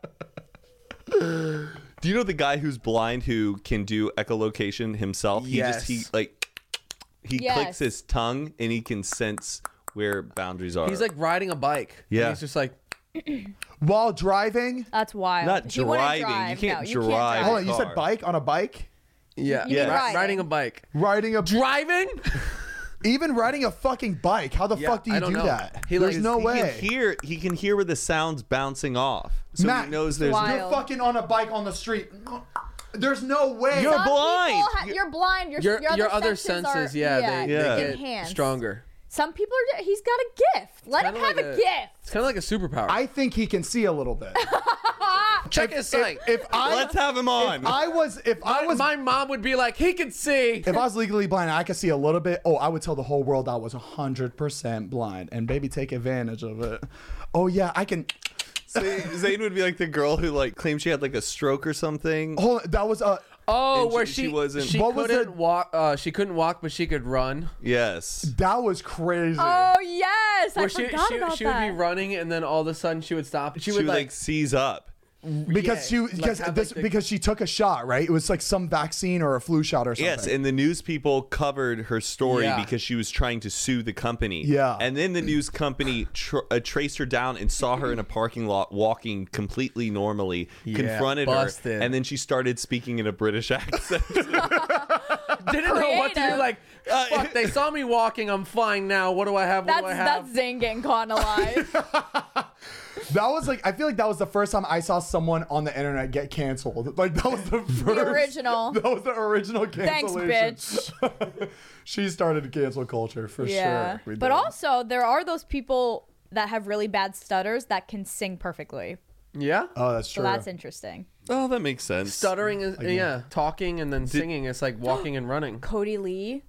F: Do you know the guy who's blind who can do echolocation himself?
B: Yes.
F: He just he like he
D: Yes.
F: clicks his tongue and he can sense where boundaries are.
B: he's like riding a bike And
F: Yeah.
B: he's just like
E: while driving
D: That's wild.
F: Not
D: You wouldn't
F: driving. You
D: drive.
F: can't
D: no,
F: drive.
D: You
E: hold
D: can't
B: Oh,
E: on you said
F: Car.
E: bike on a bike
B: yeah
D: You mean
B: ri-
D: riding.
B: riding a bike
E: riding a
B: driving
E: even riding a fucking bike how the fuck do
B: I
E: you
B: don't
E: do
B: know.
E: that
B: He, like,
E: there's no
F: he
E: way
F: can hear he can hear where the sounds bouncing off. So
E: Matt,
F: he knows there's
D: Why?
E: you're fucking on a bike on the street there's no way
F: You're
D: Some
F: blind.
D: people ha- you're blind. Your,
B: your, your, other
D: senses,
B: senses,
D: are,
B: yeah, they,
F: Yeah.
B: they get
D: enhanced.
B: stronger.
D: Some people are. He's got a gift. Let him
B: Kinda
D: have
B: like
D: a,
B: It's
D: gift.
B: kind of like a superpower.
E: I think he can see a little bit.
B: Check his sight.
E: If I
F: Let's have him on.
E: I was if I
B: I
E: was
B: my mom would be like, he can see.
E: if I was legally blind, I could see a little bit. Oh, I would tell the whole world I was hundred percent blind, and baby, take advantage of it. Oh yeah, I can.
F: Zayn would be like the girl who like claimed she had like a stroke or something.
E: Hold. On, that was a.
B: Oh,
F: And
B: where
F: she-
B: she,
F: she wasn't-
B: She
E: What was
B: couldn't
E: it?
B: walk. Uh, she couldn't walk, but she could run.
F: Yes.
E: That was crazy.
D: Oh yes, I
B: Where she
D: forgot
B: she,
D: about
B: she would
D: that.
B: be running, and then all of a sudden she would stop. She,
F: She
B: would like.
F: seize up.
E: because
B: yeah,
E: she
B: like
E: because
B: have,
E: this
B: like, the-
E: because she took a shot, right? It was like some vaccine or a flu shot or something.
F: Yes, and the news people covered her story
B: Yeah.
F: because she was trying to sue the company.
E: Yeah.
F: And then the news company tr- uh, traced her down and saw her in a parking lot walking completely normally, confronted
B: busted.
F: her, and then she started speaking in a British accent.
B: didn't know what to do.
D: Creative.
B: Like, fuck. They saw me walking. I'm flying now. What do I have? What
D: that's
B: do I
D: that's
B: have?
D: Zane getting caught in a lie.
E: that was like I feel like that was the first time I saw someone on the internet get canceled. Like that was the first
D: the original.
E: That was the original
D: Thanks,
E: cancellation.
D: bitch.
E: she started cancel culture for
D: Yeah.
E: sure. We
D: But
E: did.
D: also, there are those people that have really bad stutters that can sing perfectly.
B: yeah.
E: oh, that's
D: So
E: true.
D: that's interesting.
F: oh, that makes sense.
B: Stuttering is yeah. Talking and then singing. It's like walking and running.
D: Cody Lee,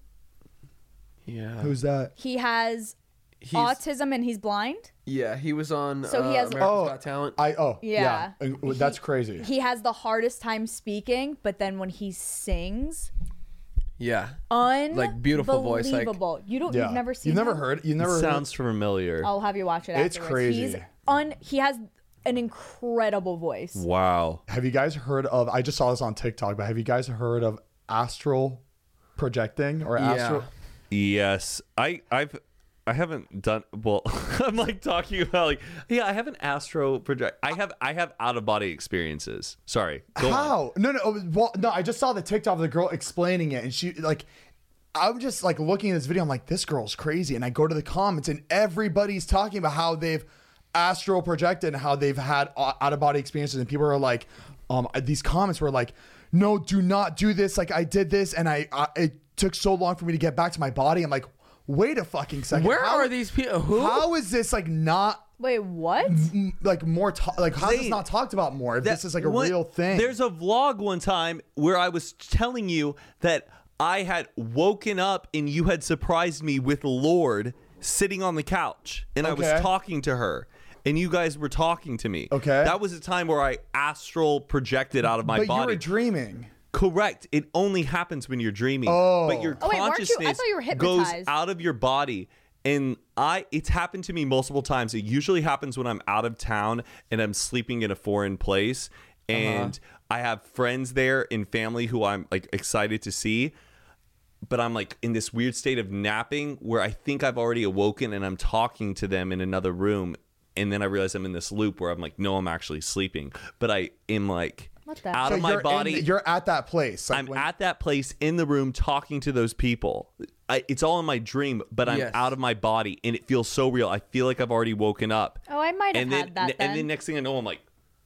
B: Yeah.
E: Who's that?
D: he has
B: He's-
D: autism and he's blind.
B: Yeah, he was on.
D: So
B: uh,
D: he has-
B: America's
E: Oh,
B: Got Talent.
E: I oh yeah.
D: Yeah.
E: And w- That's crazy.
D: He has the hardest time speaking, but then when he sings,
B: yeah.
D: un
B: beautiful voice, like-
D: unbelievable. you don't.
E: yeah.
D: You've never seen.
E: You've never
D: him?
E: heard. You never
F: Sounds familiar.
D: I'll have you watch it.
E: It's
D: afterwards. He's
E: crazy.
D: un. He has an incredible voice.
F: Wow.
E: Heard, have you guys heard of? I just saw this on TikTok, but have you guys heard of astral projecting or
B: Yeah.
E: astral?
F: Yes, I I've I haven't done well. I'm like talking about like yeah, I haven't astro project. I have I have out of body experiences. Sorry. Go on.
E: How? No, no, oh, well, no. I just saw the TikTok of the girl explaining it, and she like, I'm just like looking at this video. I'm like, this girl's crazy, and I go to the comments, and everybody's talking about how they've astral projected and how they've had out of body experiences, and people are like, um, these comments were like, no, do not do this. Like I did this, and I, I it took so long for me to get back to my body. I'm like. Wait a fucking second.
B: Where
E: How-
B: are these people? Who?
E: How is this like not
D: Wait, what?
E: m- like more to- like how is this
F: Zane,
E: not talked about more? If
F: That-
E: this is like a
F: what-
E: real thing.
F: There's a vlog one time where I was telling you that I had woken up and you had surprised me with Lord sitting on the couch and I
E: Okay.
F: was talking to her. And you guys were talking to me.
E: Okay.
F: That was a time where I astral projected out of my
E: but you
F: body.
E: were dreaming.
F: Correct. It only happens when you're dreaming. Oh. But your
D: Oh, wait, weren't you- I
F: consciousness
D: thought you were
F: goes
D: hypnotized.
F: out of your body. And I it's happened to me multiple times. It usually happens when I'm out of town and I'm sleeping in a foreign place
E: Uh-huh.
F: and I have friends there and family who I'm like excited to see. But I'm like in this weird state of napping where I think I've already awoken and I'm talking to them in another room. And then I realize I'm in this loop where I'm like, no, I'm actually sleeping. But I am like
D: What the-
F: out
E: So
F: of my
E: you're in-
F: body.
E: you're at that place. Like
F: I'm
E: when-
F: at that place in the room talking to those people. I, it's all in my dream, but I'm
B: Yes.
F: out of my body, and it feels so real. I feel like I've already woken up.
D: Oh, I might have
F: and then,
D: had that
F: And
D: then.
F: then next thing I know, I'm like,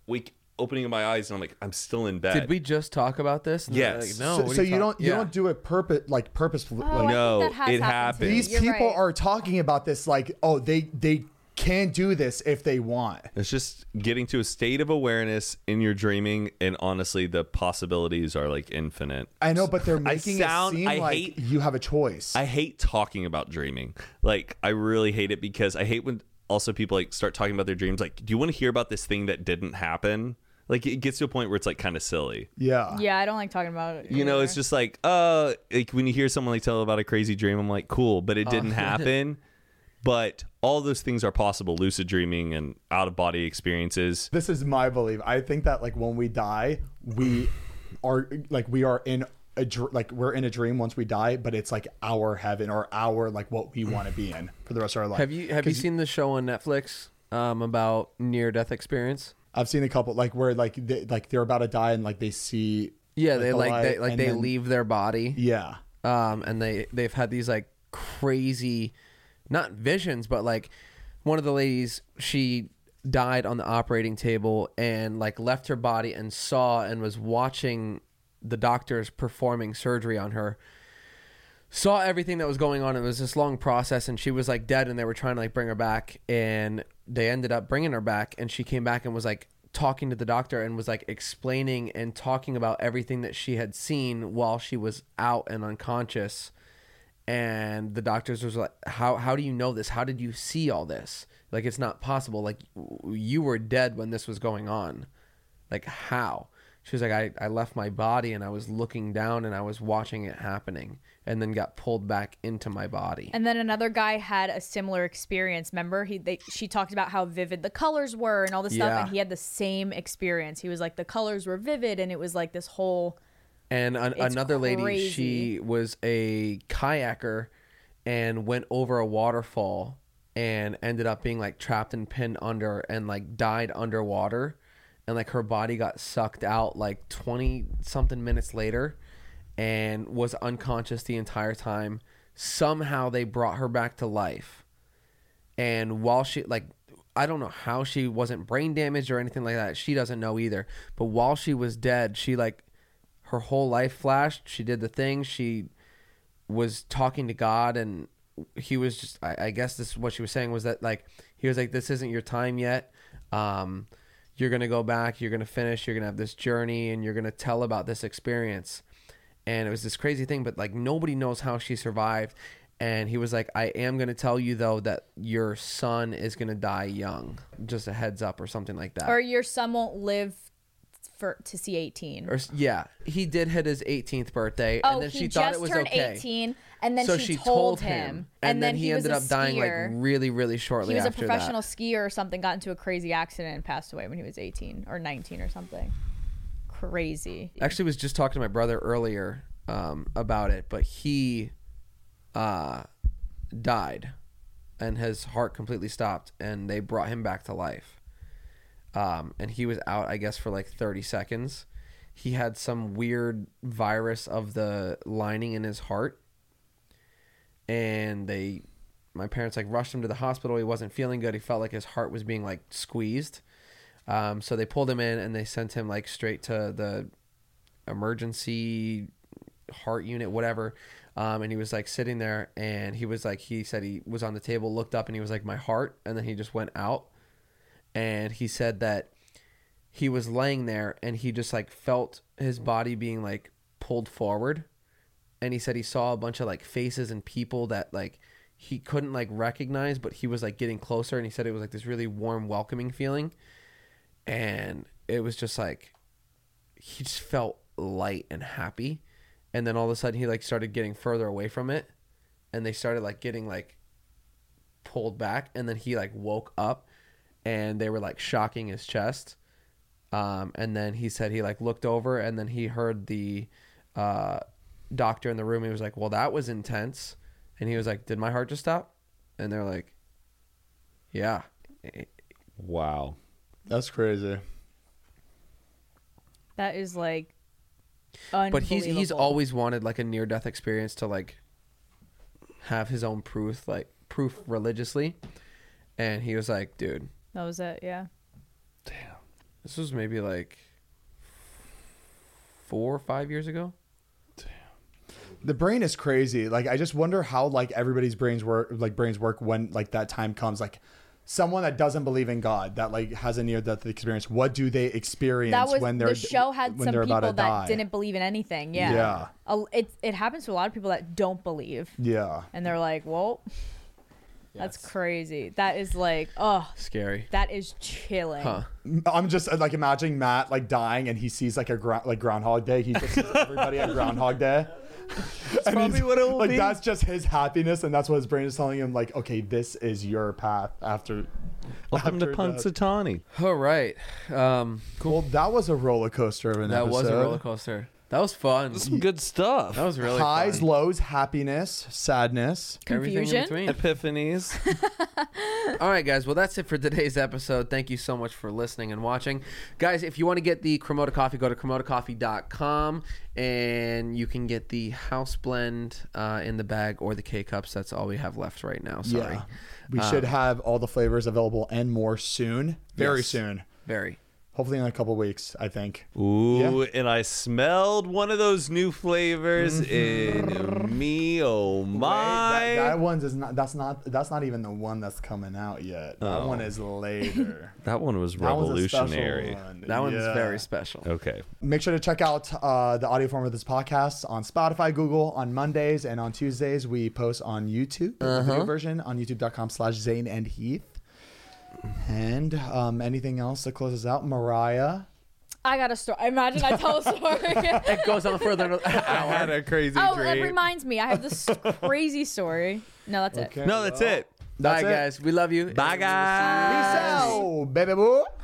F: wake, opening my eyes, and I'm like, I'm still in bed.
B: Did we just talk about this? And they're
F: Yes.
B: Like, no.
E: so,
B: what are
E: so you
B: talking-
E: don't you
B: Yeah.
E: don't do it purpose like purposefully.
D: Oh, I
E: like,
F: No,
D: think that has
F: it
D: happened to me.
F: happens.
E: these
D: You're
E: people
D: right.
E: are talking about this like oh they they can do this if they want.
F: It's just getting to a state of awareness in your dreaming, and honestly, the possibilities are like infinite.
E: I know, but they're making
F: sound-
E: it seem
F: I
E: like
F: hate-
E: you have a choice.
F: I hate talking about dreaming. Like I really hate it because I hate when also people like start talking about their dreams. Like, do you want to hear about this thing that didn't happen? Like it gets to a point where it's like kind of silly.
E: yeah.
D: Yeah, I don't like talking about it.
F: You know, it's just like, uh, like when you hear someone like tell about a crazy dream, I'm like, cool, but it didn't happen. But all those things are possible: lucid dreaming and out of body experiences.
E: this is my belief. I think that like when we die, we are like we are in a dr- like we're in a dream once we die, but it's like our heaven or our like what we want to be in for the rest of our life.
B: Have you have you seen the show on Netflix um, about near death experience?
E: I've seen a couple like where like they, like they're about to die and like they see
B: Yeah, they
E: the
B: like they
E: light
B: like
E: and
B: they
E: then-
B: leave their body.
E: Yeah.
B: um, and they they've had these like crazy, not visions, but like one of the ladies she died on the operating table and like left her body and saw and was watching the doctors performing surgery on her saw everything that was going on it was this long process and she was like dead and they were trying to like bring her back and they ended up bringing her back and she came back and was like talking to the doctor and was like explaining and talking about everything that she had seen while she was out and unconscious and the doctors was like how how do you know this how did you see all this like it's not possible like w- you were dead when this was going on like how she was like I, I left my body and i was looking down and i was watching it happening and then got pulled back into my body
D: And then another guy had a similar experience. Remember, he they, she talked about how vivid the colors were and all this stuff,
B: Yeah.
D: and he had the same experience. He was like, the colors were vivid, and it was like this whole.
B: and an,
D: It's
B: another lady
D: crazy.
B: she was a kayaker and went over a waterfall and ended up being like trapped and pinned under and like died underwater and like her body got sucked out like 20 something minutes later and was unconscious the entire time somehow they brought her back to life and while she like i don't know how she wasn't brain damaged or anything like that she doesn't know either but while she was dead she like her whole life flashed she did the thing she was talking to god and he was just i, I guess this what she was saying was that like he was like this isn't your time yet um you're gonna go back you're gonna finish you're gonna have this journey and you're gonna tell about this experience and it was this crazy thing but like nobody knows how she survived and he was like i am going to tell you though that your son is going to die young just a heads up or something like that
D: Or your son won't live for to see eighteen.
B: Or s- yeah he did hit his 18th birthday
D: oh,
B: and then
D: he
B: she
D: just
B: thought it was
D: turned
B: okay
D: eighteen, and then
B: so
D: she, told him,
B: and, then, he,
D: was
B: ended
D: a
B: up dying
D: skier.
B: like really really shortly
D: he was a
B: after
D: professional
B: that.
D: skier or something, got into a crazy accident and passed away when he was 18 or 19 or something. Crazy.
B: actually was just talking to my brother earlier um, about it but he uh, died and his heart completely stopped, and they brought him back to life. Um, and he was out, I guess, for like 30 seconds. He had some weird virus of the lining in his heart, and they, my parents like rushed him to the hospital. He wasn't feeling good. He felt like his heart was being like squeezed. Um, so they pulled him in and they sent him like straight to the emergency heart unit, whatever. Um, and he was like sitting there and he was like, he said he was on the table, looked up and he was like, my heart. And then he just went out. And he said that he was laying there and he just like felt his body being like pulled forward. And he said he saw a bunch of like faces and people that like he couldn't like recognize, but he was like getting closer. And he said it was like this really warm, welcoming feeling. And it was just like, he just felt light and happy and then all of a sudden he like started getting further away from it and they started like getting like pulled back and then he like woke up and they were like shocking his chest um, and then he said he like looked over and then he heard the uh, doctor in the room he was like well that was intense and he was like did my heart just stop and they're like yeah
F: Wow.
E: That's crazy.
D: That is like. Unbelievable.
B: but he's he's always wanted like a near death experience to like have his own proof like proof religiously and he was like dude
D: That was it. Yeah.
B: this was maybe like four or five years ago
E: The brain is crazy. Like I just wonder how like everybody's brains work like brains work when like that time comes. Like someone that doesn't believe in God that like has a near death experience, what do they experience
D: That was
E: when they're
D: the show had
E: when
D: some
E: they're
D: people
E: about to
D: that
E: die?
D: didn't believe in anything. Yeah.
E: Yeah.
D: A- it it happens to a lot of people that don't believe,
E: Yeah.
D: and they're like, "Whoa, that's crazy. That is like, oh,
B: scary
D: that is chilling."
B: huh
E: I'm just uh, like imagining Matt like dying and he sees like a ground like Groundhog Day. He just sees everybody at Groundhog Day. and
F: probably
E: he's-
F: what it will
E: like
F: be.
E: that's just his happiness and that's what his brain is telling him like okay this is your path after
F: Welcome to
E: After that.
F: Punxsutawney.
B: all right um
E: well that was a roller coaster of an
B: that
E: episode
B: was a roller coaster that was fun that
F: Some good stuff.
B: was really
E: highs
B: fun.
E: lows happiness sadness
B: Everything in
D: Confusion?
B: between.
F: Epiphanies.
B: All right, guys. Well, that's it for today's episode. Thank you so much for listening and watching. Guys, if you want to get the Cremota coffee, go to cremotacoffee.com and you can get the house blend uh, in the bag or the K cups. That's all we have left right now. Sorry. Um,
E: yeah we should have all the flavors available and more soon very
B: Yes.
E: soon
B: Very.
E: hopefully in a couple weeks i think
F: Ooh, and I smelled one of those new flavors in me. Oh my!
E: Mm-hmm. Wait, that, that one's is not that's not that's not even the one that's coming out yet. That
D: Oh.
E: one is later.
F: That one was
E: That one's a special
F: revolutionary.
E: one.
B: That one's
E: Yeah.
B: very special.
F: Okay.
E: Make sure to check out uh, the audio form of this podcast on Spotify, Google on Mondays, and on Tuesdays we post on YouTube. The
B: Uh-huh.
E: video version on youtube.com slash Zane and Heath. And um, anything else that closes out, Mariah.
D: I got a story. Imagine I tell a story.
B: It goes on for another
F: I
B: hour.
F: had a crazy
D: oh, that
F: dream.
D: reminds me. I have this crazy story. No, that's it.
F: no, that's it.
B: Bye,
E: That's it.
B: guys. We love you.
F: Bye,
B: And we will see you
F: guys.
E: Oh, baby boy.